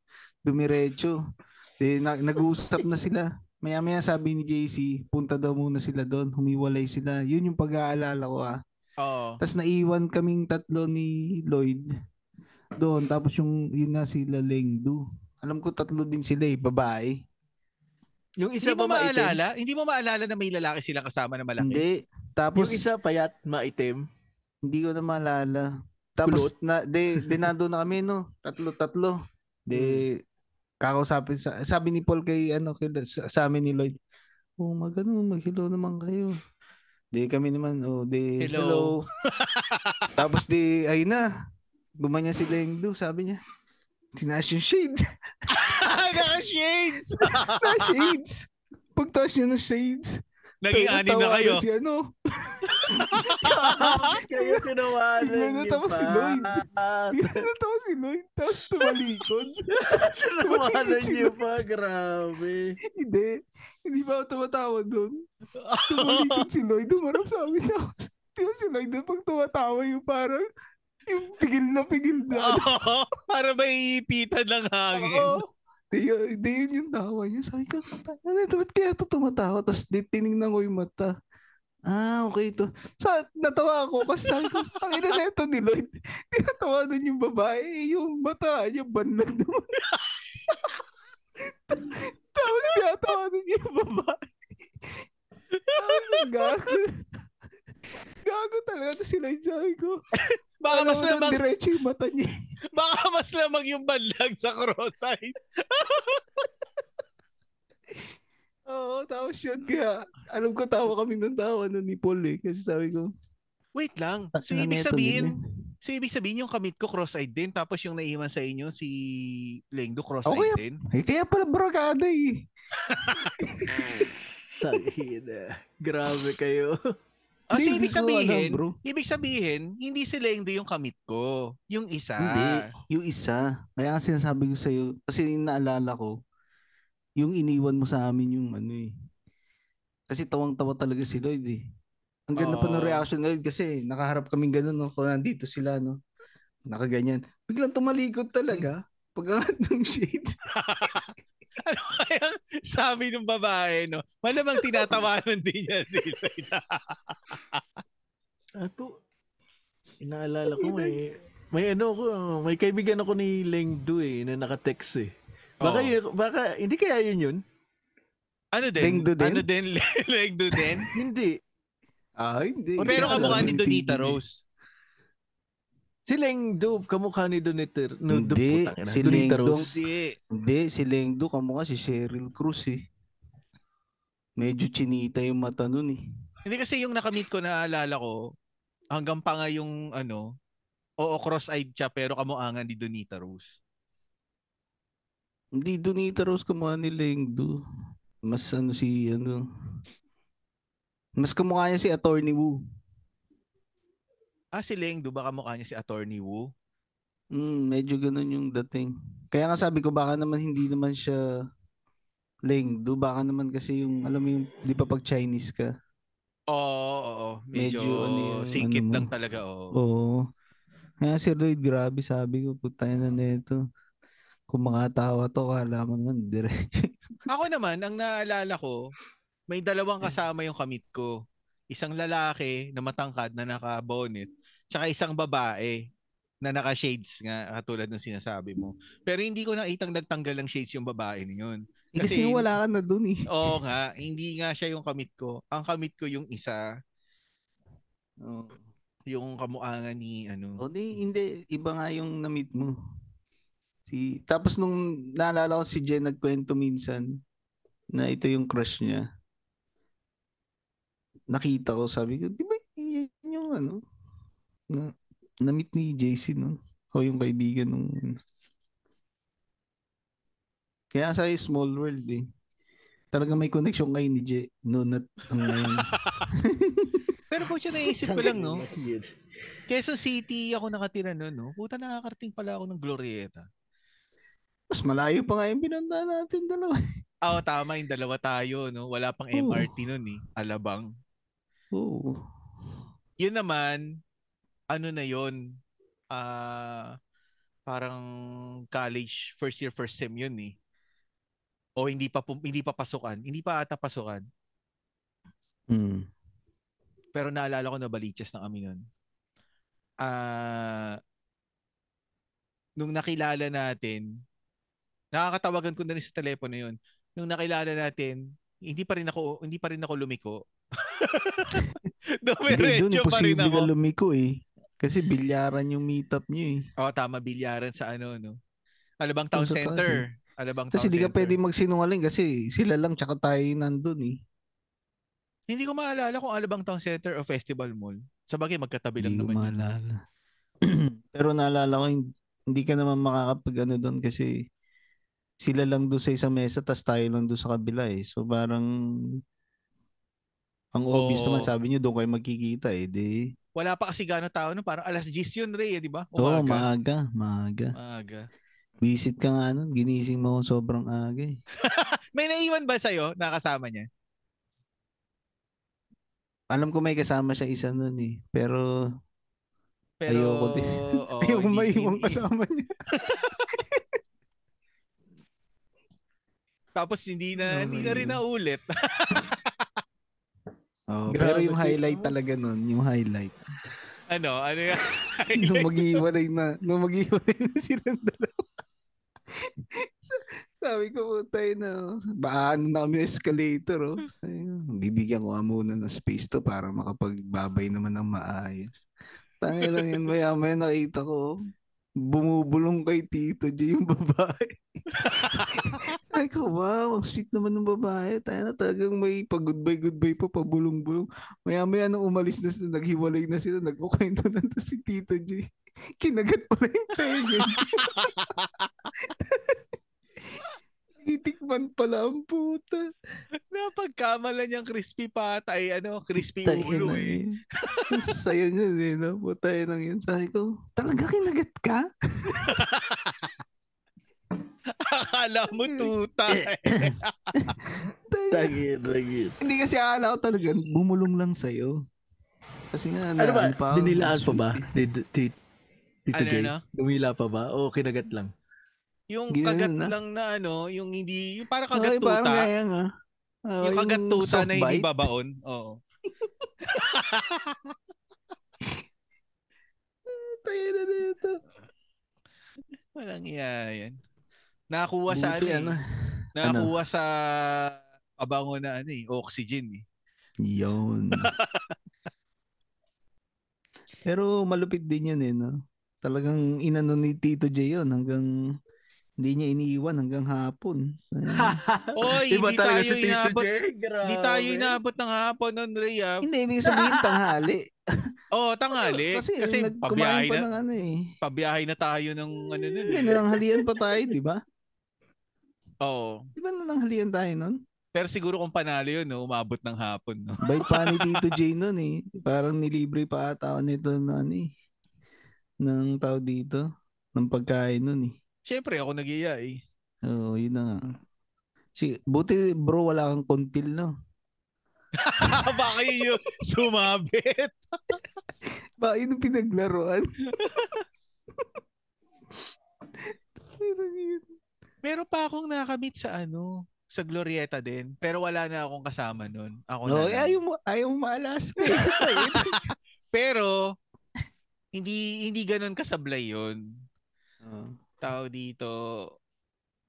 [SPEAKER 3] Dumiretso. Di, na, nag-uusap na sila. Maya-maya sabi ni JC, punta daw muna sila doon, humiwalay sila. Yun yung pag-aalala ko ah.
[SPEAKER 1] Oo.
[SPEAKER 3] Tapos naiwan kaming tatlo ni Lloyd doon. Tapos yung, yun na sila Lengdu. Alam ko tatlo din sila eh, babae.
[SPEAKER 4] Yung isa
[SPEAKER 1] Hindi mo
[SPEAKER 4] ba maitim?
[SPEAKER 1] maalala? Hindi mo maalala na may lalaki sila kasama na malaki?
[SPEAKER 3] Hindi. Tapos,
[SPEAKER 4] Yung isa payat, maitim.
[SPEAKER 3] Hindi ko na maalala. Tapos na de dinado na kami no, tatlo-tatlo. De
[SPEAKER 1] Hmm.
[SPEAKER 3] kakausapin sa sabi ni Paul kay ano kay sa, sa amin ni Lloyd. Oh, magano mag-hello naman kayo. De kami naman oh, de
[SPEAKER 1] Hello.
[SPEAKER 3] hello. Tapos di ayun na. Gumanyan si Lengdu, sabi niya. Tinaas yung shade.
[SPEAKER 1] Naka-shades!
[SPEAKER 3] na shades. Pagtaas niya ng shades.
[SPEAKER 1] Naging
[SPEAKER 3] tayo
[SPEAKER 1] anim na
[SPEAKER 3] natawanan
[SPEAKER 1] kayo.
[SPEAKER 3] Si ano?
[SPEAKER 4] Kayo
[SPEAKER 3] Bigla
[SPEAKER 4] tinawanan
[SPEAKER 3] na
[SPEAKER 4] niyo
[SPEAKER 3] tapos
[SPEAKER 4] pa.
[SPEAKER 3] si Lloyd. Natawa si Lloyd. Tapos tumalikod.
[SPEAKER 4] Tinawanan
[SPEAKER 3] Si
[SPEAKER 4] niyo pa. Grabe.
[SPEAKER 3] hindi. Hindi pa ako tumatawa doon. Tumalikod si Lloyd. Dumarap sa amin. Tapos, di ba si Lloyd doon pag tumatawa yung parang yung pigil na pigil na.
[SPEAKER 1] Oo, para may ipitan ng hangin.
[SPEAKER 3] Oo. Di, di yun yung tawa niya. Sabi ko, ano ito? Ba't kaya ito tumatawa? Tapos di- tinignan ko yung mata. Ah, okay ito. Sa, natawa ako kasi sabi ko, ang ina na ito ni Lloyd. Tinatawa nun yung babae. eh, Yung mata niya, banlag naman. Tapos tinatawa nun yung babae. Sabi ko, Gago. Gago talaga. Tapos si Lloyd sabi ko,
[SPEAKER 1] Baka
[SPEAKER 3] alam
[SPEAKER 1] mas
[SPEAKER 3] mo
[SPEAKER 1] lamang,
[SPEAKER 3] doon, diretso yung mata niya.
[SPEAKER 1] baka mas lamang yung banlag sa cross-eyed.
[SPEAKER 3] Oo, tapos yun. Kaya alam ko tawa kami ng tawa nun ni Paul eh. Kasi sabi ko,
[SPEAKER 1] Wait lang.
[SPEAKER 3] "Tangina
[SPEAKER 1] So,
[SPEAKER 3] na
[SPEAKER 1] ibig
[SPEAKER 3] ito,
[SPEAKER 1] sabihin,
[SPEAKER 3] Mil, eh."
[SPEAKER 1] so, ibig sabihin yung kamit ko cross-eyed din, tapos yung naiwan sa inyo, si Lengdo
[SPEAKER 3] Oh, kaya-
[SPEAKER 1] cross-eyed din.
[SPEAKER 3] Eh, kaya pala barkada eh.
[SPEAKER 4] Tangina. Grabe kayo.
[SPEAKER 1] Ah, so,
[SPEAKER 3] Hindi
[SPEAKER 1] ibig
[SPEAKER 3] ko alam,
[SPEAKER 1] sabihin,
[SPEAKER 3] bro.
[SPEAKER 1] ibig sabihin, hindi si Lengdo yung kamit ko. Yung isa.
[SPEAKER 3] Hindi, yung isa. Kaya nga sinasabi ko sa'yo, kasi yung naalala ko, yung iniwan mo sa amin yung ano eh. Kasi tawang-tawa talaga si Lloyd eh. Ang ganda pa ng
[SPEAKER 1] Oo.
[SPEAKER 3] reaction ni Lloyd kasi nakaharap kaming ganun no, kung nandito sila no. Nakaganyan. Biglang tumalikod talaga pag ng shade.
[SPEAKER 1] Ano kaya sabi ng babae, no? Malamang tinatawanan din niya si Lloyd.
[SPEAKER 4] Ato, inaalala ko may, may ano ko, may kaibigan ako ni Leng Du eh, na nakatext eh. Baka,
[SPEAKER 1] Oo.
[SPEAKER 4] yun- baka, hindi kaya yun yun?
[SPEAKER 1] Ano din?
[SPEAKER 3] Lengdo din?
[SPEAKER 1] Ano din? Lengdo din?
[SPEAKER 4] Hindi.
[SPEAKER 3] Ah, hindi.
[SPEAKER 1] Pero
[SPEAKER 3] Kasi
[SPEAKER 1] kamukha
[SPEAKER 3] sabi
[SPEAKER 1] ni
[SPEAKER 3] ni
[SPEAKER 1] Donita
[SPEAKER 3] TBJ.
[SPEAKER 1] Rose.
[SPEAKER 4] Si Leng Du, kamukha ni Doniter. No, Du-
[SPEAKER 3] Hindi,
[SPEAKER 4] putang ina,
[SPEAKER 3] si
[SPEAKER 4] Donita
[SPEAKER 3] Leng Du.
[SPEAKER 4] Rose.
[SPEAKER 1] Hindi.
[SPEAKER 3] Hindi, si Lengdo kamukha si Cheryl Cruz eh. Medyo chinita yung mata nun eh.
[SPEAKER 1] Hindi kasi yung nakamit ko naalala ko, hanggang pa nga yung ano, oo cross-eyed siya pero kamuangan ni Donita Rose.
[SPEAKER 3] Hindi Donita Rose kamukha ni Lengdo. Mas ano si ano. Mas kamukha niya si Attorney Wu.
[SPEAKER 1] Ah, si Leng, ba kamukha niya si Attorney Wu?
[SPEAKER 3] Mm, medyo ganun yung dating. Kaya nga sabi ko baka naman hindi naman siya Lengdo. Baka naman kasi yung alam mo yung di pa pag Chinese ka.
[SPEAKER 1] Oo, oo, oo. Medyo,
[SPEAKER 3] Medyo ano yun,
[SPEAKER 1] singkit
[SPEAKER 3] ano mo.
[SPEAKER 1] lang talaga. Oo.
[SPEAKER 3] Oo. Kaya si Lloyd, grabe sabi ko, putay na nito. Kung makatawa to, kala mo naman, diretso.
[SPEAKER 1] Ako naman, ang naalala ko, may dalawang kasama yung kamit ko. Isang lalaki na matangkad na naka-bonnet, tsaka isang babae na naka-shades nga, katulad ng sinasabi mo. Pero hindi ko nakitang nagtanggal ng shades yung babae na yun.
[SPEAKER 3] Eh, kasi,
[SPEAKER 1] Kasi-
[SPEAKER 3] wala ka na dun eh.
[SPEAKER 1] Oo nga, hindi nga siya yung kamit ko. Ang kamit ko yung isa,
[SPEAKER 3] Oo.
[SPEAKER 1] yung kamuangan ni ano.
[SPEAKER 3] O di, hindi, iba nga yung na-meet mo. Si, tapos nung naalala ko si Jen nagkwento minsan na ito yung crush niya. Nakita ko, sabi ko, di ba yan yung ano? Na, na-meet ni JC, no? O yung kaibigan nung... ano. Kaya sa small world eh. Talaga may connection kayo ni J. No, not ang ngayon.
[SPEAKER 1] Pero po siya naisip ko lang, no?
[SPEAKER 4] Yun.
[SPEAKER 1] Quezon City ako nakatira noon, no? Puta, nakakarating pala ako ng Glorieta.
[SPEAKER 3] Mas malayo pa nga yung pinunta natin dalawa.
[SPEAKER 1] Ah, oh, tama, yung dalawa tayo, no? Wala pang
[SPEAKER 3] Oo.
[SPEAKER 1] MRT noon, eh. Alabang.
[SPEAKER 3] Oo.
[SPEAKER 1] Yun naman, ano na yun, ah, parang college, first year, first sem yun, eh. O hindi pa, pum- hindi pa pasukan. Hindi pa ata pasukan.
[SPEAKER 3] Mm.
[SPEAKER 1] Pero naalala ko na baliches na kami nun. Ah, nung nakilala natin, nakakatawagan ko na rin sa telepono yun. Nung nakilala natin, hindi pa rin ako hindi pa rin ako lumiko.
[SPEAKER 3] Hindi, doon
[SPEAKER 1] Dumiretso pa rin
[SPEAKER 3] imposible
[SPEAKER 1] ako.
[SPEAKER 3] na lumiko eh. Kasi bilyaran yung meetup nyo eh.
[SPEAKER 1] Oh, tama bilyaran sa ano no. Alabang Town
[SPEAKER 3] Sa taas, eh.
[SPEAKER 1] Center. Alabang
[SPEAKER 3] Tapos
[SPEAKER 1] Town
[SPEAKER 3] hindi ka
[SPEAKER 1] Center.
[SPEAKER 3] pwede magsinungaling kasi sila lang tsaka tayo yung nandun eh.
[SPEAKER 1] Hindi ko maalala kung Alabang Town Center o Festival Mall. Sabagay magkatabi lang
[SPEAKER 3] Hindi
[SPEAKER 1] naman
[SPEAKER 3] ko
[SPEAKER 1] yun.
[SPEAKER 3] maalala. Pero naalala ko, hin- hindi ka naman makakapag ano doon kasi sila lang doon sa isang mesa tas tayo lang doon sa kabila eh. So parang ang obvious
[SPEAKER 1] Oo.
[SPEAKER 3] naman sabi niyo doon kayo magkikita eh. Di,
[SPEAKER 1] Wala pa kasi gano'ng tao no, parang alas 10 yun, Ray, eh, di ba?
[SPEAKER 3] Oo,
[SPEAKER 1] Umaga.
[SPEAKER 3] maaga, maaga.
[SPEAKER 1] Maaga.
[SPEAKER 3] Visit ka nga nun, ginising mo ako sobrang aga eh.
[SPEAKER 1] May naiwan ba sa'yo nakasama niya?
[SPEAKER 3] Alam ko may kasama siya isa nun eh. Pero
[SPEAKER 1] Pero,
[SPEAKER 3] Ayoko din.
[SPEAKER 1] oo,
[SPEAKER 3] ayaw
[SPEAKER 1] hindi-
[SPEAKER 3] maiwang
[SPEAKER 1] hindi-
[SPEAKER 3] kasama niya.
[SPEAKER 1] Tapos hindi na,
[SPEAKER 3] Oo,
[SPEAKER 1] hindi na rin
[SPEAKER 3] yun.
[SPEAKER 1] naulit.
[SPEAKER 3] Oo,
[SPEAKER 4] Grabe
[SPEAKER 3] pero yung
[SPEAKER 4] siya.
[SPEAKER 3] highlight talaga nun, yung highlight.
[SPEAKER 1] ano, ano yan?
[SPEAKER 3] nung maghihiwalay na, nung maghihiwalay na silang dalawa. Sabi ko po tayo na, baka ano na kami escalator oh. Sabi ko, Bibigyan ko nga muna ng space to para makapagbabay naman ng maayos. Tangin lang yun, maya maya nakita ko, bumubulong kay Tito J yung babae. Sabi ko, wow, ang sweet naman ng babae. Tayo na talagang may pag-goodbye, goodbye pa, pabulong-bulong. Maya-maya nung umalis na sila, naghiwalay na sila, nagkukwento na to si Tito J. Kinagat pala yung tenga. Itikman pala ang puta.
[SPEAKER 1] Napagkamala niyang crispy pata ay ano, crispy ulo eh.
[SPEAKER 3] Ang Saya niya eh, no? Putay lang yun. Sabi ko, talaga kinagat ka?
[SPEAKER 1] Akala mo
[SPEAKER 3] Hmm.
[SPEAKER 1] tuta. eh.
[SPEAKER 3] Tayo.
[SPEAKER 4] Tagit, tagit.
[SPEAKER 3] Hindi kasi akala ko talaga, bumulong lang sa'yo. Kasi nga,
[SPEAKER 4] Ano ba?
[SPEAKER 3] ano ako,
[SPEAKER 4] Dinilaan pa
[SPEAKER 3] sweet
[SPEAKER 4] ba?
[SPEAKER 3] eh.
[SPEAKER 4] Did, did, Tito
[SPEAKER 1] ano
[SPEAKER 4] Jay?
[SPEAKER 1] no?
[SPEAKER 4] Dumila pa ba? O kinagat lang?
[SPEAKER 1] Yung
[SPEAKER 3] Ganun
[SPEAKER 1] kagat
[SPEAKER 3] na.
[SPEAKER 1] lang na ano, yung hindi, yung parang
[SPEAKER 3] Okay,
[SPEAKER 1] kagat tuta.
[SPEAKER 3] parang kaya nga. Ah,
[SPEAKER 1] yung kagat tuta
[SPEAKER 3] soft
[SPEAKER 1] na hindi
[SPEAKER 3] bite.
[SPEAKER 1] babaon. Oo.
[SPEAKER 3] Tayo na dito.
[SPEAKER 1] Walang iya yan. Nakakuha sa ano,
[SPEAKER 3] Buti,
[SPEAKER 1] eh.
[SPEAKER 3] ano.
[SPEAKER 1] Nakakuha sa pabango na ano eh, oxygen eh.
[SPEAKER 3] Yun. Pero malupit din yun eh, no? Talagang inano ni Tito J yun hanggang hindi niya iniiwan hanggang hapon. Ayun.
[SPEAKER 1] Oy,
[SPEAKER 4] Iba
[SPEAKER 1] hindi
[SPEAKER 4] talaga
[SPEAKER 1] tayo
[SPEAKER 4] si Tito
[SPEAKER 1] inabot.
[SPEAKER 4] Jay. Grabe.
[SPEAKER 1] Hindi tayo inabot ng hapon nun, Ray. ah.
[SPEAKER 3] hindi, ibig sabihin tanghali.
[SPEAKER 1] Oo, oh, tanghali.
[SPEAKER 3] Kasi,
[SPEAKER 1] Kasi, pabiyahe
[SPEAKER 3] nagkumain pa
[SPEAKER 1] na,
[SPEAKER 3] ng ano eh.
[SPEAKER 1] pabiyahe na tayo ng ano nun.
[SPEAKER 3] Hindi,
[SPEAKER 1] eh.
[SPEAKER 3] nananghalian pa tayo, di ba?
[SPEAKER 1] Oo.
[SPEAKER 3] Di ba nananghalian tayo nun?
[SPEAKER 1] Pero siguro kung panalo yun, no, umabot ng hapon. No?
[SPEAKER 3] Bait pa ni Tito J nun eh. Parang nilibre pa ata ako nito na ano eh. Ng tao dito. Ng pagkain nun eh.
[SPEAKER 1] Siyempre, ako nag-iya eh.
[SPEAKER 3] Oo, yun na nga. Si, buti bro, wala kang kontil no?
[SPEAKER 1] Baka yun yung sumabit.
[SPEAKER 3] Ba, yun ang pinaglaruan. Pero yun.
[SPEAKER 1] Meron pa akong nakamit sa ano, sa Glorieta din. Pero wala na akong kasama nun. Ako na
[SPEAKER 3] Oh,
[SPEAKER 1] lang.
[SPEAKER 3] ayaw mo, ayaw mo eh. maalas ka.
[SPEAKER 1] Pero, hindi hindi ganun kasablay yun.
[SPEAKER 3] Oo.
[SPEAKER 1] Tao dito.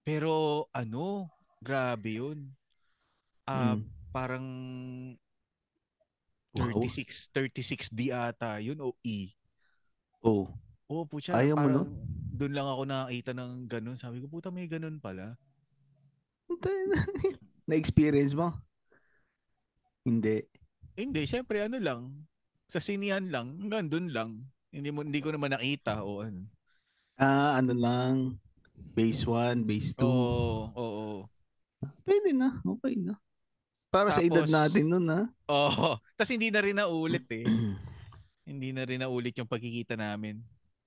[SPEAKER 1] Pero, ano, grabe yun. Ah,
[SPEAKER 3] Hmm.
[SPEAKER 1] Parang
[SPEAKER 3] Wow.
[SPEAKER 1] 36, 36D ata yun o E.
[SPEAKER 3] Oh.
[SPEAKER 1] Oo, pucha.
[SPEAKER 3] Ayaw mo
[SPEAKER 1] parang Doon lang ako nakakita ng ganun. Sabi ko, puta, may ganun pala.
[SPEAKER 3] Tayo na. Na-experience mo? Hindi.
[SPEAKER 1] Eh, hindi, syempre, ano lang. Sa sinihan lang. Nandun lang. Hindi, mo, hindi ko naman nakita. O ano.
[SPEAKER 3] Ah, ano lang. Base 1, base 2.
[SPEAKER 1] Oo, oo, oo.
[SPEAKER 3] Pwede na. Okay na. Para sa edad
[SPEAKER 1] Tapos-
[SPEAKER 3] natin nun, ah. ha?
[SPEAKER 1] Oo. Tapos hindi na rin naulit eh. hindi na rin naulit yung pagkikita namin.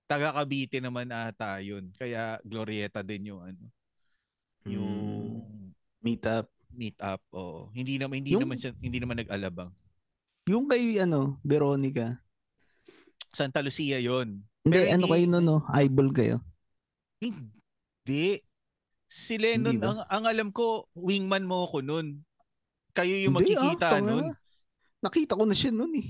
[SPEAKER 1] Taga Cavite naman ata yun. Kaya Glorieta din yung ano, yung
[SPEAKER 3] Hmm. meet up.
[SPEAKER 1] meet up. Oo. Hindi naman hindi
[SPEAKER 3] Yung-
[SPEAKER 1] naman siya, hindi naman nag-alabang.
[SPEAKER 3] Yung kay, ano, Veronica.
[SPEAKER 1] Santa Lucia yon.
[SPEAKER 3] Hindi,
[SPEAKER 1] Pero
[SPEAKER 3] ano
[SPEAKER 1] hindi-
[SPEAKER 3] kayo nun, no? Eyeball kayo.
[SPEAKER 1] Hindi. Si Lennon,
[SPEAKER 3] Hindi ba?
[SPEAKER 1] ang, ang alam ko, wingman mo ko nun. Kayo yung
[SPEAKER 3] Hindi,
[SPEAKER 1] magkikita
[SPEAKER 3] ah, tanga
[SPEAKER 1] nun.
[SPEAKER 3] na. Nakita ko na siya nun eh.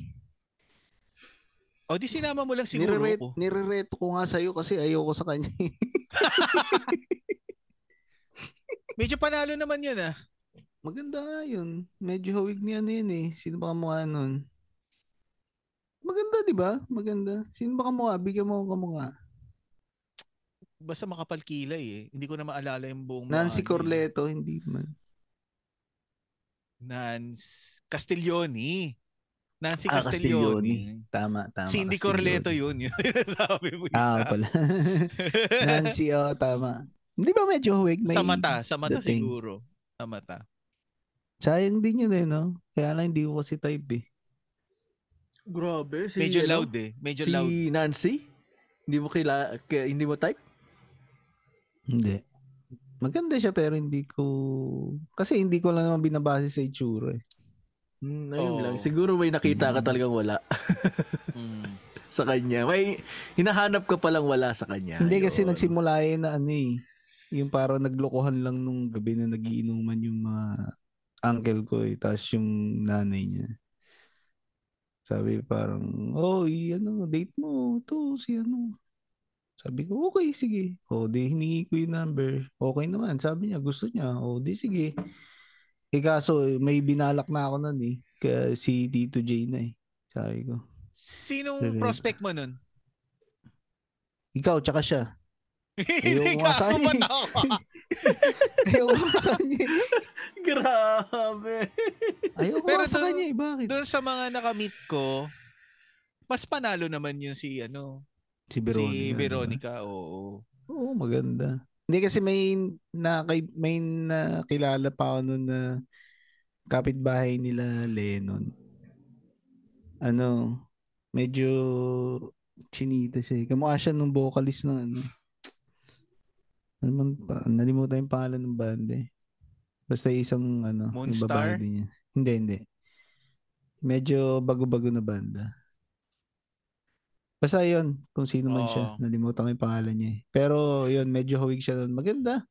[SPEAKER 1] O di sinama mo lang siguro
[SPEAKER 3] Nireret-
[SPEAKER 1] ko.
[SPEAKER 3] nirereto ko nga sa'yo kasi ayoko sa kanya. eh.
[SPEAKER 1] Medyo panalo naman yan ah.
[SPEAKER 3] Maganda nga yun. Medyo hawig niya na yun eh. Sino ba kamukha nun? Maganda, di ba? Maganda. Sino ba kamukha? Bigyan mo ako kamukha.
[SPEAKER 1] Basta makapal kilay eh. Hindi ko na maalala yung buong mga
[SPEAKER 3] Nancy
[SPEAKER 1] ano eh.
[SPEAKER 3] Corleto, hindi man.
[SPEAKER 1] Nancy Castiglioni. Nancy
[SPEAKER 3] Ah,
[SPEAKER 1] Castelloni.
[SPEAKER 3] Tama, tama.
[SPEAKER 1] Si Cindy Corleto yun. Yun yung sabi mo. yung
[SPEAKER 3] Ah,
[SPEAKER 1] isa.
[SPEAKER 3] pala. Nancy, oh, tama. Hindi ba medyo huwag na
[SPEAKER 1] sa
[SPEAKER 3] yun?
[SPEAKER 1] mata. Sa mata
[SPEAKER 3] The Thing.
[SPEAKER 1] siguro. Sa mata.
[SPEAKER 3] Sayang din yun eh, no? Kaya lang hindi ko kasi type eh.
[SPEAKER 4] Grabe. Si,
[SPEAKER 1] Medyo
[SPEAKER 4] ano,
[SPEAKER 1] loud eh. Medyo
[SPEAKER 4] Si
[SPEAKER 1] loud.
[SPEAKER 4] Nancy? Hindi mo kila, kaya- hindi mo type?
[SPEAKER 3] Hindi. Maganda siya pero hindi ko... Kasi hindi ko lang naman binabase sa itsura eh.
[SPEAKER 4] Hmm, ayun
[SPEAKER 1] Oo.
[SPEAKER 4] lang. Siguro may nakita ka
[SPEAKER 3] Mm.
[SPEAKER 4] talagang wala
[SPEAKER 1] Mm.
[SPEAKER 4] sa kanya. May hinahanap ka palang wala sa kanya.
[SPEAKER 3] Hindi kasi
[SPEAKER 4] Yun.
[SPEAKER 3] nagsimula yun na ano eh. Yung parang naglokohan lang nung gabi na nagiinuman yung mga uncle ko eh. Tapos yung nanay niya. Sabi parang, oh, i- ano, date mo. Ito, si ano. Sabi ko, okay, sige. O, di hiningi ko yung number. Okay naman. Sabi niya, gusto niya. O, di sige. Eh kaso, eh, may binalak na ako nun eh. Kaya si Tito J na eh. Sabi ko.
[SPEAKER 1] Sinong
[SPEAKER 3] Sige.
[SPEAKER 1] prospect mo nun?
[SPEAKER 3] Ikaw, tsaka siya.
[SPEAKER 1] Hindi
[SPEAKER 3] nga
[SPEAKER 1] ka
[SPEAKER 3] sa'yo.
[SPEAKER 1] ako matawa.
[SPEAKER 3] Ayaw ko sa kanya. eh.
[SPEAKER 4] Grabe.
[SPEAKER 3] Ayaw ko
[SPEAKER 1] Pero
[SPEAKER 3] sa
[SPEAKER 1] dun-
[SPEAKER 3] kanya eh. Bakit?
[SPEAKER 1] Doon sa mga nakamit ko, mas panalo naman yun si ano
[SPEAKER 3] Si Veronica.
[SPEAKER 1] si
[SPEAKER 3] diba?
[SPEAKER 1] Veronica. Oo.
[SPEAKER 3] Oo, maganda. Hindi kasi may na may nakilala pa ako noon na kapitbahay nila Lennon. Ano, medyo chinita siya. eh. Kamukha siya nung vocalist ng ano. Ano man pa, nalimutan yung pangalan ng band eh. Basta isang ano, yung babae
[SPEAKER 1] Moonstar?
[SPEAKER 3] din niya. Hindi, hindi. Medyo bago-bago na banda. Basta yun, kung sino man siya.
[SPEAKER 1] Oo.
[SPEAKER 3] Nalimutan ko yung pangalan niya eh. Pero yun, medyo huwig siya nun. Maganda.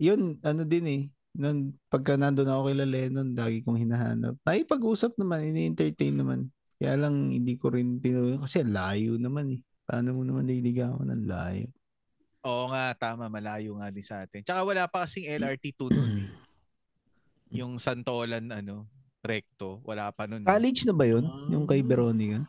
[SPEAKER 3] Yun, ano din eh. Nun, pagka nandun ako kay Lennon, lagi kong hinahanap. Ay, pag-usap naman, ini-entertain naman. Kaya lang, hindi ko rin tinuloy. Kasi layo naman eh. Paano mo naman liligawan ng layo?
[SPEAKER 1] Oo nga, tama. Malayo nga din sa atin. Tsaka wala pa kasing LRT2 nun. eh. Yung Santolan, ano, recto. Wala pa nun. eh.
[SPEAKER 3] College na ba yun?
[SPEAKER 4] Ah.
[SPEAKER 3] Yung kay Veronica?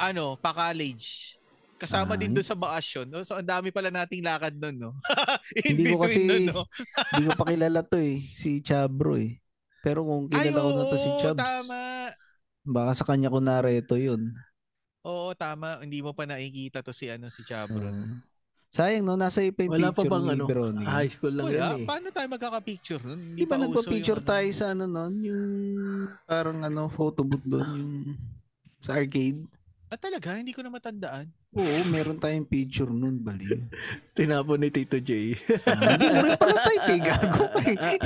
[SPEAKER 1] ano, pa-college. Kasama
[SPEAKER 3] Ah,
[SPEAKER 1] din doon sa bakasyon. No? So, ang dami pala nating lakad noon, no? In
[SPEAKER 3] Hindi ko
[SPEAKER 1] between
[SPEAKER 3] kasi-
[SPEAKER 1] nun, no?
[SPEAKER 3] Hindi ko pa kilala to eh. Si Chabro eh. Pero kung
[SPEAKER 1] Ay,
[SPEAKER 3] kilala ko na to si
[SPEAKER 1] oo,
[SPEAKER 3] Chubbs,
[SPEAKER 1] tama.
[SPEAKER 3] baka sa kanya ko nareto yun.
[SPEAKER 1] Oo, tama. Hindi mo pa nakikita to si, ano, si Chabro.
[SPEAKER 3] Oo. sayang no, nasa iyo pa yung
[SPEAKER 4] Wala pa
[SPEAKER 3] picture
[SPEAKER 4] bang
[SPEAKER 3] ni
[SPEAKER 4] ano,
[SPEAKER 3] Veronica.
[SPEAKER 4] high school lang
[SPEAKER 1] Wala.
[SPEAKER 4] yun eh.
[SPEAKER 1] Paano tayo magkaka-picture nun?
[SPEAKER 3] Di ba
[SPEAKER 1] pa uso
[SPEAKER 3] nagpa-picture
[SPEAKER 1] yung, ano.
[SPEAKER 3] tayo sa ano nun? Yung parang ano, photo booth doon yung sa arcade.
[SPEAKER 1] Ah, talaga? Hindi ko na matandaan.
[SPEAKER 3] Oo, meron tayong picture nun, baliw.
[SPEAKER 4] Tinapon ni Tito J.
[SPEAKER 3] Ah, hindi mo rin pala type eh, gago ka eh.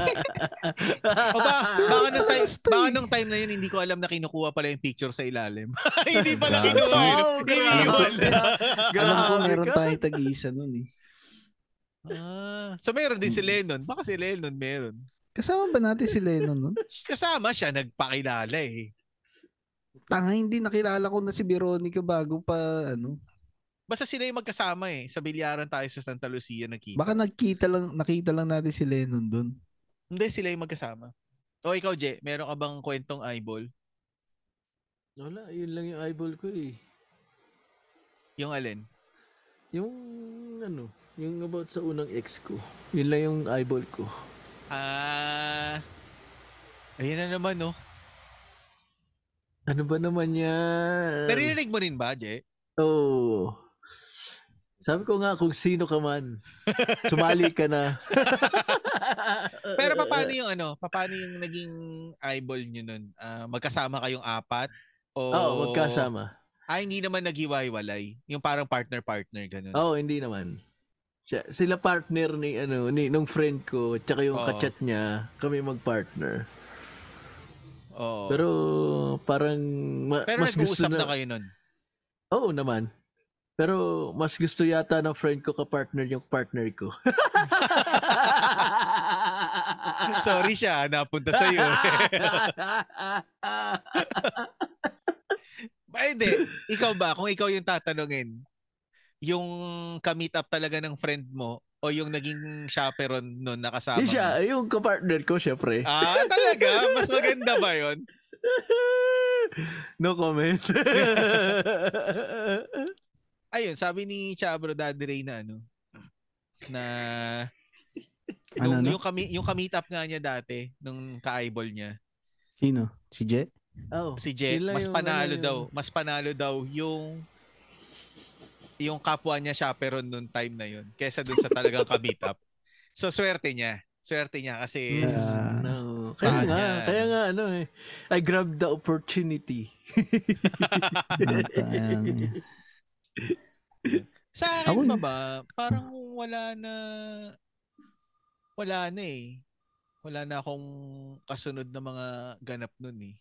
[SPEAKER 1] O ba, baka, nung time,
[SPEAKER 3] Gusto eh.
[SPEAKER 1] baka nung time na yun, hindi ko alam na kinukuha pala yung picture sa ilalim. hindi pala
[SPEAKER 3] Grabe.
[SPEAKER 1] kinuha.
[SPEAKER 4] Wow,
[SPEAKER 1] Hindi
[SPEAKER 4] Oh, grabe.
[SPEAKER 3] Alam ko
[SPEAKER 4] Grabe
[SPEAKER 3] meron
[SPEAKER 4] ka.
[SPEAKER 3] tayong tag-isa nun eh.
[SPEAKER 1] Ah, so meron din si Lennon. Baka si Lennon meron.
[SPEAKER 3] Kasama ba natin si Lennon nun?
[SPEAKER 1] Kasama siya, nagpakilala eh.
[SPEAKER 3] Tanga, hindi nakilala ko na si Veronica bago pa ano.
[SPEAKER 1] Basta sila yung magkasama eh. Sa bilyaran tayo sa Santa Lucia nagkita.
[SPEAKER 3] Baka nagkita lang, nakita lang natin si Lennon dun.
[SPEAKER 1] Hindi, sila yung magkasama. O ikaw, Je, meron ka bang kwentong eyeball?
[SPEAKER 4] Wala, yun lang yung eyeball ko eh.
[SPEAKER 1] Yung alin?
[SPEAKER 4] Yung ano, yung about sa unang ex ko. Yun lang yung eyeball ko.
[SPEAKER 1] Ah... ayun na naman, no?
[SPEAKER 4] Ano ba naman yan?
[SPEAKER 1] Naririnig mo rin ba, Je?
[SPEAKER 4] Oo. Sabi ko nga kung sino ka man, sumali ka na. Mm,
[SPEAKER 1] Pero paano yung ano? Paano yung naging eyeball nyo nun? Ah, magkasama kayong apat? O...
[SPEAKER 4] Oo, magkasama.
[SPEAKER 1] Ah, hindi naman naghiwa-hiwalay. Yung parang partner-partner, ganun.
[SPEAKER 4] Oo, hindi naman. Siya, sila partner ni ano ni nung friend ko tsaka yung
[SPEAKER 1] Oo.
[SPEAKER 4] kachat niya kami magpartner
[SPEAKER 1] Oo. Pero,
[SPEAKER 4] pero parang ma- mas gusto
[SPEAKER 1] nag-uusap na...
[SPEAKER 4] na,
[SPEAKER 1] kayo nun.
[SPEAKER 4] oo naman pero mas gusto yata ng friend ko kapartner yung partner ko Ah,
[SPEAKER 1] Sorry siya, napunta sa'yo. eh. Ba, hindi. Ikaw ba? Kung ikaw yung tatanungin, yung ka-meet up talaga ng friend mo o yung naging chaperon nun nakasama
[SPEAKER 4] Di
[SPEAKER 1] mo?
[SPEAKER 4] siya, yung kapartner ko, syempre.
[SPEAKER 1] Ah, talaga? Mas maganda ba yun?
[SPEAKER 4] no comment.
[SPEAKER 1] Ayun, sabi ni Chabro Daddy Ray na ano, na nung,
[SPEAKER 3] Ano, ano?
[SPEAKER 1] yung kami yung ka-meet up nga niya dati nung ka-eyeball niya.
[SPEAKER 3] Sino? Si Je?
[SPEAKER 4] Oh,
[SPEAKER 1] si Jet,
[SPEAKER 4] Yun lang
[SPEAKER 1] mas
[SPEAKER 4] yung-
[SPEAKER 1] panalo
[SPEAKER 4] yun lang
[SPEAKER 1] daw,
[SPEAKER 4] yun.
[SPEAKER 1] mas panalo daw yung yung kapwa niya chaperon noon time na yun kaysa dun sa talagang kabit up. So swerte niya. Swerte niya kasi
[SPEAKER 3] Ah.
[SPEAKER 4] no. Kaya nga,
[SPEAKER 1] Ayan.
[SPEAKER 4] kaya nga ano eh. I grabbed the opportunity.
[SPEAKER 3] Ano
[SPEAKER 1] sa akin
[SPEAKER 3] Ako-
[SPEAKER 1] pa ba, parang wala na wala na eh. Wala na akong kasunod na mga ganap noon eh.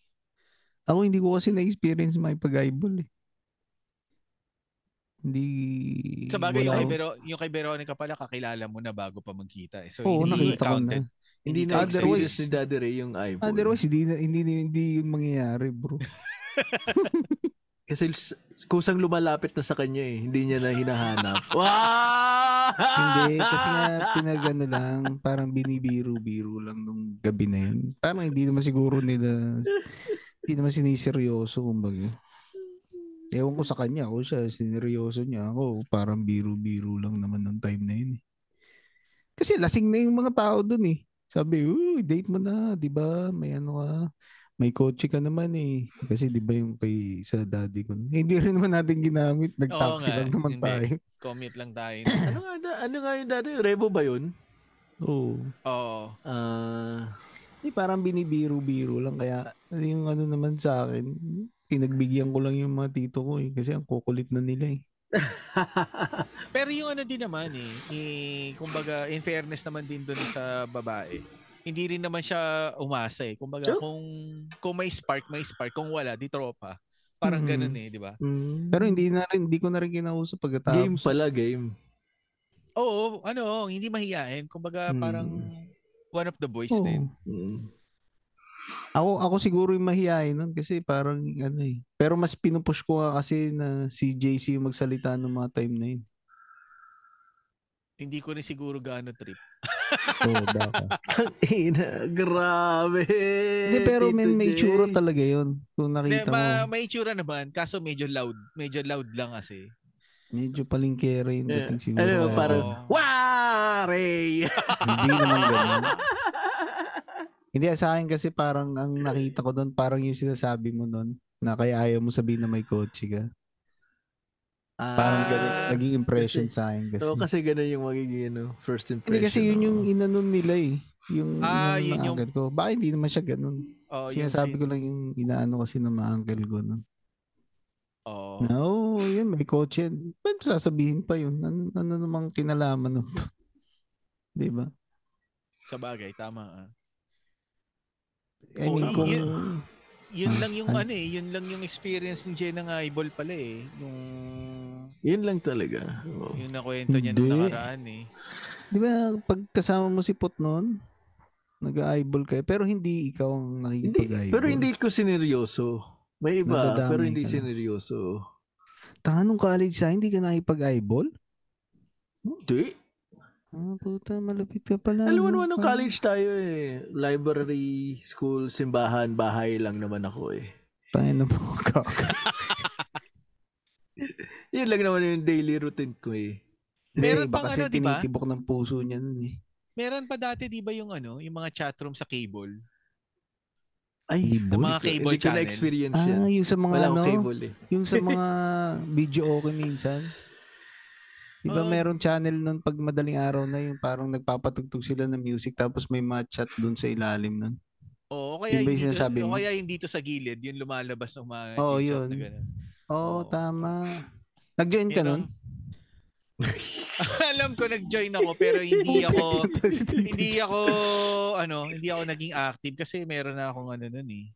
[SPEAKER 3] Ako hindi ko kasi na-experience may pag-eyeball eh. Hindi...
[SPEAKER 1] Sa bagay, yung
[SPEAKER 3] wala
[SPEAKER 1] kay,
[SPEAKER 3] ako.
[SPEAKER 1] Vero- yung kay Veronica pala, kakilala mo na bago pa magkita. eh. So,
[SPEAKER 3] Oo,
[SPEAKER 1] hindi
[SPEAKER 3] nakita ko na.
[SPEAKER 1] counted.
[SPEAKER 4] Hindi
[SPEAKER 1] Hindi
[SPEAKER 4] na
[SPEAKER 3] Otherwise-
[SPEAKER 4] experience ni Daddy Ray yung eyeball.
[SPEAKER 3] Otherwise, hindi, na- hindi, hindi, hindi yun mangyayari, bro.
[SPEAKER 4] Kasi s- kusang lumalapit na sa kanya eh. Hindi niya na hinahanap. wow!
[SPEAKER 3] hindi, kasi nga pinagano lang, parang binibiro-biro lang nung gabi na yun. Parang hindi naman siguro nila, hindi naman siniseryoso, kumbaga. Ewan ko sa kanya, ako siya, sineryoso niya ako. Parang biro-biro lang naman nung time na yun. eh. Kasi lasing na yung mga tao dun eh. Sabi, uy, date mo na, di ba? May ano ka, may kotse ka naman eh. Kasi di ba yung kay sa daddy ko. Eh, hindi rin naman natin ginamit. Nag-taxi
[SPEAKER 1] nga,
[SPEAKER 3] lang naman
[SPEAKER 1] hindi.
[SPEAKER 3] tayo.
[SPEAKER 1] Commute lang tayo.
[SPEAKER 4] ano nga, da- ano nga yung Daddy? Rebo ba yun?
[SPEAKER 3] Oo.
[SPEAKER 1] Oo.
[SPEAKER 4] Ah,
[SPEAKER 3] Di parang binibiro-biro lang kaya yung ano naman sa akin, pinagbigyan ko lang yung mga tito ko eh kasi ang kukulit na nila eh.
[SPEAKER 1] Pero yung ano din naman eh, eh, kumbaga in fairness naman din doon sa babae. Hindi rin naman siya umasa eh. Kumbaga
[SPEAKER 4] Sure.
[SPEAKER 1] kung kung may spark, may spark. Kung wala, di tropa. Parang
[SPEAKER 3] Mhm.
[SPEAKER 1] ganun eh, di ba?
[SPEAKER 3] Pero hindi na rin hindi ko na rin kinausap pagkatapos.
[SPEAKER 4] game pala, game.
[SPEAKER 1] Oo, ano, hindi mahiyain. Kumbaga
[SPEAKER 3] Mm.
[SPEAKER 1] parang one of the boys
[SPEAKER 3] Oo.
[SPEAKER 1] din.
[SPEAKER 4] Mm.
[SPEAKER 3] Ako ako siguro yung mahihain nun kasi parang ano eh. Pero mas pinupush ko nga kasi na si JC yung magsalita ng mga time na yun.
[SPEAKER 1] Hindi ko na siguro gaano trip.
[SPEAKER 3] Oo, baka.
[SPEAKER 4] Ang ina, grabe.
[SPEAKER 3] Hindi, pero
[SPEAKER 4] Tito
[SPEAKER 3] men, may
[SPEAKER 4] Jay.
[SPEAKER 3] tsura talaga yun. Kung
[SPEAKER 1] Hindi,
[SPEAKER 3] nakita
[SPEAKER 1] ma-
[SPEAKER 3] mo,
[SPEAKER 1] may itsura naman, kaso medyo loud. Medyo loud lang kasi.
[SPEAKER 3] medyo palingkere yung
[SPEAKER 4] Eh,
[SPEAKER 3] dating siguro.
[SPEAKER 4] Ano,
[SPEAKER 3] kaya-
[SPEAKER 4] parang,
[SPEAKER 1] Oo.
[SPEAKER 4] Wari!
[SPEAKER 3] Hindi naman ganun. Hindi, sa akin kasi parang ang nakita ko doon, parang yung sinasabi mo noon na kaya ayaw mo sabihin na may kotse ka. Parang
[SPEAKER 1] Ah,
[SPEAKER 3] ganun, naging impression sa akin kasi.
[SPEAKER 4] So, kasi ganun yung magiging ano, first impression.
[SPEAKER 3] hindi kasi yun yung
[SPEAKER 4] oo.
[SPEAKER 3] inanon nila eh. Yung
[SPEAKER 1] Ah,
[SPEAKER 3] inanon
[SPEAKER 1] yun
[SPEAKER 3] ng
[SPEAKER 1] yung-
[SPEAKER 3] uncle ko. Baka hindi naman siya ganun.
[SPEAKER 1] Oh, yun
[SPEAKER 3] sinasabi
[SPEAKER 1] si-
[SPEAKER 3] ko lang yung inaano kasi ng mga uncle ko noon.
[SPEAKER 1] Oo.
[SPEAKER 3] No, yun may kotse. yan. Ba't sasabihin pa yun? Ano, ano namang kinalaman nun? Di ba?
[SPEAKER 1] Sa bagay, tama. ah.
[SPEAKER 3] I
[SPEAKER 1] Oo,
[SPEAKER 3] mean,
[SPEAKER 1] tama.
[SPEAKER 3] kung...
[SPEAKER 1] Yun- Yun
[SPEAKER 3] Ah,
[SPEAKER 1] lang yung
[SPEAKER 3] ano?
[SPEAKER 1] ano eh, yun lang yung experience ni Jay ng eyeball pala eh. Yung
[SPEAKER 4] Yun lang talaga. Oo.
[SPEAKER 1] yung nakwento niya nung
[SPEAKER 3] Hindi.
[SPEAKER 1] nakaraan eh.
[SPEAKER 3] Di ba pag kasama mo si Pot noon, nag-eyeball kayo, pero hindi ikaw ang nakikipag-eyeball.
[SPEAKER 4] Hindi, pero hindi ko sineryoso. May iba,
[SPEAKER 3] Nadadamay
[SPEAKER 4] pero hindi
[SPEAKER 3] ka na.
[SPEAKER 4] sineryoso.
[SPEAKER 3] Tanong college sa hindi ka nakipag-eyeball?
[SPEAKER 4] Hindi.
[SPEAKER 3] Ah, puta, malapit ka pala.
[SPEAKER 4] Alam mo
[SPEAKER 3] no?
[SPEAKER 4] naman, nung
[SPEAKER 3] Parang-
[SPEAKER 4] college tayo eh. Library, school, simbahan, bahay lang naman ako eh.
[SPEAKER 3] Tayo na po, kak.
[SPEAKER 4] Yun lang naman yung daily routine ko eh.
[SPEAKER 1] Meron
[SPEAKER 3] Hindi, iba
[SPEAKER 1] pang
[SPEAKER 3] kasi
[SPEAKER 1] ano, di ba?
[SPEAKER 3] tinitibok ng puso niya nun eh.
[SPEAKER 1] Meron pa dati 'di ba yung ano, yung mga chatroom sa cable.
[SPEAKER 4] Ay,
[SPEAKER 3] Cable?
[SPEAKER 1] Mga cable
[SPEAKER 4] hindi ko
[SPEAKER 1] channel.
[SPEAKER 4] na-experience yan.
[SPEAKER 3] Ah, yung sa mga
[SPEAKER 4] Wala
[SPEAKER 3] ano,
[SPEAKER 4] akong cable eh.
[SPEAKER 3] yung sa mga video okay minsan. Di ba
[SPEAKER 4] Ah.
[SPEAKER 1] Oo.
[SPEAKER 3] meron channel nun pag madaling araw na yung parang nagpapatugtog sila ng music tapos may mga chat dun sa ilalim nun.
[SPEAKER 1] Oo, o kaya
[SPEAKER 3] Yun ba yung
[SPEAKER 1] yung dito,
[SPEAKER 3] sinasabi
[SPEAKER 1] o
[SPEAKER 3] mo?
[SPEAKER 1] kaya yung dito sa gilid, yung lumalabas ng mga headshot
[SPEAKER 3] Oo, Oh, yun.
[SPEAKER 1] na ganun.
[SPEAKER 3] Oo,
[SPEAKER 1] Oo.
[SPEAKER 3] tama. Nag-join ka
[SPEAKER 1] Yun
[SPEAKER 3] nun?
[SPEAKER 1] ang- Alam ko nag-join ako pero hindi ako hindi ako ano, hindi ako naging active kasi meron na akong ano noon eh.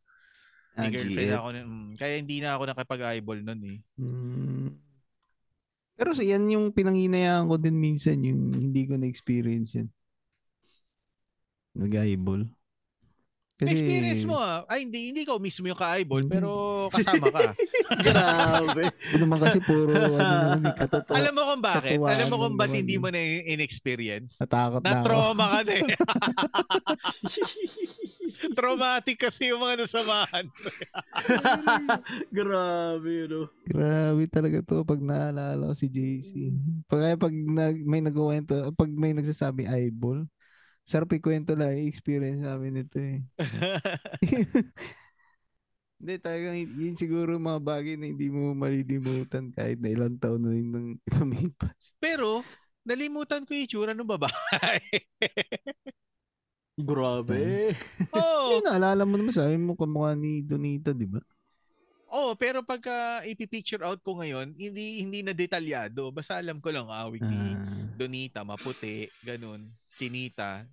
[SPEAKER 1] May
[SPEAKER 3] Ah,
[SPEAKER 1] girlfriend
[SPEAKER 3] GF.
[SPEAKER 1] ako nun. Mm, kaya hindi na ako nakapag-eyeball noon eh.
[SPEAKER 3] Mm. Pero sa yan yung pinanginayaan ko din minsan yung hindi ko na-experience yan. Nag-eyeball. Kasi
[SPEAKER 1] Experience mo ah. Ay, hindi, hindi ikaw mismo yung ka-eyeball, pero kasama ka.
[SPEAKER 4] Grabe.
[SPEAKER 3] Yun naman kasi puro ano naman eh, katotoo.
[SPEAKER 1] Alam mo kung bakit?
[SPEAKER 3] Katuwaan
[SPEAKER 1] Alam mo kung
[SPEAKER 3] lang
[SPEAKER 1] ba't
[SPEAKER 3] naman
[SPEAKER 1] hindi
[SPEAKER 3] yun.
[SPEAKER 1] mo na in-experience?
[SPEAKER 3] Natakot na, ako.
[SPEAKER 1] Na-trauma ka na eh. Traumatic kasi yung mga nasamahan.
[SPEAKER 4] Grabe, no?
[SPEAKER 3] Grabe talaga to pag naalala ko si JC. Pag, kaya pag nag, may nagkuwento, pag may nagsasabi eyeball, sarap ikwento lang, i-experience namin ito eh. Hindi, talagang y- yun siguro yung mga bagay na hindi mo malilimutan kahit na ilang taon na rin nang lumipas.
[SPEAKER 1] Pero, nalimutan ko yung itsura ng babae.
[SPEAKER 4] Grabe.
[SPEAKER 1] Oo.
[SPEAKER 3] Hindi, naalala mo naman sabi mo kamukha ni Donita, di ba?
[SPEAKER 1] Oh, pero pagka ipipicture out ko ngayon, hindi hindi na detalyado. Basta alam ko lang awig ni
[SPEAKER 3] Ah,
[SPEAKER 1] Donita, maputi, ganun, chinita.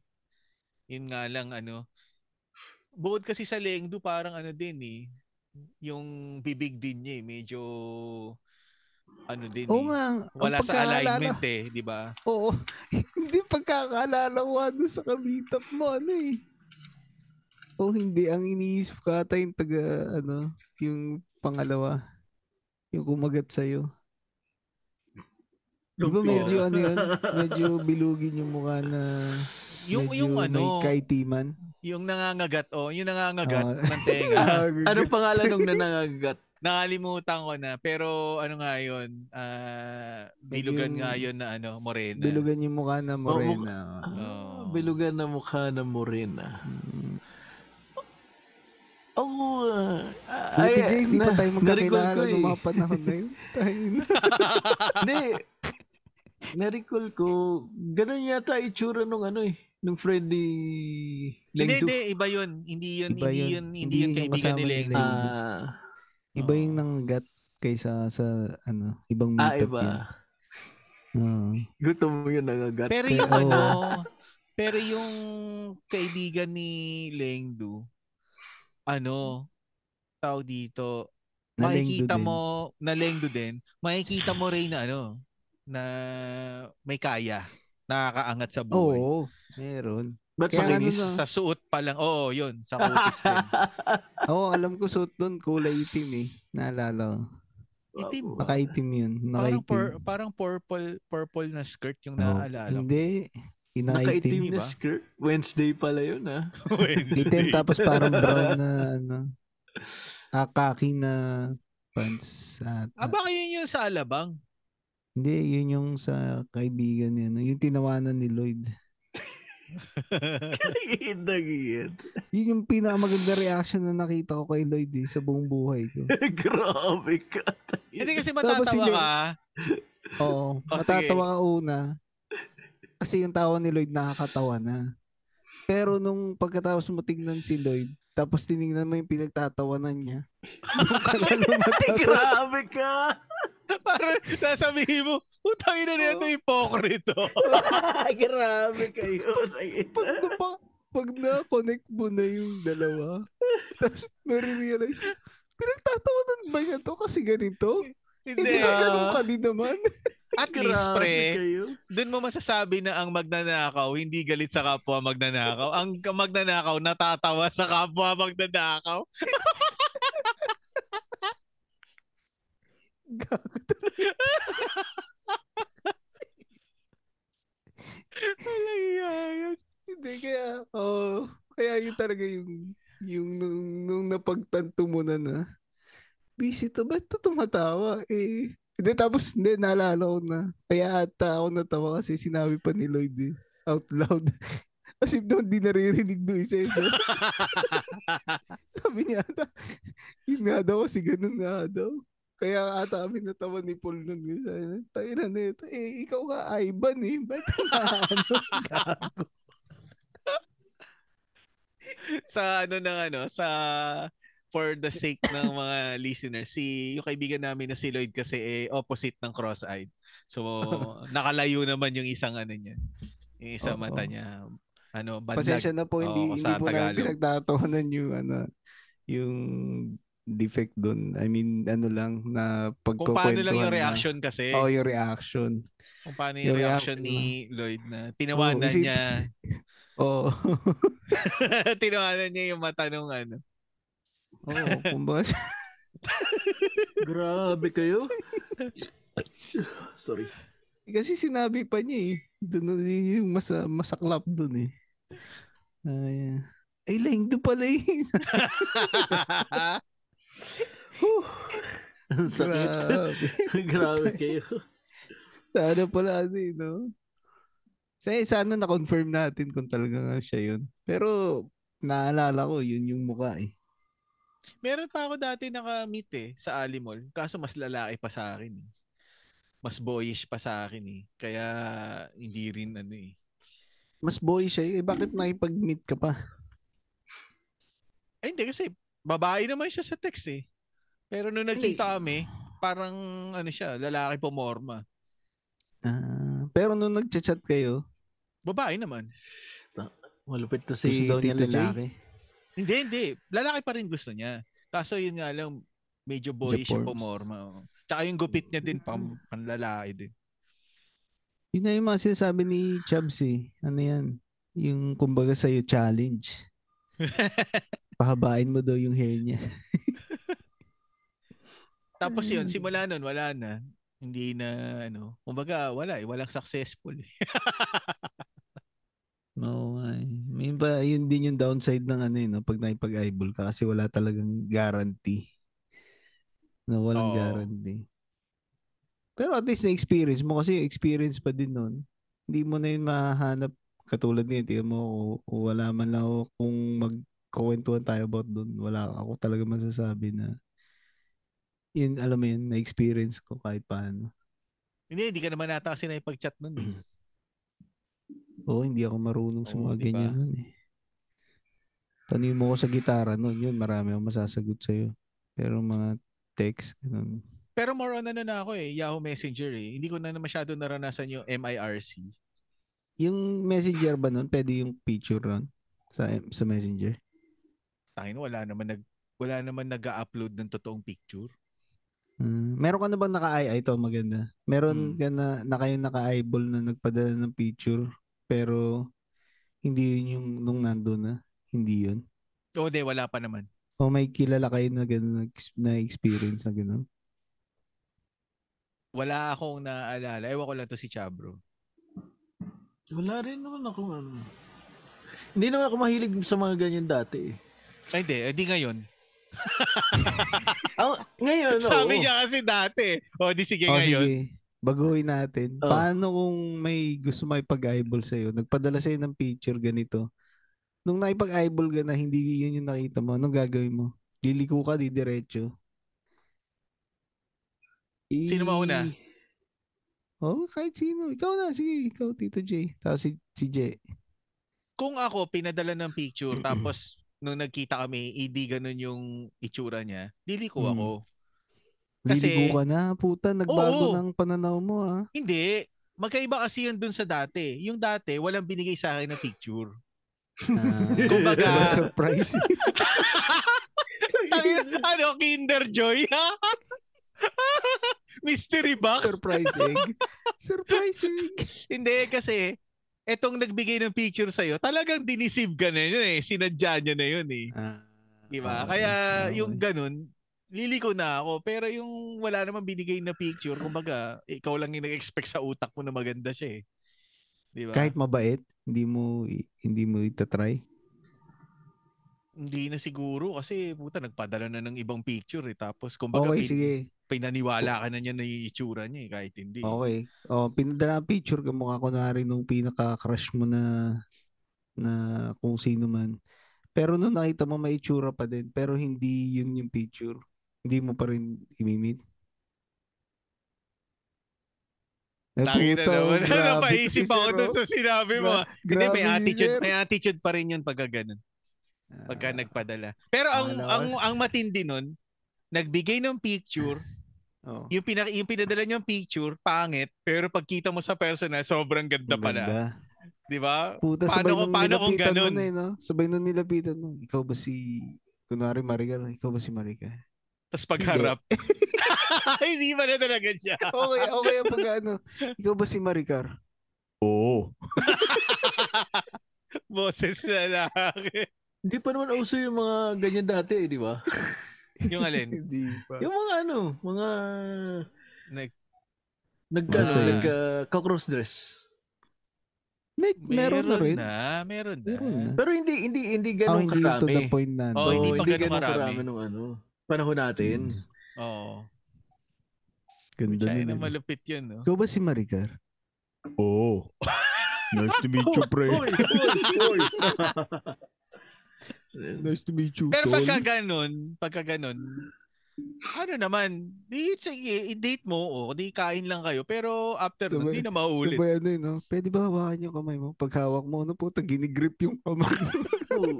[SPEAKER 1] Yun nga lang ano. Bukod kasi sa lengdu parang ano din eh, yung bibig din niya eh, medyo ano din eh.
[SPEAKER 3] oo nga. ang
[SPEAKER 1] Wala sa
[SPEAKER 3] pagkaalala-
[SPEAKER 1] alignment eh, di ba?
[SPEAKER 3] Oo. hindi pagkakaalala ko ano sa kalitap mo, ano eh. Oo, hindi. Ang iniisip ko ata yung taga, ano, yung pangalawa. Yung kumagat sa'yo. Di ba medyo ano yun? Medyo bilugin yung mukha na
[SPEAKER 1] Yung
[SPEAKER 3] medyo
[SPEAKER 1] yung ano,
[SPEAKER 3] may kaitiman.
[SPEAKER 1] yung nangangagat oh, yung nangangagat
[SPEAKER 3] Ah.
[SPEAKER 1] ng tenga.
[SPEAKER 3] Ah,
[SPEAKER 4] ano pangalan nung nanangagat?
[SPEAKER 1] Nakalimutan ko na pero ano nga 'yon? ah, bilugan
[SPEAKER 3] Medyo-
[SPEAKER 1] nga 'yon na ano, morena.
[SPEAKER 3] Bilugan yung mukha na morena. oh.
[SPEAKER 1] Oo.
[SPEAKER 4] Bilugan na mukha na morena.
[SPEAKER 3] Mm.
[SPEAKER 4] Oo. Oh,
[SPEAKER 3] Buti Jay, hindi pa tayo magkakilala
[SPEAKER 4] eh.
[SPEAKER 3] noong mga panahon na yun. Tayo na.
[SPEAKER 4] Hindi. Na-recall ko, ganun yata itsura nung ano eh, nung friend ni
[SPEAKER 1] Hindi,
[SPEAKER 4] Lengdu.
[SPEAKER 1] hindi, iba 'yon. Hindi 'yon,
[SPEAKER 3] Iba
[SPEAKER 1] hindi
[SPEAKER 3] yun.
[SPEAKER 1] 'yon, hindi
[SPEAKER 3] Hindi
[SPEAKER 1] 'yon
[SPEAKER 3] yun yung
[SPEAKER 1] kaibigan eh.
[SPEAKER 3] kasama eh.
[SPEAKER 1] ni
[SPEAKER 3] ni
[SPEAKER 1] Lengdu.
[SPEAKER 3] Lengdu.
[SPEAKER 4] Ah,
[SPEAKER 3] Iba
[SPEAKER 1] Oo.
[SPEAKER 3] yung nanggat kaysa sa ano, ibang
[SPEAKER 4] ah,
[SPEAKER 3] meetup
[SPEAKER 4] iba.
[SPEAKER 3] yun. Oo.
[SPEAKER 4] Gutom mo yun nangagat.
[SPEAKER 1] Pero yung
[SPEAKER 3] Oo.
[SPEAKER 1] ano, pero yung kaibigan ni Lengdu, ano, tao dito,
[SPEAKER 3] Na Lengdu
[SPEAKER 1] makikita
[SPEAKER 3] din.
[SPEAKER 1] mo, na Lengdu din, makikita mo rin na ano, na may kaya, nakakaangat sa buhay.
[SPEAKER 3] Oo. Meron.
[SPEAKER 4] Ba't
[SPEAKER 3] Kaya ano
[SPEAKER 4] makinis?
[SPEAKER 3] na.
[SPEAKER 1] Sa suot pa lang. Oo, yun. Sa kutis din.
[SPEAKER 3] ah, Oo, alam ko suot doon kulay itim eh. Naalala ko.
[SPEAKER 1] Itim.
[SPEAKER 3] Nakaitim yun.
[SPEAKER 1] Parang,
[SPEAKER 3] Nakaitim.
[SPEAKER 1] pur- parang purple purple na skirt yung
[SPEAKER 3] Oo.
[SPEAKER 1] naaalala ko.
[SPEAKER 3] Hindi. Inaitim.
[SPEAKER 4] Nakaitim
[SPEAKER 1] iba.
[SPEAKER 4] na skirt. Wednesday pala yun ah.
[SPEAKER 3] Itim
[SPEAKER 1] Wednesday.
[SPEAKER 3] tapos parang brown na ano. Ah, khaki na pants. At,
[SPEAKER 1] Ah, baka yun yung sa alabang.
[SPEAKER 3] hindi, yun yung sa kaibigan niya. No? Yung tinawanan ni Lloyd.
[SPEAKER 4] Nagigit.
[SPEAKER 3] Yun yung pinakamaganda reaction na nakita ko kay Lloyd eh, sa buong buhay ko.
[SPEAKER 4] Grabe ka.
[SPEAKER 1] Hindi kasi
[SPEAKER 3] Tapos
[SPEAKER 1] matatawa
[SPEAKER 3] yun-
[SPEAKER 1] ka.
[SPEAKER 3] Oo.
[SPEAKER 1] Oh, sige.
[SPEAKER 3] matatawa ka una. Kasi yung tawa ni Lloyd nakakatawa na. Pero nung pagkatapos mo tignan si Lloyd, tapos tinignan mo yung pinagtatawanan niya. doon ka lalo matatawa.
[SPEAKER 4] Grabe ka.
[SPEAKER 1] Parang sasabihin mo, utangin na nito hipokrito.
[SPEAKER 4] Grabe kayo.
[SPEAKER 3] pag, napa- Ano pag na-connect mo na yung dalawa, tapos marirealize mo, pinagtatawanan ba niya to kasi ganito? Hindi
[SPEAKER 1] Hindi. ah.
[SPEAKER 3] na ganun kali naman.
[SPEAKER 1] At least, pre, dun mo masasabi na ang magnanakaw, hindi galit sa kapwa magnanakaw. Ang magnanakaw, natatawa sa kapwa magnanakaw.
[SPEAKER 3] Gago.
[SPEAKER 1] Alayayat.
[SPEAKER 3] Hindi kaya, oh, kaya yun talaga yung, yung nung, nung napagtanto mo na na, busy to, ba't to tumatawa? Eh, hindi, tapos hindi, naalala ko na. Kaya ata ako natawa kasi sinabi pa ni Lloyd eh, out loud. As if naman di naririnig nung isa eh, no? Sabi niya ata, yun nga daw kasi ganun nga daw. Kaya ata kami natawa ni Paul nun. eh. Sabi niya, tayo na nito. Eh, ikaw nga Ivan eh. Ba't nga ano? Gago.
[SPEAKER 1] sa ano ng ano, sa for the sake ng mga listeners, si yung kaibigan namin na si Lloyd kasi eh, opposite ng cross-eyed. So nakalayo naman yung isang ano niya. Yung isang
[SPEAKER 3] Oo.
[SPEAKER 1] mata niya. Ano, bandag.
[SPEAKER 3] Pasensya na po, hindi,
[SPEAKER 1] Oo,
[SPEAKER 3] hindi
[SPEAKER 1] sa
[SPEAKER 3] po namin
[SPEAKER 1] Tagalog.
[SPEAKER 3] pinagtatawanan yung, ano, yung defect doon. I mean, ano lang, na
[SPEAKER 1] Kung
[SPEAKER 3] pagkukwentuhan
[SPEAKER 1] paano lang yung
[SPEAKER 3] na-
[SPEAKER 1] reaction eh. kasi.
[SPEAKER 3] Oo, yung reaction.
[SPEAKER 1] kung paano
[SPEAKER 3] yung
[SPEAKER 1] yung, reaction
[SPEAKER 3] reaction
[SPEAKER 1] ni Lloyd na tinawanan
[SPEAKER 3] Oo, isip-
[SPEAKER 1] niya.
[SPEAKER 3] Oo.
[SPEAKER 1] tinawanan niya yung mata nung ano.
[SPEAKER 3] Oo, kumbaga,
[SPEAKER 4] Grabe kayo. Sorry.
[SPEAKER 3] kasi sinabi pa niya eh. Doon na yun yung mas, masaklap doon eh. Ay, ay lengdo pala eh.
[SPEAKER 4] Whew. Ang sakit.
[SPEAKER 3] Grabe.
[SPEAKER 4] Grabe kayo.
[SPEAKER 3] Sana pala ano eh, no? Sana, sana na-confirm natin kung talaga nga siya yun. Pero, naalala ko, yun yung mukha eh.
[SPEAKER 1] Meron pa ako dati naka-meet eh sa Alimol. Kaso mas lalaki pa sa akin eh. Mas boyish pa sa akin eh. Kaya hindi rin ano eh.
[SPEAKER 3] Mas boy siya. eh. Eh, bakit nakipag-meet ka pa?
[SPEAKER 1] Ay Eh, hindi kasi babae naman siya sa text eh. Pero nung nagkita kami, parang ano siya, lalaki pumorma.
[SPEAKER 3] Ah, pero nung nagchat-chat kayo,
[SPEAKER 1] Babae naman.
[SPEAKER 4] Malupit to si
[SPEAKER 3] gusto daw niya
[SPEAKER 4] Tito Jay.
[SPEAKER 3] lalaki.
[SPEAKER 1] Hindi, hindi. Lalaki pa rin gusto niya. Kaso yun nga lang, medyo boyish yung
[SPEAKER 3] Japorms.
[SPEAKER 1] pumorma. oo. Tsaka yung gupit niya din, pang, panlalaki din.
[SPEAKER 3] Yun na yung mga sinasabi ni Chubbs eh. Ano yan? Yung kumbaga sa'yo challenge. Pahabain mo daw yung hair niya.
[SPEAKER 1] Tapos yun,
[SPEAKER 3] Mm.
[SPEAKER 1] simula nun, wala na. Hindi na, ano, kumbaga, wala eh. Walang successful.
[SPEAKER 3] Oo nga eh. May ba, yun din yung downside ng ano yun, no? pag nakipag-eyeball ka kasi wala talagang guarantee. No, walang
[SPEAKER 1] Oo.
[SPEAKER 3] guarantee. Pero at least na-experience mo kasi yung experience pa din nun. Hindi mo na yun mahanap katulad niya. Tingnan mo, o- o wala man lang ako kung magkukwentuhan tayo about dun. Wala ako talaga masasabi na yun, alam mo yun, na-experience ko kahit paano.
[SPEAKER 1] hindi, hindi ka naman nata kasi na chat nun eh.
[SPEAKER 3] Oo, hindi ako marunong sa
[SPEAKER 1] Oo,
[SPEAKER 3] mga
[SPEAKER 1] di ba?
[SPEAKER 3] ganyan nun eh. Tanungin mo ko sa gitara nun, yun, marami akong masasagot sa'yo. Pero mga text, ganun.
[SPEAKER 1] Pero more on ano na ako eh, Yahoo Messenger eh. Hindi ko na masyado naranasan yung MIRC.
[SPEAKER 3] Yung messenger ba nun, pwede yung picture nun sa, sa messenger?
[SPEAKER 1] Tangin, wala naman nag wala naman nag-upload ng totoong picture.
[SPEAKER 3] Mm, meron ka na bang naka-eye? Ito, maganda.
[SPEAKER 1] Mm.
[SPEAKER 3] Meron ka na, na kayong naka-eyeball na nagpadala ng picture, pero hindi yun yung nung nando na. Hindi yun.
[SPEAKER 1] O Oh, hindi, wala pa naman.
[SPEAKER 3] O may kilala kayo na ganun, na experience na ganun?
[SPEAKER 1] Wala akong naaalala. Ewan ko lang to si Chabro.
[SPEAKER 4] Wala rin naman ako ano. Hindi naman ako mahilig sa mga ganyan dati eh.
[SPEAKER 1] Ay, hindi. Hindi ngayon.
[SPEAKER 4] Ah, ngayon, oo.
[SPEAKER 1] Sabi niya kasi dati. O, di sige
[SPEAKER 3] Ano, Oh,
[SPEAKER 1] ngayon.
[SPEAKER 3] sige. Baguhin natin.
[SPEAKER 4] Oh.
[SPEAKER 3] Paano kung may gusto may pag-eyeball sa'yo? Nagpadala sa'yo ng picture ganito. Nung naipag-eyeball ka na, hindi yun yung nakita mo. Anong gagawin mo? Liliko ka, di diretso.
[SPEAKER 4] Eh,
[SPEAKER 1] Sino mauna?
[SPEAKER 3] Oh, kahit sino. Ikaw na. Sige, ikaw, Tito J. Tapos si, si J.
[SPEAKER 1] Kung ako, pinadala ng picture, tapos nung nagkita kami, hindi ganun yung itsura niya, liliko
[SPEAKER 3] Hmm.
[SPEAKER 1] ako. Kasi-
[SPEAKER 3] Liliko ka na. Puta, nagbago
[SPEAKER 1] Oo.
[SPEAKER 3] ng pananaw mo, ah.
[SPEAKER 1] Hindi. Magkaiba kasi yun dun sa dati. Yung dati, walang binigay sa akin na picture.
[SPEAKER 3] Ah,
[SPEAKER 1] Kumbaga-
[SPEAKER 3] iba surprise.
[SPEAKER 1] Tangina, ano, Kinder Joy? Mystery box?
[SPEAKER 3] surprise egg. Surprise egg.
[SPEAKER 1] Hindi, kasi etong nagbigay ng picture sa'yo, talagang dinisib ka na yun eh. Sinadya niya na yun eh.
[SPEAKER 3] Ah,
[SPEAKER 1] Di ba?
[SPEAKER 3] okay.
[SPEAKER 1] Kaya
[SPEAKER 3] Okay.
[SPEAKER 1] yung ganun, liliko na ako. Pero yung wala namang binigay na picture, kumbaga, ikaw lang yung nag-expect sa utak mo na maganda siya eh. Di ba?
[SPEAKER 3] Kahit mabait, hindi mo hindi mo itatry.
[SPEAKER 1] Hindi na siguro kasi puta, nagpadala na ng ibang picture eh. Tapos kumbaga,
[SPEAKER 3] Okay,
[SPEAKER 1] pin-
[SPEAKER 3] sige.
[SPEAKER 1] pinaniwala ka na niya na yung itsura niya eh, kahit hindi.
[SPEAKER 3] Okay. Oh, pinadala ang picture ka mukha kunwari nung pinaka-crush mo na na kung sino man. Pero nung nakita mo may itsura pa din, pero hindi yun yung picture. Hindi mo pa rin imimit. Eh,
[SPEAKER 1] Tangina
[SPEAKER 3] puta, oh,
[SPEAKER 1] naman. Ano,
[SPEAKER 3] grabe to
[SPEAKER 1] Napaisip
[SPEAKER 3] si
[SPEAKER 1] ako
[SPEAKER 3] Sir,
[SPEAKER 1] dun
[SPEAKER 3] oh.
[SPEAKER 1] sa sinabi mo.
[SPEAKER 3] Gra-
[SPEAKER 1] Hindi, may
[SPEAKER 3] grabe si
[SPEAKER 1] attitude,
[SPEAKER 3] Sir.
[SPEAKER 1] may attitude pa rin yun pagka ganun, pagka
[SPEAKER 3] Ah,
[SPEAKER 1] nagpadala. Pero ang,
[SPEAKER 3] Pangalawa.
[SPEAKER 1] ang, ang matindi nun, nagbigay ng picture,
[SPEAKER 3] oh,
[SPEAKER 1] yung, pinak- yung pinadala niyang picture, pangit, pero pagkita mo sa personal, sobrang ganda
[SPEAKER 3] ang
[SPEAKER 1] pala.
[SPEAKER 3] ganda.
[SPEAKER 1] Di ba?
[SPEAKER 3] Puta,
[SPEAKER 1] Paano
[SPEAKER 3] sabay
[SPEAKER 1] kung-
[SPEAKER 3] nung
[SPEAKER 1] paano kung
[SPEAKER 3] nilapitan mo
[SPEAKER 1] ganun?
[SPEAKER 3] na eh, no? Sabay nung nilapitan mo. Ikaw ba si, kunwari Marica, no? ikaw ba si Marica?
[SPEAKER 1] Tapos pagharap. Hindi ba na talaga siya?
[SPEAKER 3] okay, okay ang pag ano. Ikaw ba si Maricar? Oo.
[SPEAKER 1] Boses na lalaki.
[SPEAKER 4] Hindi pa naman uso yung mga ganyan dati eh, di ba?
[SPEAKER 1] Yung alin?
[SPEAKER 3] Hindi pa.
[SPEAKER 4] Yung mga ano, mga
[SPEAKER 1] Nag-
[SPEAKER 4] nagka,
[SPEAKER 3] Basta yun.
[SPEAKER 4] nagka cockroach dress.
[SPEAKER 3] May, meron, na rin.
[SPEAKER 1] na, meron na.
[SPEAKER 3] Meron na.
[SPEAKER 4] Pero hindi hindi hindi
[SPEAKER 3] Ah,
[SPEAKER 4] ganun
[SPEAKER 3] hindi yung to
[SPEAKER 4] karami.
[SPEAKER 3] the point na.
[SPEAKER 1] Oo,
[SPEAKER 4] Oo,
[SPEAKER 1] Oh, hindi pa ganun
[SPEAKER 4] ganun
[SPEAKER 1] karami.
[SPEAKER 4] nung ano, panahon natin.
[SPEAKER 3] Hmm.
[SPEAKER 1] Oo.
[SPEAKER 3] Ganda
[SPEAKER 1] Kaya
[SPEAKER 3] din.
[SPEAKER 1] na
[SPEAKER 3] ano.
[SPEAKER 1] malupit yun, no?
[SPEAKER 3] Ikaw ba si Maricar?
[SPEAKER 2] Oh. Nice to meet you, pre.
[SPEAKER 4] Hoy, hoy, hoy. Eh,
[SPEAKER 3] Nice to meet you,
[SPEAKER 1] Pero pagka ganun, pagka ganun, ano naman, di, sige, i-date mo, o, di kain lang kayo, pero after nun,
[SPEAKER 3] Sabay-
[SPEAKER 1] di na mauulit.
[SPEAKER 3] Sabay ano yun, no? Pwede ba hawakan yung kamay mo? Paghawak mo, ano po, ginigrip yung kamay.
[SPEAKER 4] oh.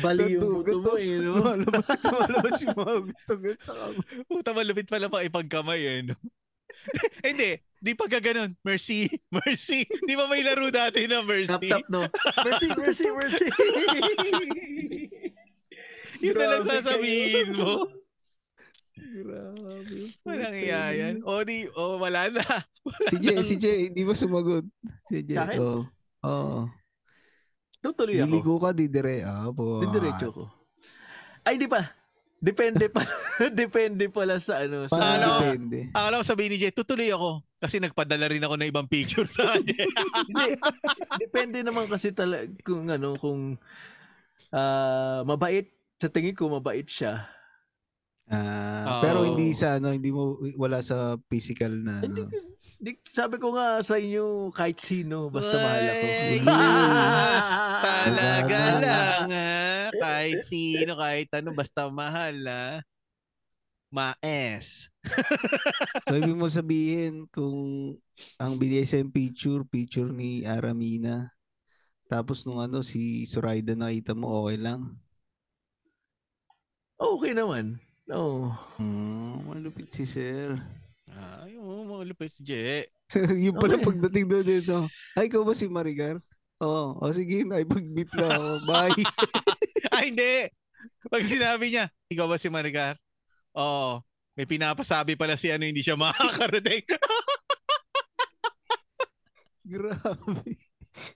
[SPEAKER 4] Bali yung buto mo eh, no?
[SPEAKER 3] Lumalabas, lumalabas yung mga gutugot sa kamay.
[SPEAKER 1] Puta, malupit pala pa ipagkamay eh, no? Eh, Hindi, di pagka ganun, mercy, mercy. Di ba may laro dati na
[SPEAKER 4] Tap
[SPEAKER 1] mercy?
[SPEAKER 4] tap no. Mercy, mercy, mercy.
[SPEAKER 1] Yun na lang
[SPEAKER 4] Grabe kayo.
[SPEAKER 1] sasabihin mo.
[SPEAKER 3] Grabe.
[SPEAKER 1] Walang iya yan. O di, o wala na.
[SPEAKER 3] Si Jay, si Jay, hindi ba sumagot? Si Jay,
[SPEAKER 4] Sa akin?
[SPEAKER 3] oo. Oo.
[SPEAKER 4] Tutuloy ako.
[SPEAKER 3] Liligo ka, didire. Ah, po.
[SPEAKER 4] Didiretso ko. Ay, di pa. Depende pa. depende pala sa ano.
[SPEAKER 1] Paano?
[SPEAKER 4] Sa,
[SPEAKER 3] Parang depende.
[SPEAKER 1] Akala ko sabihin ni Jay, tutuloy ako. Kasi nagpadala rin ako ng ibang picture sa kanya.
[SPEAKER 4] Hindi. depende naman kasi talaga kung ano, kung ah, mabait. Sa tingin ko, mabait siya.
[SPEAKER 3] Ah,
[SPEAKER 1] Oo.
[SPEAKER 3] pero hindi sa ano, hindi mo wala sa physical na
[SPEAKER 4] Hindi,
[SPEAKER 1] Mm.
[SPEAKER 3] ano.
[SPEAKER 4] hindi- sabi ko nga sa inyo, kahit sino, basta mahal ako.
[SPEAKER 1] Ay,
[SPEAKER 3] Yes,
[SPEAKER 1] Talaga
[SPEAKER 3] Wala.
[SPEAKER 1] lang ha. Kahit sino, kahit ano, basta mahal ah. ha. Maes.
[SPEAKER 3] So ibig mo sabihin kung ang BDSM picture, picture ni Aramina. Tapos nung ano si Zoraida nakita mo okay lang.
[SPEAKER 4] Okay naman. Oo.
[SPEAKER 3] Hmm, malupit si Sir.
[SPEAKER 1] Ay, oo, mga lupit Ah, si Jay.
[SPEAKER 3] yung pala
[SPEAKER 4] Okay.
[SPEAKER 3] pagdating doon dito. Ay, ikaw ba si Marigar? Oo. O sige, na pag-meet na ako. Bye.
[SPEAKER 1] Ay, hindi. Pag sinabi niya, ikaw ba si Maricar? Oo. May pinapasabi pala si ano, hindi siya makakarating.
[SPEAKER 3] Grabe.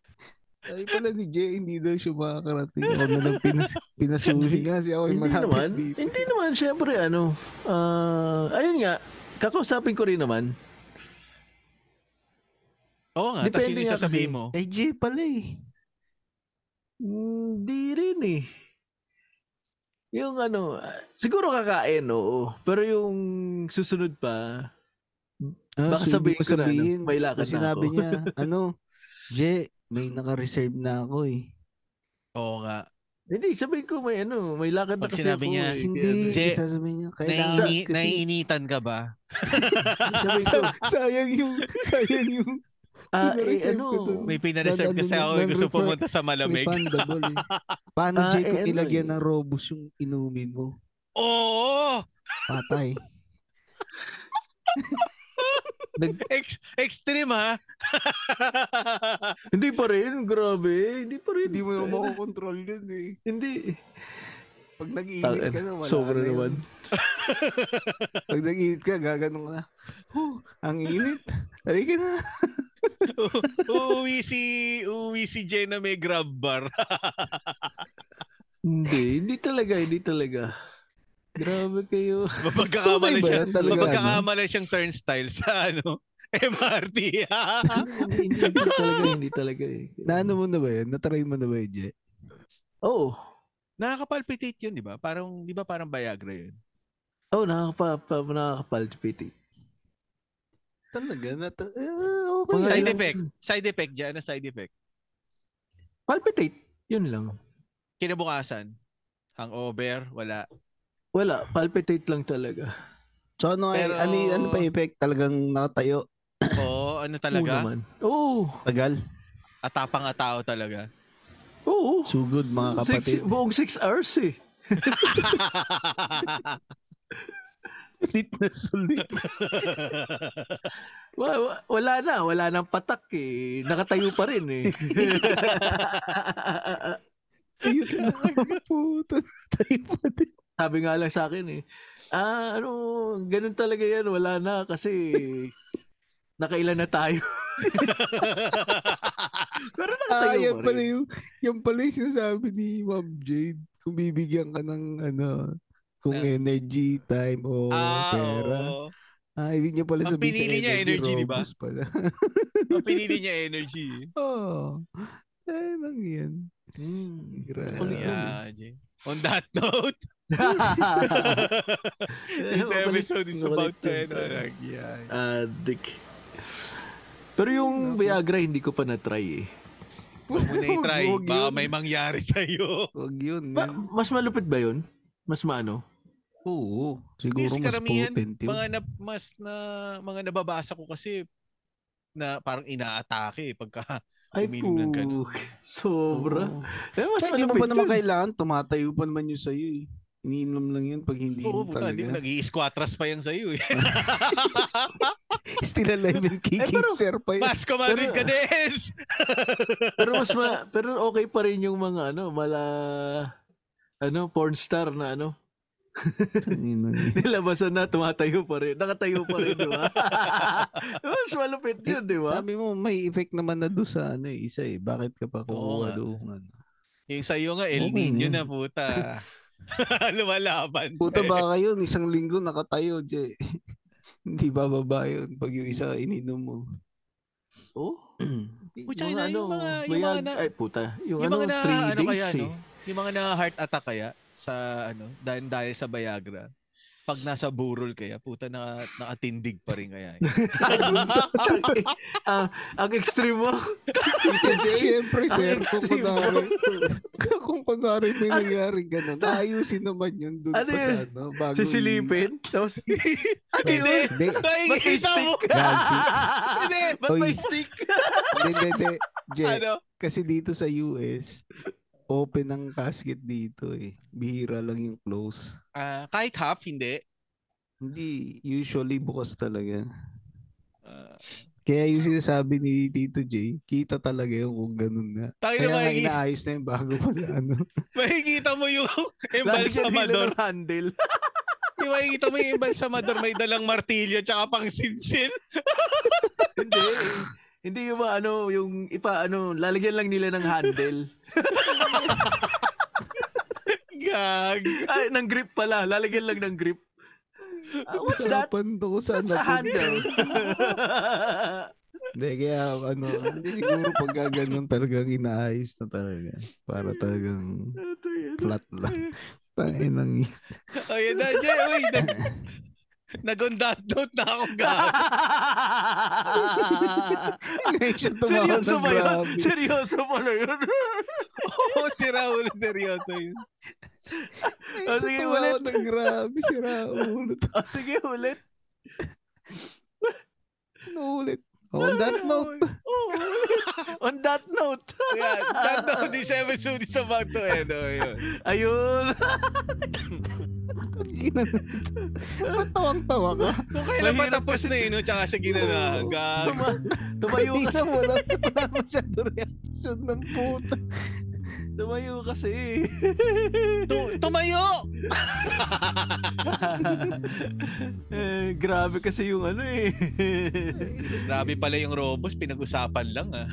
[SPEAKER 3] Sabi pala ni Jay, hindi daw siya makakarating. Ako na lang pinas pinasuhin kasi ako yung
[SPEAKER 4] Hindi
[SPEAKER 3] malapit
[SPEAKER 4] naman.
[SPEAKER 3] dito.
[SPEAKER 4] Hindi naman, syempre, ano. ah, ayun nga, kakausapin ko rin naman.
[SPEAKER 1] Oo nga, tapos
[SPEAKER 4] Depende
[SPEAKER 1] yun yung
[SPEAKER 4] nga
[SPEAKER 1] sasabihin
[SPEAKER 4] kasi.
[SPEAKER 1] mo.
[SPEAKER 3] Ay, Jay pala eh.
[SPEAKER 4] Hindi rin eh. Yung ano, ah, siguro kakain, oo. Pero yung susunod pa,
[SPEAKER 3] Ah,
[SPEAKER 4] Baka
[SPEAKER 3] so
[SPEAKER 4] sabihin
[SPEAKER 3] hindi mo
[SPEAKER 4] ko na, ano,
[SPEAKER 3] sabihin,
[SPEAKER 4] may lakad
[SPEAKER 3] kung
[SPEAKER 4] na
[SPEAKER 3] sinabi
[SPEAKER 4] ako.
[SPEAKER 3] niya, ano, Jay, may naka-reserve na ako eh.
[SPEAKER 1] Oo nga.
[SPEAKER 4] hindi, sabihin ko may ano, may lakad na
[SPEAKER 1] Pag
[SPEAKER 4] kasi
[SPEAKER 1] sinabi
[SPEAKER 4] ako.
[SPEAKER 1] niya,
[SPEAKER 4] eh,
[SPEAKER 3] Hindi,
[SPEAKER 4] kaya-
[SPEAKER 1] Jay,
[SPEAKER 3] sasabihin niya, kailangan
[SPEAKER 1] Naiini,
[SPEAKER 3] kasi.
[SPEAKER 1] Naiinitan ka ba?
[SPEAKER 4] sabihin ko,
[SPEAKER 3] Sa- sayang yung, sayang yung,
[SPEAKER 4] ah, eh,
[SPEAKER 3] pinareserve
[SPEAKER 4] ano,
[SPEAKER 3] ko dun.
[SPEAKER 1] May pinareserve
[SPEAKER 3] Nan-
[SPEAKER 1] kasi
[SPEAKER 3] nan-
[SPEAKER 1] ako eh, gusto
[SPEAKER 3] nan-refer-
[SPEAKER 1] pumunta sa
[SPEAKER 3] may
[SPEAKER 1] malamig.
[SPEAKER 3] pandabol eh. Paano
[SPEAKER 4] Ah,
[SPEAKER 3] Jay, kung
[SPEAKER 4] eh, ano
[SPEAKER 3] nilagyan
[SPEAKER 4] eh.
[SPEAKER 3] ng robos yung inumin mo?
[SPEAKER 1] Oo!
[SPEAKER 3] Patay.
[SPEAKER 1] Ex- extreme ha?
[SPEAKER 4] hindi pa rin, grabe. Hindi pa rin.
[SPEAKER 3] Hindi mo na makukontrol yun eh.
[SPEAKER 4] Hindi.
[SPEAKER 3] Pag nag-iinit
[SPEAKER 4] Tangin,
[SPEAKER 3] ka na, wala
[SPEAKER 4] Sobra
[SPEAKER 3] na yun.
[SPEAKER 4] naman.
[SPEAKER 3] Pag nag-init ka, gaganong ka na. Huh, ang init. Halika na.
[SPEAKER 1] uuwi si, uuwi si Jay na may grab bar.
[SPEAKER 4] Hindi, hindi talaga, hindi talaga. Grabe kayo.
[SPEAKER 1] Mapagkakamali
[SPEAKER 3] Tunay ba
[SPEAKER 1] siya.
[SPEAKER 3] yan talaga, ano?
[SPEAKER 1] Mapagkakamali siyang turnstile sa ano, MRT.
[SPEAKER 4] hindi, hindi, hindi talaga, hindi talaga eh.
[SPEAKER 3] Naano mo na ba yun? Natry mo na ba yun, Je?
[SPEAKER 4] Oo.
[SPEAKER 1] Nakakapalpitate yun, di ba? Parang, di ba parang Viagra yun?
[SPEAKER 4] Oh, nakakapa, nakakapalpitate.
[SPEAKER 3] Talaga? Nata- eh, okay.
[SPEAKER 4] Mga
[SPEAKER 1] Side
[SPEAKER 4] ilang-
[SPEAKER 1] effect. Side effect dyan, ano side effect?
[SPEAKER 4] Palpitate. Yun lang.
[SPEAKER 1] Kinabukasan, hangover, wala.
[SPEAKER 4] Wala, palpitate lang talaga.
[SPEAKER 3] So ano, ay,
[SPEAKER 1] Pero-
[SPEAKER 3] ano, y- ano pa effect? Talagang nakatayo?
[SPEAKER 1] Oo, ano
[SPEAKER 4] Oo
[SPEAKER 1] talaga?
[SPEAKER 4] naman. Oo.
[SPEAKER 3] Tagal?
[SPEAKER 1] Atapang atao talaga.
[SPEAKER 4] Oo.
[SPEAKER 3] Sugod, mga kapatid.
[SPEAKER 4] Six, buong 6 hours eh.
[SPEAKER 3] Sulit na sulit.
[SPEAKER 4] Wa- wa- Wala, na, wala nang patak eh. Nakatayo pa rin eh.
[SPEAKER 3] Ayun na. Puta. Tayo pa din.
[SPEAKER 4] Sabi nga lang sa akin eh. Ah, ano, ganun talaga yan. Wala na kasi nakailan na tayo. Pero
[SPEAKER 3] Ah,
[SPEAKER 4] nakatayo
[SPEAKER 3] yan
[SPEAKER 4] pa
[SPEAKER 3] pala
[SPEAKER 4] rin.
[SPEAKER 3] yung, yan pala yung sinasabi ni Ma'am Jade. Kung bibigyan ka ng ano, kung
[SPEAKER 1] Ah.
[SPEAKER 3] energy, time, o
[SPEAKER 1] ah,
[SPEAKER 3] pera.
[SPEAKER 1] oo.
[SPEAKER 3] Ah, ibig niya pala
[SPEAKER 1] Ang
[SPEAKER 3] sabihin sa
[SPEAKER 1] pinili niya, energy, di ba?
[SPEAKER 3] Robust pala.
[SPEAKER 1] Ang pinili niya energy.
[SPEAKER 3] Oo. Oh, eh, lang yan.
[SPEAKER 4] Hmm.
[SPEAKER 3] Grabe.
[SPEAKER 4] Kulit nun, eh.
[SPEAKER 1] Yeah, Jay. On that note,
[SPEAKER 3] Ah.
[SPEAKER 1] this
[SPEAKER 4] Mabalik-
[SPEAKER 1] episode is
[SPEAKER 4] mabalik
[SPEAKER 1] about to
[SPEAKER 4] yun.
[SPEAKER 1] end. Ano?
[SPEAKER 4] Ah, dick. Pero yung
[SPEAKER 3] Nako.
[SPEAKER 4] Viagra hindi ko pa na-try eh.
[SPEAKER 1] Huwag mo na i-try.
[SPEAKER 3] Huwag
[SPEAKER 1] Baka
[SPEAKER 3] yun.
[SPEAKER 1] may mangyari sa'yo.
[SPEAKER 3] Huwag yun,
[SPEAKER 4] Ma-
[SPEAKER 3] man.
[SPEAKER 4] mas malupit ba yun? Mas maano?
[SPEAKER 3] Oo. Siguro
[SPEAKER 1] Yes,
[SPEAKER 3] mas
[SPEAKER 1] karamihan,
[SPEAKER 3] potent yun.
[SPEAKER 1] Mga na, mas na, mga nababasa ko kasi na parang inaatake pagka
[SPEAKER 4] Ay,
[SPEAKER 1] Uminom ng ganun.
[SPEAKER 4] puk. Sobra.
[SPEAKER 3] Oo.
[SPEAKER 4] Eh, mas
[SPEAKER 3] Kaya di mo pa
[SPEAKER 4] malupit
[SPEAKER 3] naman
[SPEAKER 4] yun.
[SPEAKER 3] kailangan, tumatayo pa naman yun sa'yo eh. Iniinom lang yun pag hindi
[SPEAKER 1] Oo,
[SPEAKER 3] yun
[SPEAKER 1] puta,
[SPEAKER 3] talaga.
[SPEAKER 1] di ba nag-i-squatras pa yan sa'yo eh.
[SPEAKER 3] Still alive and kicking,
[SPEAKER 4] pero-
[SPEAKER 3] sir pa yun.
[SPEAKER 1] Mas kumanin
[SPEAKER 4] Pero-
[SPEAKER 1] ka, Des!
[SPEAKER 4] pero mas ma- pero okay pa rin yung mga ano, mala ano, porn star na ano,
[SPEAKER 3] Tanginang yun.
[SPEAKER 4] nilabasan na, tumatayo pa rin. Nakatayo pa rin, di ba? Eh, mas malupit yun, di ba?
[SPEAKER 3] Sabi mo, may effect naman na doon sa ano eh, isa eh. Bakit ka pa
[SPEAKER 1] Oo nga.
[SPEAKER 3] kukuha doon? Ano?
[SPEAKER 1] Yung sa'yo nga,
[SPEAKER 3] Okay
[SPEAKER 1] El Nino
[SPEAKER 3] na.
[SPEAKER 1] na, puta. Lumalaban.
[SPEAKER 4] Eh.
[SPEAKER 3] Puta baka yun, isang linggo nakatayo, Jay. Hindi bababa yun pag yung isa ininom mo.
[SPEAKER 4] Oh, ano,
[SPEAKER 1] Pucha, yun na, yung mga- yung mga na-
[SPEAKER 4] ay, puta.
[SPEAKER 1] Yung
[SPEAKER 4] Yung, ano,
[SPEAKER 1] mga na,
[SPEAKER 4] three
[SPEAKER 1] ano
[SPEAKER 4] days,
[SPEAKER 1] kaya,
[SPEAKER 4] eh.
[SPEAKER 1] no? Yung mga na heart attack kaya sa, ano, dahil, dahil sa Viagra. Pag nasa burol kaya, puta, na, nakatindig pa rin kaya. yun.
[SPEAKER 4] Ah, ang extreme mo.
[SPEAKER 3] Siyempre, sir, kung
[SPEAKER 4] Ang extreme.
[SPEAKER 3] kunwari, kung kunwari may nangyari ganun, ayusin naman yun doon
[SPEAKER 4] Ano
[SPEAKER 3] pa
[SPEAKER 4] yun?
[SPEAKER 3] sa ano, bago
[SPEAKER 4] Sisilipin. Tapos, ano
[SPEAKER 1] Hindi!
[SPEAKER 4] yun?
[SPEAKER 3] Hindi,
[SPEAKER 4] Ba't may
[SPEAKER 1] Nakikita
[SPEAKER 4] stick?
[SPEAKER 1] mo!
[SPEAKER 3] Gansy.
[SPEAKER 1] Hindi!
[SPEAKER 4] Ba't may
[SPEAKER 3] Oy.
[SPEAKER 4] stick?
[SPEAKER 3] hindi, hindi, hindi. Jay,
[SPEAKER 1] Ano?
[SPEAKER 3] kasi dito sa US, open ang casket dito eh. Bihira lang yung close.
[SPEAKER 1] Ah, kahit half, hindi.
[SPEAKER 3] Hindi, usually bukas talaga.
[SPEAKER 1] Uh,
[SPEAKER 3] Kaya yung sinasabi ni Tito J, kita talaga yun kung ganun na.
[SPEAKER 1] tayo
[SPEAKER 3] Kaya
[SPEAKER 1] na
[SPEAKER 3] nga
[SPEAKER 1] makikita,
[SPEAKER 3] inaayos na yung bago pa sa ano.
[SPEAKER 1] makikita mo yung
[SPEAKER 4] Lagyan
[SPEAKER 1] embalsamador.
[SPEAKER 4] nila ng handle.
[SPEAKER 1] Yung makikita mo yung embalsamador, may dalang martilyo tsaka pang sinsin.
[SPEAKER 4] Hindi. Hindi yung mga ano, yung ipa ano, lalagyan lang nila ng handle.
[SPEAKER 1] Gag.
[SPEAKER 4] Ay, ng grip pala. Lalagyan lang ng grip. Ah, what's that?
[SPEAKER 3] Usapan to ko sa
[SPEAKER 4] Sa handle.
[SPEAKER 3] Hindi, kaya ano, hindi siguro pag ganun talagang inaayos na talaga. Para talagang
[SPEAKER 4] Ito yun.
[SPEAKER 3] flat lang. Tangin ang
[SPEAKER 1] O yun na, Jay. Uy, nag, nag-on that note na ako, gag.
[SPEAKER 3] Ngayon siya tumawa
[SPEAKER 4] Seryoso
[SPEAKER 3] ng
[SPEAKER 4] ba yun? Oh,
[SPEAKER 3] grabe.
[SPEAKER 4] Seryoso pala yun.
[SPEAKER 1] Oo, si Raul, seryoso yun.
[SPEAKER 3] Ngayon siya
[SPEAKER 4] Sige,
[SPEAKER 3] tumawa
[SPEAKER 4] ulit.
[SPEAKER 3] ng grabe. Sira ulo to.
[SPEAKER 4] Ah, sige, ulit.
[SPEAKER 3] Ano ulit? Oh, on that note.
[SPEAKER 4] Oh, ulit. On that note.
[SPEAKER 1] Yeah, that note, this episode is about to end. O, yun.
[SPEAKER 4] Ayun.
[SPEAKER 3] Ina na. Ba't tawang-tawa ka?
[SPEAKER 1] Kung kailan ba
[SPEAKER 4] Mahirap
[SPEAKER 1] tapos na yun, no? tsaka siya ginana. Gag.
[SPEAKER 4] Tuma tumayo
[SPEAKER 3] Hindi
[SPEAKER 4] kasi.
[SPEAKER 3] na wala. Wala masyado reaction ng puta.
[SPEAKER 4] Tumayo kasi.
[SPEAKER 1] Tu- tumayo!
[SPEAKER 4] eh, grabe kasi yung ano eh.
[SPEAKER 1] Grabe pala yung robos, pinag-usapan lang ah.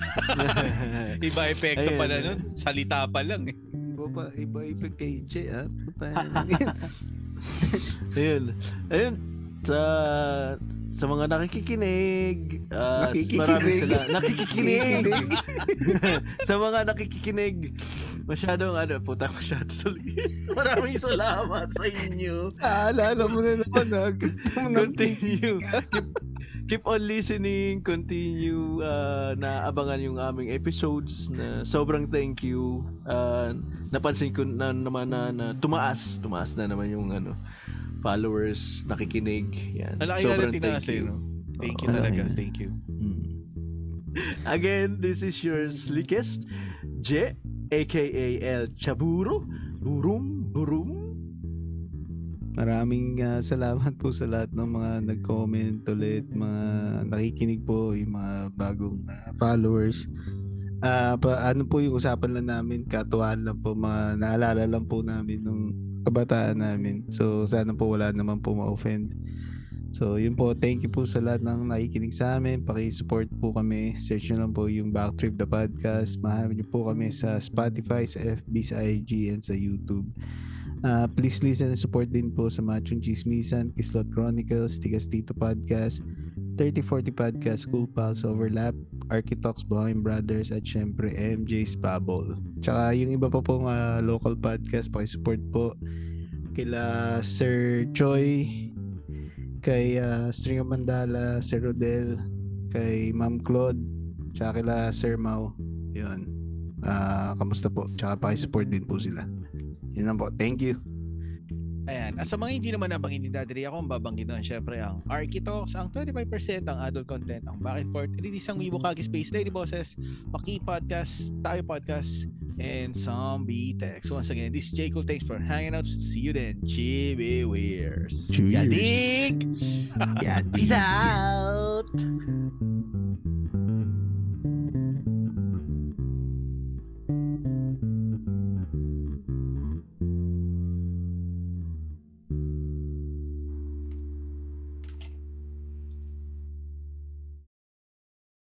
[SPEAKER 1] Iba epekto
[SPEAKER 4] Ayun,
[SPEAKER 1] pala
[SPEAKER 4] ayun.
[SPEAKER 1] nun, salita pa lang eh.
[SPEAKER 3] Iba pa, iba iba kay Jay, ah. Puta. yun.
[SPEAKER 4] Ayun. Ayun. Sa sa mga nakikikinig, ah,
[SPEAKER 3] Nakikikinig.
[SPEAKER 4] maraming sila. Nakikikinig.
[SPEAKER 3] Nakikinig.
[SPEAKER 4] sa mga nakikinig, masyadong ano, puta masyado tuloy. maraming salamat sa inyo.
[SPEAKER 3] Naalala mo na naman, ah. Gusto mo na.
[SPEAKER 4] Continue. keep, keep on listening. Continue uh, na abangan yung aming episodes na sobrang thank you. Uh, napansin ko na naman na, na tumaas. Tumaas na naman yung ano followers, nakikinig. Yan.
[SPEAKER 1] Malaki na
[SPEAKER 4] Sobrang
[SPEAKER 1] tinaas eh, no? Thank you
[SPEAKER 3] Oo.
[SPEAKER 1] talaga,
[SPEAKER 3] Ayun.
[SPEAKER 1] thank you.
[SPEAKER 4] Again, this is your slickest, J, aka El Chaburo. Burum, burum.
[SPEAKER 3] Maraming ah, salamat po sa lahat ng mga nag-comment ulit, mga nakikinig po, yung mga bagong ah, followers. Ah, pa, ano po yung usapan lang namin, katuwaan lang po, mga naalala lang po namin nung kabataan namin. So, sana po wala naman po ma-offend. So, yun po. Thank you po sa lahat ng nakikinig sa amin. Paki-support po kami. Search nyo lang po yung Backtrip the Podcast. Mahamit nyo po kami sa Spotify, sa FB, sa IG, and sa YouTube. Ah, please listen and support din po sa Machong Chismisan, Kislot Chronicles, Tigas Tito Podcast, 3040 Podcast, School Pals Overlap, Architox, Bohemian Brothers, at syempre MJ's Bubble. Tsaka yung iba pa pong ah, local podcast, pakisupport po kila Sir Choi, kay ah, String of Mandala, Sir Rodel, kay Ma'am Claude, tsaka kila Sir Mau. Yun. ah, kamusta po? Tsaka pakisupport din po sila. Yun lang po. Thank you.
[SPEAKER 1] Ayan. At sa mga hindi naman nabanggit ni Daddy Ray, ako ang babanggit nun. Siyempre, ang Arky Talks, ang 25%, ang adult content, ang back and forth, release ang Weibo Kagi Space, Lady Bosses, Paki Podcast, Tayo Podcast, and Zombie Text. Once again, this is J. Cole. Thanks for hanging out. See you then. Chibi Wears.
[SPEAKER 3] Cheers.
[SPEAKER 1] Yadik!
[SPEAKER 3] Yeah,
[SPEAKER 4] Peace out!